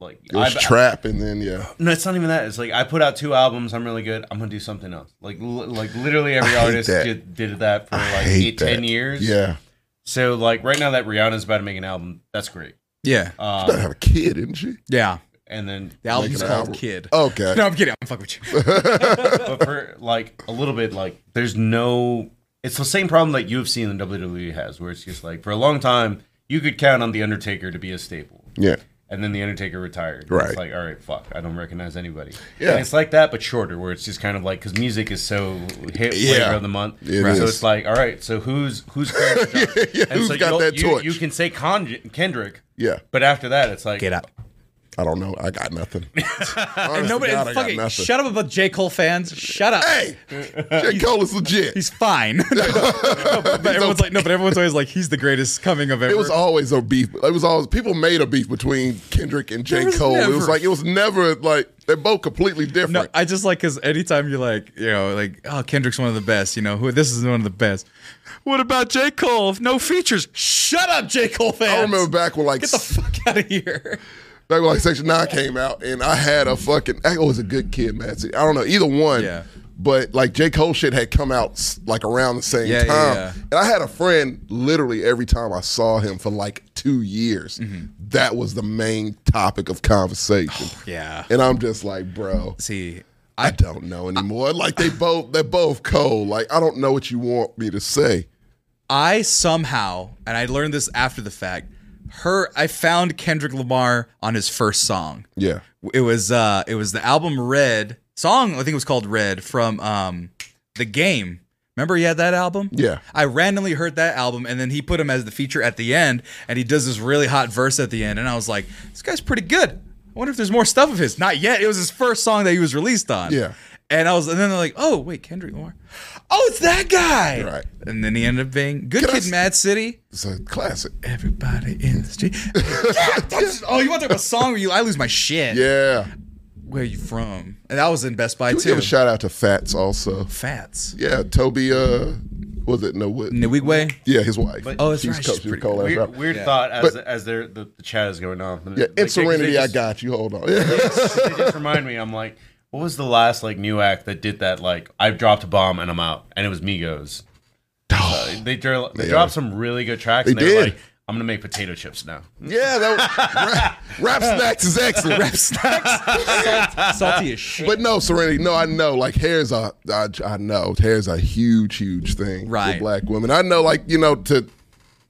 C: like
B: It was
C: I've-
B: trap and then yeah.
C: No, it's not even that. It's like I put out two albums. I'm really good. I'm gonna do something else. Like li- like literally every
B: hate
C: artist
B: that.
C: did, did that for like
B: hate
C: eight,
B: that.
C: ten years.
B: Yeah.
C: So like right now that Rihanna's about to make an album, that's great.
A: Yeah.
B: She better *laughs*
C: Um,
B: have a kid, isn't she?
A: yeah.
C: and then
A: The album's
B: Making
A: called
B: an album. Oh.
A: Kid.
B: Okay.
A: No, I'm kidding. I'm fucking with you.
C: but for like a little bit, like there's no. It's the same problem that UFC and WWE has, where it's just like for a long time you could count on the Undertaker to be a staple.
B: Yeah.
C: and then the Undertaker retired.
B: Right.
C: It's like, all right, fuck, I don't recognize anybody.
B: Yeah.
C: And it's like that, but shorter, where it's just kind of like because music is so hit
B: Yeah.
C: flavor of the month.
B: It
C: So
B: is.
C: it's like, all right, so who's
B: *laughs*
C: who's character?
B: Yeah,
C: And
B: who's
C: so you
B: got
C: don't-
B: that
C: you,
B: torch?
C: You can say Con- Kendrick,
B: Yeah.
C: but after that, it's like
A: Get up.
B: I don't know. I
A: *laughs*
B: got nothing. Honest
A: Nobody
B: to God, I got
A: fucking
B: nothing.
A: shut up about J. Cole fans. Shut up.
B: Hey, J. Cole is legit.
A: He's fine. *laughs* No, but everyone's like, no, but everyone's always like, he's the greatest coming of ever.
B: It was always a beef. It was always people made a beef between Kendrick and
A: There
B: J.
A: was
B: Cole. It was
A: never-
B: like it was never like they're both completely different.
A: no, I just like because anytime you're like, you know, like, oh, Kendrick's one of the best, you know, who this is one of the best. What about J. Cole? No features. Shut up, J. Cole fans.
B: I remember back when
A: *laughs*
B: like
A: Get the fuck out of here.
B: back when like Section Nine came out, and I had a fucking I was a good kid, man. See, I don't know either one.
A: Yeah.
B: But like J. Cole shit had come out s- like around the same
A: Yeah, yeah,
B: time.
A: yeah.
B: And I had a friend literally every time I saw him for like two years,
A: Mm-hmm.
B: that was the main topic of conversation.
A: *sighs* yeah.
B: And I'm just like, bro.
A: See,
B: I, don't know anymore. like they both they're both cold. Like I don't know what you want me to say.
A: I somehow, and I learned this after the fact, her I found Kendrick Lamar on his first song.
B: Yeah.
A: It was uh it was the album Red song, I think it was called Red from um The Game. Remember he had that album?
B: Yeah.
A: I randomly heard that album and then he put him as the feature at the end and he does this really hot verse at the end and I was like, this guy's pretty good. I wonder if there's more stuff of his. Not yet. It was his first song that he was released on.
B: Yeah.
A: And I was and then they're like, "Oh, wait, Kendrick Lamar." Oh, it's that guy. Right. And then he ended up being Good Kid, Mad City.
B: It's a
A: *laughs*
B: classic.
A: Everybody in the
B: *laughs*
A: street. oh, you want to talk about a song where you I lose my shit?
B: Yeah.
A: Where you from? And that was in Best Buy
B: Can we
A: too.
B: give a shout out to Fats also?
A: Fats.
B: Yeah, Toby uh was it no what
A: Nwigwe? *laughs*
B: Yeah, his wife.
C: But-
B: She's coach- she's cold ass
C: Weird,
B: rapper.
C: weird thought as
B: But-
C: as they're, the, the chat is going on.
B: yeah, in
C: Like, they-
B: Serenity,
C: they just-
B: I got you. Hold on. *laughs*
C: they just, they just remind me. I'm like, what was the last like new act that did that? Like, I dropped a bomb and I'm out, and it was Migos. Uh, they dro- they
B: They
C: dropped
B: are-
C: some really good tracks.
B: They
C: and they were
B: did.
C: like, I'm gonna make potato chips now.
B: Yeah,
C: *laughs*
B: that was, rap, rap snacks is excellent.
C: Rap
B: snacks,
A: salty as shit.
B: But no, Serenity. No, I know. Like hair's a, I, I know hair's a huge, huge thing
A: Right.
B: with black women. I know, like you know, to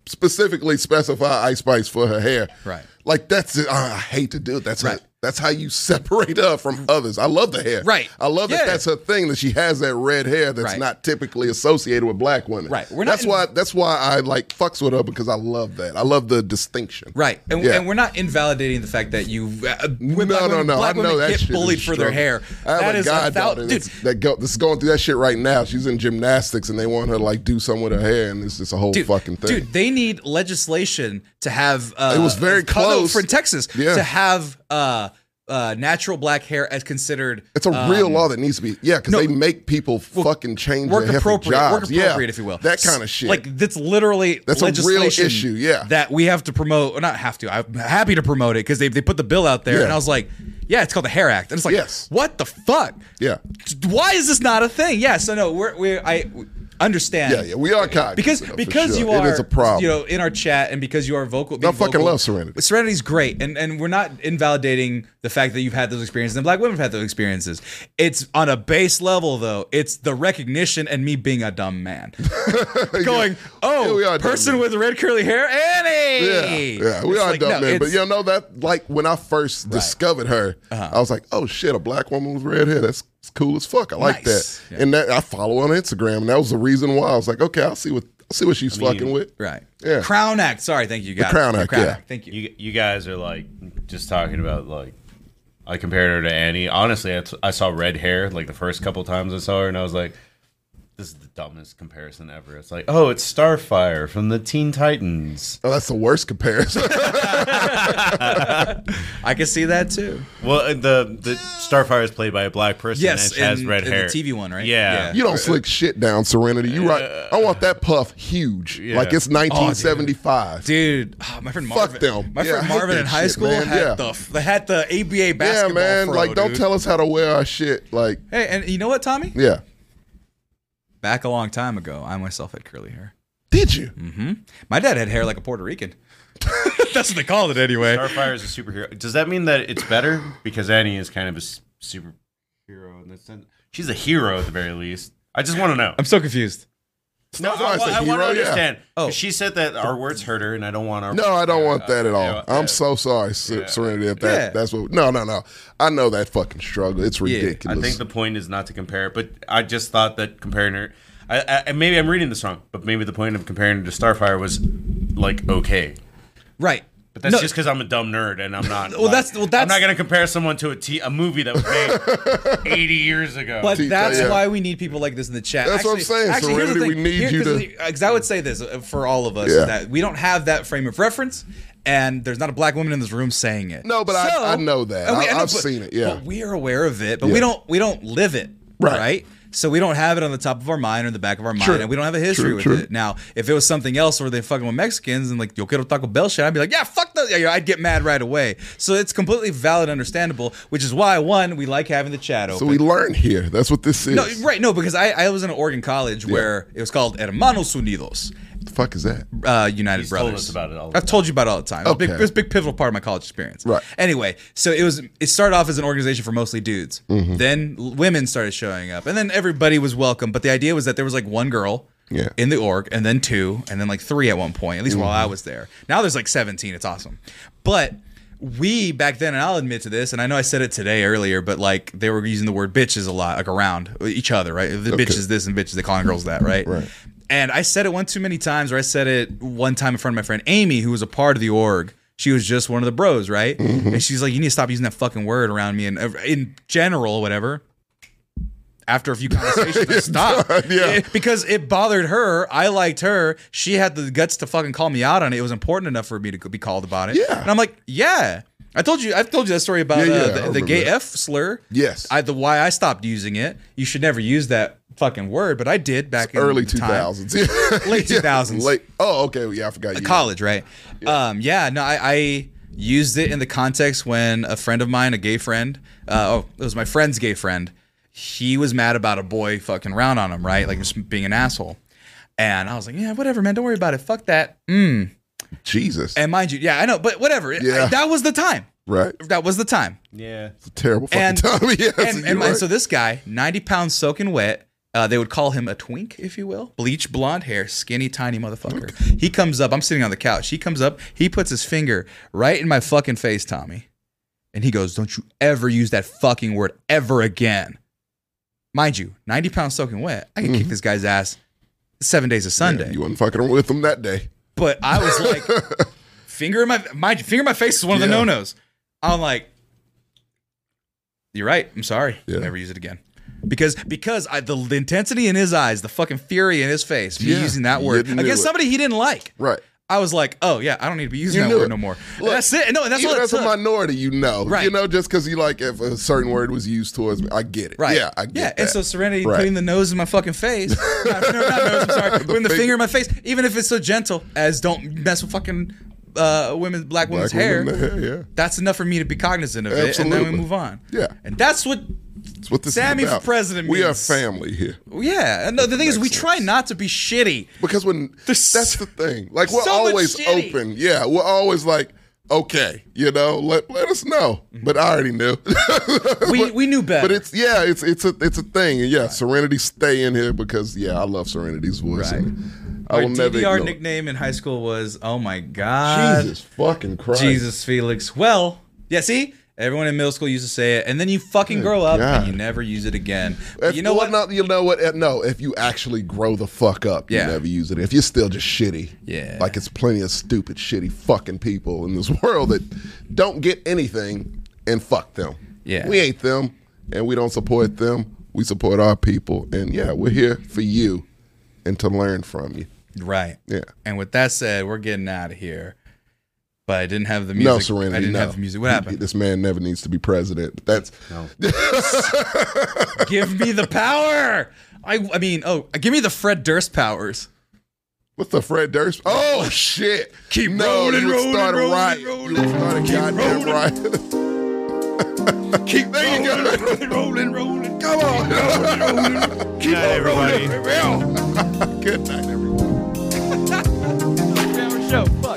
B: specifically specify Ice Spice for her hair.
A: Right.
B: Like that's it. I hate to do it. That's right. That's how you *laughs* separate her from others. I love the hair.
A: Right.
B: I love
A: Yeah.
B: that that's her thing that she has that red hair that's
A: Right.
B: not typically associated with black women.
A: Right. We're
B: We're
A: not
B: not that's
A: in-
B: why that's why I like fucks with her because I love that. I love the distinction.
A: Right, and,
B: Yeah.
A: and we're not invalidating the fact that you uh, when black
B: no, no,
A: women-
B: no. I
A: Black
B: know
A: women
B: that
A: get
B: shit is
A: bullied
B: a
A: for their hair.
B: struggle. I have
A: That
B: a
A: is a
B: goddaughter
A: thousand.
B: that's- that go, that's going through that shit right now. She's in gymnastics and they want her to like do something with her hair, and it's just a whole fucking thing.
A: Dude, they need legislation to have. Uh,
B: It was very
A: Cut- no,
B: close.
A: for Texas
B: Yeah.
A: to have uh, uh, natural black hair as considered.
B: it's a
A: um,
B: real law that needs to be yeah, because they make people fucking change
A: Work
B: their heifer
A: appropriate,
B: jobs.
A: work appropriate,
B: yeah,
A: if you will.
B: That kind of shit.
A: Like that's literally
B: That's a real
A: legislation
B: issue, yeah.
A: that we have to promote. Or not have to. I'm happy to promote it because they they put the bill out there,
B: Yeah.
A: and I was like, yeah, it's called the Hair Act, and it's like,
B: Yes.
A: what the fuck?
B: yeah,
A: Why is this not a thing? Yeah, so no, we're we I understand.
B: yeah, yeah. We are cognizant
A: because
B: of it, for
A: because
B: sure.
A: you are
B: It is a problem.
A: you know in our chat and because you are vocal
B: I
A: being
B: fucking
A: vocal-
B: love Serenity.
A: Serenity's great and and we're not invalidating the fact that you've had those experiences and black women have had those experiences it's on a base level though it's the recognition and me being a dumb
B: *laughs*
A: man *laughs* going oh person with red curly hair Annie
B: Yeah, yeah, we
A: It's
B: are
A: like,
B: dumb
A: no,
B: men, but
A: it's- Uh-huh.
B: you know that like when I first discovered her, I was like, "Oh shit, a black woman with red hair. That's it's cool as fuck. I like
A: Nice.
B: that." And that I follow her on Instagram, and that was the reason why I was like, "Okay, I'll see what I'll see what she's fucking with."
A: right
B: Yeah.
A: crown act sorry thank you
B: The
A: guys
B: Crown Act, yeah.
A: Thank you.
C: you. You guys are like just talking about like I compared her to Annie. Honestly, I, t- I saw red hair like the first couple times I saw her, and I was like, this is the dumbest comparison ever. It's like, oh, it's Starfire from the Teen Titans.
B: Oh, that's the worst comparison. *laughs*
A: I can see that too.
C: Well, uh, the the Starfire is played by a black person.
A: Yes,
C: and she has
A: in-
C: red
A: in the
C: hair.
A: TV one, right?
C: Yeah.
B: You don't slick shit down, Serenity. You right. I want that puff huge,
C: Yeah.
B: like it's
A: Oh, dude.
B: 1975.
A: dude, oh, my friend Marvin.
B: Fuck them.
A: My
B: Yeah,
A: friend
B: I hate
A: Marvin
B: that
A: in high
B: shit,
A: school
B: man.
A: had
B: Yeah.
A: the f- they had the ABA
B: Yeah,
A: basketball.
B: man.
A: fro,
B: like, don't
A: dude.
B: tell us how to wear our shit. Like,
A: Hey, and you know what, Tommy?
B: yeah.
A: Back a long time ago, I myself had curly hair.
B: Did you?
A: hmm My dad had hair like a Puerto Rican. *laughs* That's what they called it anyway.
C: Starfire is a superhero. Does that mean that it's better because Annie is kind of a s- superhero in that sense? She's a hero at the very least. I just want to know.
A: I'm so confused.
C: No,
B: That's why I
C: I,
B: said
C: want to
B: hero, yeah.
C: understand. Oh, she said that our words hurt her, and I don't want our.
B: No, I don't want that at all.
C: yeah,
B: I'm so sorry, Ser- Serenity. If that,
C: Yeah.
B: that's what. No, no, no. I know that fucking struggle. It's ridiculous.
C: I think the point is not to compare, but I just thought that comparing her. I, I, and maybe I'm reading this wrong, but maybe the point of comparing her to Starfire was like okay.
A: Right.
C: But that's
A: No.
C: just because I'm a dumb nerd and I'm
A: *laughs*
C: not.
A: Well,
C: like-
A: that's- well,
C: I'm not going to compare someone to a, t- a movie that
B: *laughs*
C: was made 80 years ago.
A: But that's why we need people like this in the chat.
B: That's what I'm saying,
A: here's the
B: Serenity,
A: thing.
B: we need you
A: 'cause
B: to-
A: the- Because I would say this uh, for all of us
B: Yeah.
A: is that we don't have that frame of reference, and there's not a black woman in this room saying it.
B: no, but
A: So-
B: I, I know that.
A: and
B: I,
A: we- I know,
B: I've
A: but-
B: seen it. Yeah.
A: but we are aware of it, but we
B: Yeah.
A: don't we don't live it, right. So we don't have it on the top of our mind or in the back of our mind,
B: True.
A: and we don't have a history
B: True,
A: with
B: true.
A: it. Now, if it was something else where they fucking with Mexicans and like yo quiero Taco Bell shit, I'd be like, yeah, fuck the really, you know, I'd get mad right away. So it's completely valid, understandable, which is why one, we like having the chat open.
B: So we learn here. That's what this is.
A: No, right? No, because I, I was in an Oregon college where it was called Hermanos Unidos.
B: The fuck is that?
A: Uh, United
B: He's told
A: Brothers.
B: us about it all the
A: I've told you about it all the time. It was, a big,
B: Okay.
A: it was a big pivotal part of my college experience.
B: Right.
A: Anyway, so it was. It started off as an organization for mostly dudes.
B: Mhm.
A: Then l- women started showing up, and then everybody was welcome. But the idea was that there was like one girl.
B: Yeah.
A: In the org, and then two, and then like three at one point, at least while I
B: Mm-hmm.
A: was there. Now there's like 17. It's awesome. But we back then, and I'll admit to this, and I know I said it today earlier, but like they were using the word bitches a lot, like around each other, right? The
B: Okay.
A: bitches this and bitches, they calling girls that, right?
B: Right.
A: And I said it one too many times, or I said it one time in front of my friend Amy, who was a part of the org. She was just one of the bros, right?
B: Mhm.
A: And she's like, "You need to stop using that fucking word around me and uh, in general, whatever." After a few conversations,
B: *laughs*
A: I stopped.
B: Yeah.
A: *laughs* It- because it bothered her. I liked her. She had the guts to fucking call me out on it. It was important enough for me to be called about it. Yeah, and I'm like, yeah. I told you, I've told you that story about
B: Yeah, yeah, I
A: uh, the, the
B: remember
A: gay
B: that.
A: F slur.
B: Yes.
A: I, the why I stopped using it. You should never use that fucking word, but I did back in
B: early
A: the
B: two
A: time.
B: thousands, *laughs*
A: late two thousands,
B: Late. Oh, okay. Yeah, I forgot. you.
A: college, right? Yeah. Um, yeah. No, I, I used it in the context when a friend of mine, a gay friend, uh, oh, it was my friend's gay friend. He was mad about a boy fucking round on him, right? Like just being an asshole. And I was like, yeah, whatever, man. Don't worry about it. Fuck that. Mm.
B: Jesus.
A: And mind you, yeah, I know, but whatever. I-
B: Yeah.
A: that was the time.
B: Right.
A: That was the time
C: Yeah.
B: It's a terrible fucking time. *laughs* yes,
A: and,
B: you're
A: and- and
B: right.
A: so this guy, 90 pounds soaking wet. Uh, they would call him a twink, if you will. Bleach blonde hair, skinny, tiny motherfucker. He comes up. I'm sitting on the couch. He comes up. He puts his finger right in my fucking face, Tommy. And he goes, Don't you ever use that fucking word ever again. Mind you, 90 pounds soaking wet. I could kick this guy's ass seven days a Sunday.
B: you wasn't fucking with him that day.
A: But I was
B: *laughs*
A: like, finger in my mind, you, finger in my face is one of the
B: Yeah.
A: no nos. I'm like, you're right. I'm sorry. Never use it again. Because because I, the, the intensity in his eyes, the fucking fury in his face, me
B: Yeah.
A: using that word
B: You knew
A: against
B: it.
A: somebody he didn't like.
B: Right.
A: I was like, oh yeah, I don't need to be using
B: You
A: that
B: knew
A: word
B: it.
A: no more.
B: Look,
A: that's it. No, and that's all
B: Even
A: it
B: as a
A: took.
B: minority, you know,
A: Right.
B: You know, just because you like if a certain word was used towards me, I get it.
A: Right.
B: Yeah, I get
A: Yeah.
B: that.
A: And so Serenity
B: Right.
A: putting the nose in my fucking
B: *laughs*
A: face. no, no, not nose, I'm sorry. putting the
B: finger.
A: finger in my face, even if it's so gentle as don't mess with fucking uh, women's black women's hair.
B: women, *laughs* yeah.
A: That's enough for me to be cognizant of it, and then
B: Absolutely.
A: we move on.
B: Yeah.
A: And that's what.
B: That's what this
A: Sammy
B: is
A: for
B: about.
A: president
B: We are
A: means-
B: family here.
A: Yeah. And no, the thing is, we try not to be shitty
B: because when
A: *laughs*
B: that's the thing. Like we're
A: so much
B: always
A: shitty.
B: open. Yeah, we're always like, okay, you know, let let us know.
A: Mm-hmm.
B: But I already knew. *laughs*
A: we we knew better.
B: *laughs* But it's yeah, it's it's a it's a thing. And yeah, Serenity stay in here because yeah, I love Serenity's voice.
A: Right.
B: And I
A: Our
B: will never
A: DDR
B: ignore it.
A: nickname in high school was, oh my God.
B: Jesus fucking Christ.
A: Jesus Felix. Well, yeah, see? Everyone in middle school used to say it, and then you fucking
B: Good
A: grow up and
B: God.
A: you never use it again. But
B: If-
A: you know
B: well,
A: what?
B: Not, you know what? uh, No, if you actually grow the fuck up,
A: Yeah.
B: you never use it. If you're still just shitty,
A: Yeah.
B: like it's plenty of stupid, shitty fucking people in this *laughs* world that don't get anything and fuck them.
A: Yeah.
B: we ain't them, and we don't support them. We support our people, and yeah, we're here for you and to learn from you.
A: Right.
B: Yeah.
A: And with that said, we're getting out of here. But I didn't have the music.
B: No, Serenity.
A: I didn't
B: no.
A: have the music. What
B: He- *laughs*
A: happened?
B: This man never needs to be president. That's
A: give me the power. I I mean, oh, give me the Fred Durst powers.
B: What's the Fred Durst? *laughs* Oh shit! Keep rolling, you would
A: rolling,
B: start a
A: rolling,
B: riot. You would start a goddamn riot. Keep there *laughs* you go. rolling, rolling, rolling. Come on. Keep
C: night,
B: *laughs*
C: everybody.
B: Good night, everyone.
A: Show fuck.